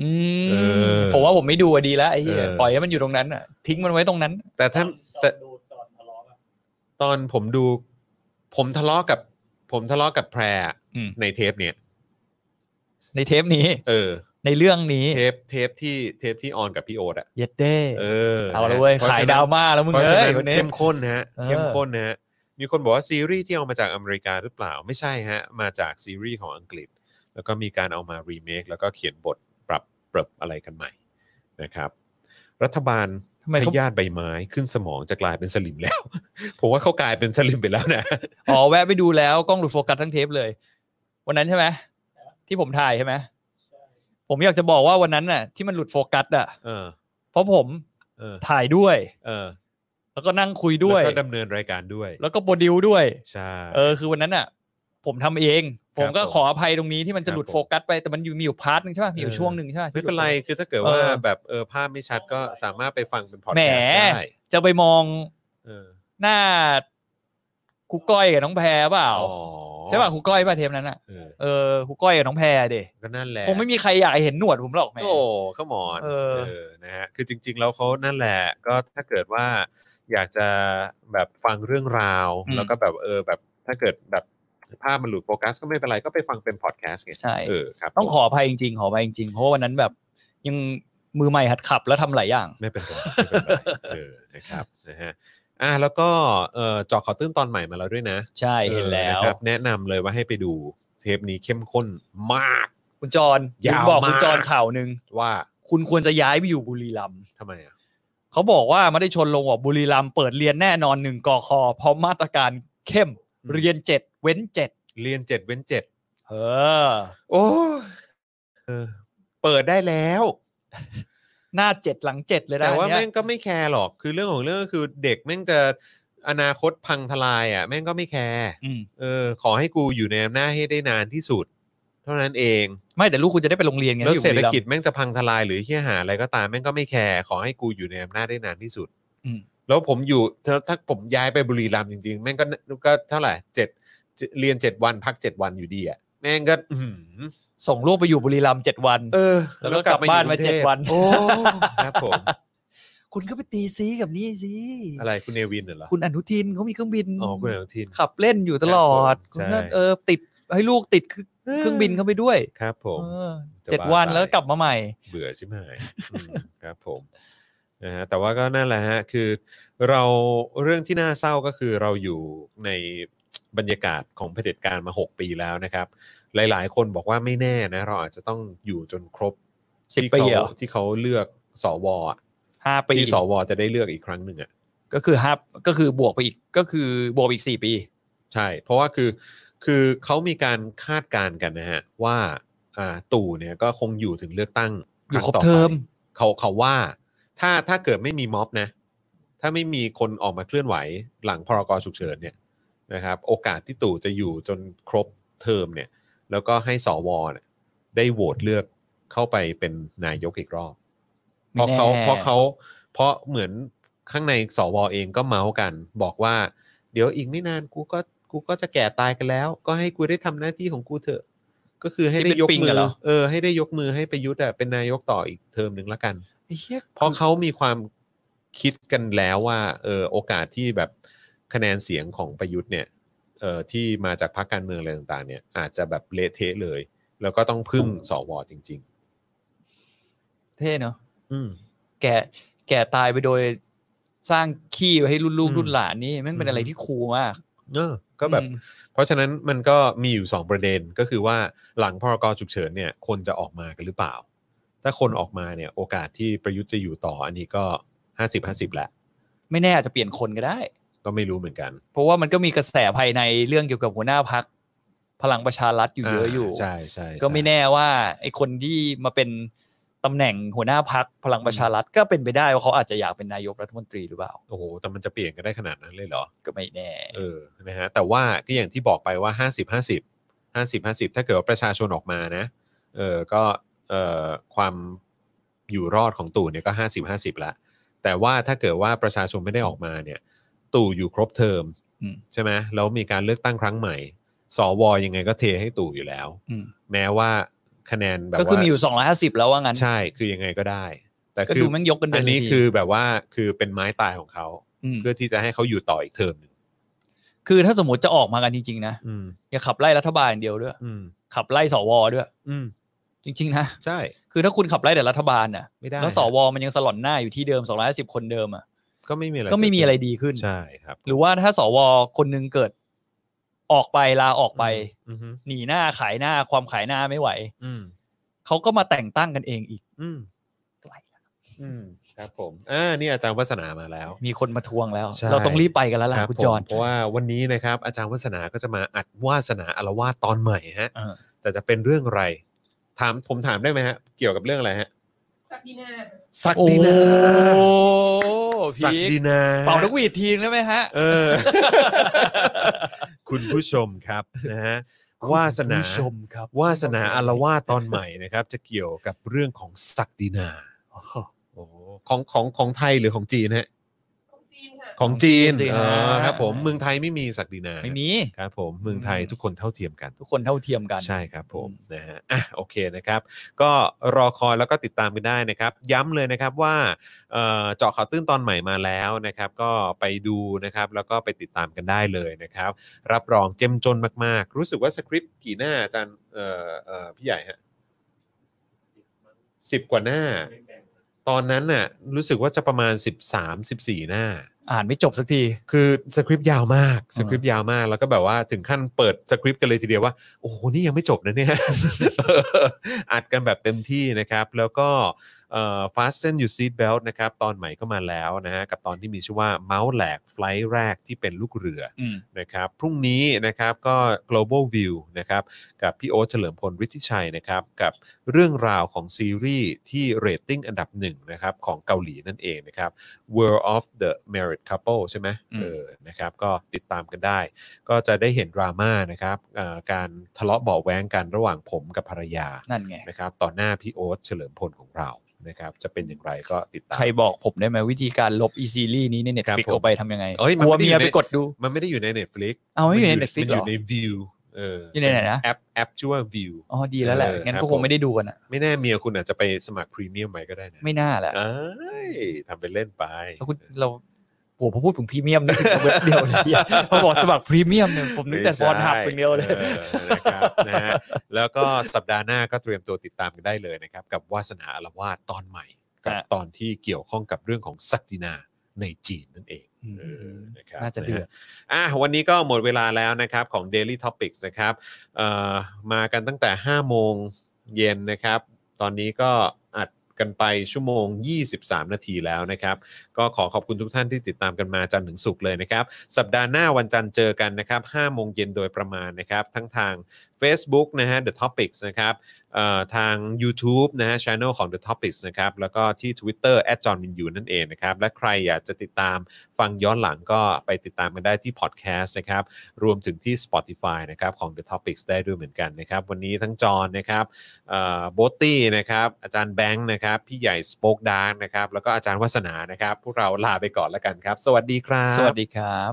S2: อื
S1: เอ
S2: ม
S1: อ
S2: ผมว่าผมไม่ดูอะดีแล้วไอ้เหี้ย
S1: เออ
S2: ปล่อยให้มันอยู่ตรงนั้นอะทิ้งมันไว้ตรงนั้น
S1: แต่ถ้าแต่
S3: ดูตอนทะเลาะอะ
S1: ตอนผมดู ผมทะเลาะกับ ผมทะเลาะกับแพร
S2: อืม
S1: ในเทปเนี่ย
S2: ในเทปนี้
S1: เออ
S2: ในเรื่องนี้
S1: เทปเทปที่เทปที่ออนกับพี่โอ๊ตอะ
S2: เย็ดเด้
S1: เออ
S2: เอาละเว้ย
S1: พระฉะ
S2: ขาย
S1: นั้น
S2: ดราม่าแล้วมึง
S1: เพราะฉะนั้
S2: เอ้ย
S1: น
S2: วันนี้
S1: เข้มข้นนะฮะ
S2: เออ
S1: เข้มข้นนะฮะมีคนบอกว่าซีรีส์ที่เอามาจากอเมริกาหรือเปล่าไม่ใช่ฮะ มาจากซีรีส์ของอังกฤษ แล้วก็มีการเอามารีเมคแล้วก็เขียนบทปรับปรับอะไรกันใหม่นะครับ รัฐบาล
S2: ทำไม
S1: พ
S2: เขา
S1: ยาธิใบไม้ขึ้นสมองจะกลายเป็นสลิมแล้ว ผมว่าเขากลายเป็นสลิมไปแล้วนะ
S2: อ๋อแวะไปดูแล้วกล้องหลุดโฟกัสทั้งเทปเลย วันนั้นใช่ไหมที่ผมถ่ายใช่ไหม
S3: ใช่
S2: ผมอยากจะบอกว่าวันนั้นน่ะ ที่มันหลุดโฟกัสอ่ะ
S1: เออ
S2: เพราะผม
S1: เออ
S2: ถ่ายด้วย
S1: เออ
S2: แล้วก็นั่งคุยด้วย
S1: แล้ก็ดำเนินรายการด้วย
S2: แล้วก็โปรดิวด้วย
S1: ใช่
S2: เออคือวันนั้นอ่ะ ผมทำเอง ผมก็
S1: ผม
S2: ขออภัยตรงนี้ที่มันจะหลุด
S1: ครับผม
S2: โฟกัสไปแต่มันอยู่มีอยู่พาร์ทหนึ่งใช่ป่ะมีอยู่
S1: เออ
S2: ช่วงหนึ่งใช่ป่ะที่
S1: ไม่เป็นไร
S2: หลุดโฟกั
S1: คือถ้าเกิดว่า
S2: เออ
S1: แบบเออภาพไม่ชัดก็สามารถไปฟังเป็นพอด
S2: แหม
S1: แคสต์ได้
S2: สจะไปมอง
S1: เออ
S2: หน้าครูก้อยกับน้องแพรเปล่า
S1: อ๋อ
S2: ใช่ป่ะครูก้อยป่ะเทมนั้นอ่ะ
S1: เออ
S2: เออครูก้อยกับน้องแพรเด
S1: ก็นั่นแหละ
S2: คงไม่มีใครอยากเห็นหนวดผมหรอกแหม
S1: โอ้ขมอน
S2: เออ
S1: นะฮะคือจริง ๆ แล้วเขานั่นแหละ ก็ถ้าเกิดว่าอยากจะแบบฟังเรื่องราว แล้วก็แบบเออแบบถ้าเกิดแบบภาพมันหลุดโฟกัสก็ไม่เป็นไรก็ไปฟังเป็นพอดแคสต์ไง
S2: ใช่
S1: เออครับ
S2: ต้องข
S1: ผม
S2: ออภัยจริงๆ ขออภัยจริงๆ เพราะว่าวันนั้นแบบยังมือใหม่หัดขับแล้วทำหลายอย่าง
S1: ไม่เป็นไรไม่เป็นไรเออนะครับนะฮะอ่ะแล้วก็เออเจอข่าวตื้นตอนใหม่มาแล้วด้วยนะ
S2: ใช่เห็นแล้
S1: ออ
S2: ว
S1: นะครับแนะนำเลยว่าให้ไปดูเทปนี้เข้มข้นมาก
S2: คุณจร
S1: ยาว
S2: ผมบอกคุณ
S1: มาก
S2: จรข่าวหนึ่ง
S1: ว่า
S2: คุณควรจะย้ายไปอยู่บุรีรัมย์
S1: ทำไมอ่ะ
S2: เขาบอกว่าไม่ได้ชนลงว่าบุรีรัมย์เปิดเรียนแน่นอนหนึ่งกอคอพร้อมมาตรการเข้มเรียนเจ็ดเว้นเจ็ด
S1: เรียนเจ็ดเว้นเจ็ด
S2: เออ
S1: โอ้เออเปิดได้แล้ว
S2: หน้าเจ็ดหลังเจ็ดเลยนะ
S1: แต่ว่า
S2: อันเนี้
S1: แม่
S2: ย
S1: งก็ไม่แคร์หรอก คือเรื่องของเรื่องก็คือเด็กแม่งจะอนาคตพังทลายอ่ะ แม่งก็ไม่แคร์
S2: อืม
S1: เออ ขอให้กูอยู่ในอำนาจให้ได้นานที่สุด เท่านั้นเอง
S2: ไม่แต่ลูกคุณจะได้ไปโรงเรียนไง
S1: แล้ว
S2: ที่อยู่
S1: เศรษฐ
S2: บุมย์
S1: กิจแม่งจะพังทลายหรือเฮี้ยหาอะไรก็ตามแม่งก็ไม่แคร์ขอให้กูอยู่ในอำนาจได้นานที่สุด
S2: อืม
S1: แล้วผมอยู่ถ้าถ้าผมย้ายไปบุรีรัมย์จริงๆ แม่งก็ก็เท่าไหร่เจ็ดเจ็ดเรียนเจ็ดวันพักเจ็ดวันอยู่ดีอ่ะแม่งก็อื้อหือ
S2: ส่งลูกไปอยู่บุรีรัมย์เจ็ดวัน
S1: เออ
S2: แล้วก็กลับบ้านมา
S1: อยู่กรุงทพ
S2: 7วัน
S1: โอ้ครับผม
S2: คุณก็ไปตีซีกับนี่สิ
S1: อะไรคุณเนวินเหรอ
S2: คุณอนุทินเขามีเครื่องบิน
S1: อ๋อคุณอนุทิน
S2: ขับเล่นอยู่ตลอด
S1: ใช่
S2: ก็เออติดให้ลูกติดเครื่องเครื่องบินเข้าไปด้วย
S1: ครับผม
S2: เออ
S1: จะ
S2: เจ็ด
S1: บ้า
S2: วัน
S1: ตาย
S2: แล้วกลับมาใหม่
S1: เบื่อใช่ไหมอืมครับผม นะฮะแต่ว่าก็นั่นแหละฮะคือเราเรื่องที่น่าเศร้าก็คือเราอยู่ในบรรยากาศของเผด็จการมา 6 ปีแล้วนะครับ หลายๆ คนบอกว่าไม่แน่นะเราอาจจะต้องอยู่จนครบ
S2: สิบ
S1: ที่
S2: ปี
S1: เขา
S2: เหรอ
S1: ที่เขาเลือกสวอะ
S2: ห้าปี
S1: ที่สวจะได้เลือกอีกครั้งหนึ่งอ่ะ
S2: ก็คือห้าก็คือบวกไปอีกก็คือบวกไปอีกสี่ปี
S1: ใช่ เพราะว่าคือคือเขามีการคาดการณ์กันนะฮะว่าอ่าตู่เนี่ยก็คงอยู่ถึงเลือกตั้ง
S2: อยู่ครบ
S1: งต่ไป
S2: เทอม
S1: เขาเขาว่าถ้าถ้าเกิดไม่มีม็อบนะ ถ้าไม่มีคนออกมาเคลื่อนไหวหลังพรกฉุกเฉินเนี่ยนะครับ โอกาสที่ตู่จะอยู่จนครบเทอมเนี่ย แล้วก็ให้สวเนี่ยได้โหวตเลือกเข้าไปเป็นนายกอีกรอบ เพราะเขา
S2: ไม่แน่
S1: เพราะเขาเพราะเหมือนข้างในสวเองก็เมาส์กัน บอกว่า เดี๋ยวอีกไม่นานกูก็กูก็จะแก่ตายกันแล้ว ก็ให้กูได้ทำหน้าที่ของกูเถอะ ก็คือให้ได้ยก
S2: นี่เป็นปิง
S1: มื
S2: กั
S1: อ
S2: นเหรอ
S1: เออให้ได้ยกมือให้ประยุทธ์อะเป็นนายกต่ออีกเทอมหนึ่งละกัน
S2: ไอ้เหี้ย
S1: เพราะเขามีความคิดกันแล้วว่าเออโอกาสที่แบบคะแนนเสียงของประยุทธ์เนี่ยเออที่มาจากพรรคการเมืองอะไรต่างๆ เนี่ย อาจจะแบบเละเทะเลย แล้วก็ต้องพึ่งสวจริง
S2: เท่เนาะ
S1: ๆ อืม
S2: แก่แก่ตายไปโดยสร้างขี้ไว้ให้รุ่นลูก
S1: อืม
S2: รุ่นหลานนี่แม่งเป็นอะไร
S1: อืม
S2: ที่คูลมาก
S1: เออก็แบบ
S2: อืม
S1: เพราะฉะนั้นมันก็มีอยู่ 2 ประเด็นก็คือว่าหลังพรกฉุกเฉินเนี่ยคนจะออกมากันหรือเปล่า ถ้าคนออกมาเนี่ยโอกาสที่ประยุทธ์จะอยู่ต่ออันนี้ก็ 50 50แหละ
S2: ไม่แน่อาจจะเปลี่ยนคนก็ได้
S1: ก็ไม่รู้เหมือนกัน
S2: เพราะว่ามันก็มีกระแสภายในเรื่องเกี่ยวกับหัวหน้าพักพลังประชารัฐอยู่เยอะอยู่
S1: าใช่ใช่ใช่
S2: ก็ไม่แน่ว่าไอ้คนที่มาเป็นตำแหน่งหัวหน้าพักพลังประชารัฐก็เป็นไปได้ว่าเขาอาจจะอยากเป็นนายกรัฐมนตรีหรือเปล่า
S1: โอ้โหแต่มันจะเปลี่ยนกันได้ขนาดนั้นเลยเหรอ
S2: ก็ไม่แน่
S1: เออ นะฮะ แต่ว่าก็อย่างที่บอกไปว่า 50 50 50 50 ถ้าเกิดว่าประชาชนออกมานะ เออ ก็ เอ่อ ความอยู่รอดของตู่เนี่ยก็ 50 50 ละ แต่ว่าถ้าเกิดว่าประชาชนไม่ได้ออกมาเนี่ย ตู่อยู่ครบเทอม
S2: อืม
S1: ใช่ไหมแล้วมีการเลือกตั้งครั้งใหม่ สวยังไงก็เทให้ตู่อยู่แล้ว
S2: อืม
S1: แม้ว่าคะแนนแบบ
S2: ก็
S1: ว่า
S2: คือมีอยู่ 250 แล้วว่างั้น
S1: ใช่ คือยังไงก็ได้ แต่
S2: ก็
S1: คื
S2: ดู
S1: อ
S2: แมันยกกันเดิ
S1: อันนี้
S2: เลยที
S1: คือแบบว่า คือเป็นไม้ตายของเขา
S2: ม
S1: เพื่อที่จะให้เขาอยู่ต่ออีกเทอมหนึ่ง
S2: คือถ้าสมมติจะออกมากันจริงๆนะ
S1: อืม
S2: อย่าขับไล่รัฐบาลอย่างเดียวด้วย
S1: อืม
S2: ขับไล่สวด้วย
S1: อืม
S2: จริง ๆ นะ
S1: ใช่
S2: คือถ้าคุณขับไล่แต่รัฐบาลน่ะ
S1: ไม่ได้
S2: แล้วสวมันยังสลอนหน้าอยู่ที่เดิม 250 คนเดิมอ่ะ
S1: ก็ไม่มีอะไร
S2: ก็ไม่มีอะไรดีขึ้
S1: เกิด
S2: น
S1: ขึ้นใช่ครับ
S2: หรือว่าถ้าสวคนหนึงเกิด ออกไปลาออกไป
S1: อืมอืม
S2: หนีหน้าขายหน้าความขายหน้าไม่ไหว
S1: อืม
S2: เขาก็มาแต่งตั้งกันเองอีก
S1: อืมอืมครับผมอ่านี่อาจารย์วัฒนามาแล้ว
S2: มีคนมาทวงแล้ว
S1: ใช่
S2: เราต้องรีบไปกันแล้วล่ะ
S1: รับ
S2: คุณ
S1: ผม
S2: จอน
S1: เพราะว่าวันนี้นะครับ อาจารย์วัฒนาก็จะมาอัดวาสนาอารวาสตอนใหม่ฮะ
S2: เออ
S1: แต่จะเป็นเรื่องอะไร ถามผมถามได้ไหมฮะ เกี่ยวกับเรื่องอะไรฮะ
S4: สักดีนา
S1: สัก
S2: โอ้
S1: ดิ
S2: โห
S1: นาสัก
S2: พี
S1: ดิ
S2: ค
S1: นา
S2: เป่านกหวีดทีนึงได้ไหมฮะ
S1: เออ คุณผู้ชมครับนะฮะ วาสนา
S2: คุณผู้ชมครับ
S1: วาสนาอารวาสตอนใหม่นะครับ จะเกี่ยวกับเรื่องของศักดินา โอ้โหของของของไทยหรือของจีนฮะ
S4: ของจีนค่ะ
S1: ของจีน
S2: ของจีน
S1: อ๋อ
S2: ฮะ
S1: ครับผมเมืองไทยไม่มีศักดินา
S2: ไม่มี
S1: ครับผมเมืองไทย
S2: อืม
S1: ทุกคนเท่าเทียมกัน
S2: ทุกคนเท่าเทียมกัน
S1: ใช่ครับผมนะฮะอ่ะโอเคนะครับ ก็รอคอยแล้วก็ติดตามกันได้นะครับ ย้ำเลยนะครับว่าเอ่อเจาะข่าวตื้นตอนใหม่มาแล้วนะครับ ก็ไปดูนะครับแล้วก็ไปติดตามกันได้เลยนะครับ รับรองเจ้มจนมากๆ รู้สึกว่าสคริปต์กี่หน้าอาจารย์เอ่อเอ่อพี่ใหญ่ฮะสิบกว่าหน้า ตอนนั้นน่ะรู้สึกว่าจะประมาณ 13-14 หน้า
S2: อ่านไม่จบสักที
S1: คือสคริปต์ยาวมากสคริปต์ยาวมากแล้วก็แบบว่าถึงขั้นเปิดสคริปต์กันเลยทีเดียวว่า โอ้โห นี่ยังไม่จบนะเนี่ย อัดกันแบบเต็มที่นะครับ แล้วก็เอ่อ fasten your seat belt นะครับ ตอนใหม่ก็มาแล้วนะฮะ กับตอนที่มีชื่อว่าเมาส์แหลกไฟล์แรกที่เป็นลูกเรือ
S2: อืม
S1: นะครับพรุ่งนี้นะครับก็ global view นะครับกับพี่โอ๊ตเฉลิมพลวิทิชัยนะครับกับเรื่องราวของซีรีส์ที่เรตติ้งอันดับหนึ่งนะครับของเกาหลีนั่นเองนะครับ world of the married couple ใช่ไหม
S2: อืม
S1: เออนะครับก็ติดตามกันได้ ก็จะได้เห็นดราม่านะครับเอ่อการทะเลาะเบาะแว้งกันระหว่างผมกับภรรยา
S2: นั่นไง
S1: นะครับต่อหน้าพี่โอ๊ตเฉลิมพลของเรานะครับจะเป็นอย่างไรก็ติดตาม
S2: ใครบอกผมได้ไหมวิธีการลบอีซีรีส์นี้ในเน็ต
S1: ครับ
S2: ฟ i ิก
S1: ผม
S2: ออกไปทำยังไง
S1: เอ้ยมัน
S2: กลัว
S1: ไม่ได้
S2: เมีย
S1: อยู่
S2: ไป
S1: ใน
S2: กดดู
S1: มันไม่ได้อยู่ใน Netflix
S2: เอาไม่อยู่ใน
S1: มั
S2: Netflix
S1: มั
S2: เหรอ
S1: อยู่ใน View เอออยู่
S2: ในไหนนะ
S1: แอปแอปชื่อว่า View
S2: อ๋อดีแล้วแหละ
S1: เออ
S2: งั้น
S1: ครับ
S2: ก็ค
S1: ผ
S2: ง
S1: ม
S2: ไม่ได้ดูกันอ่ะ
S1: ไม่แน่เมียคุณอาจจะไปสมัครพรีเมียมไว้ก็ได้นะ
S2: ไม่น่าแหละ
S1: เอ้ยทำเป็นเล่นไป
S2: แล้วคุณเราโอ้โหพอพูดถึงพรีเมียมนี่คือเว็บเดียวเลย เหี้ยพอบอกสมัครพรีเมียมเนี่ยผมนึกแต่บอลหักเป็นเดียวเลย
S1: ออนะครับนะฮะแล้วก็สัปดาห์หน้าก็เตรียมตัวติดตามกันได้เลยนะครับ กับวาสนาอารวาสตอนใหม่ กับ
S2: ฮะ
S1: ตอนที่เกี่ยวข้องกับเรื่องของศักดินาในจีนนั่นเอง
S2: อืม
S1: เออนะครับ
S2: น่าจะเดือด
S1: ฮอ่ะวันนี้ก็หมดเวลาแล้วนะครับของ Daily Topics นะครับเอ่อมากันตั้งแต่ 5 โมงเย็นนะครับ ตอนนี้ก็อัดกันไปชั่วโมง 23 นาทีแล้วนะครับ ก็ขอขอบคุณทุกท่านที่ติดตามกันมาจันทร์ถึงศุกร์เลยนะครับ สัปดาห์หน้าวันจันทร์เจอกันนะครับ5โมงเย็นโดยประมาณนะครับ ทั้งทาง Facebook นะฮะ The Topics นะครับ เอ่อทาง YouTube นะฮะช anel ของ The Topics นะครับ แล้วก็ที่ Twitter j o h n m i n y u นั่นเองนะครับ และใครอยากจะติดตามฟังย้อนหลังก็ไปติดตามกันได้ที่ Podcast นะครับ รวมถึงที่ Spotify นะครับของ The Topics ได้ด้วยเหมือนกันนะครับ วันนี้ทั้งจอห์นนะครับโบตตี้นะครับ อาจารย์แบงค์นะครับ พี่ใหญ่สป็อกดาร์กนะครับ แล้วก็อาจารย์วัสนานะครับ พวกเราลาไปก่อนแล้วกันครับ สวัสดีครับ
S2: สวัสดีครับ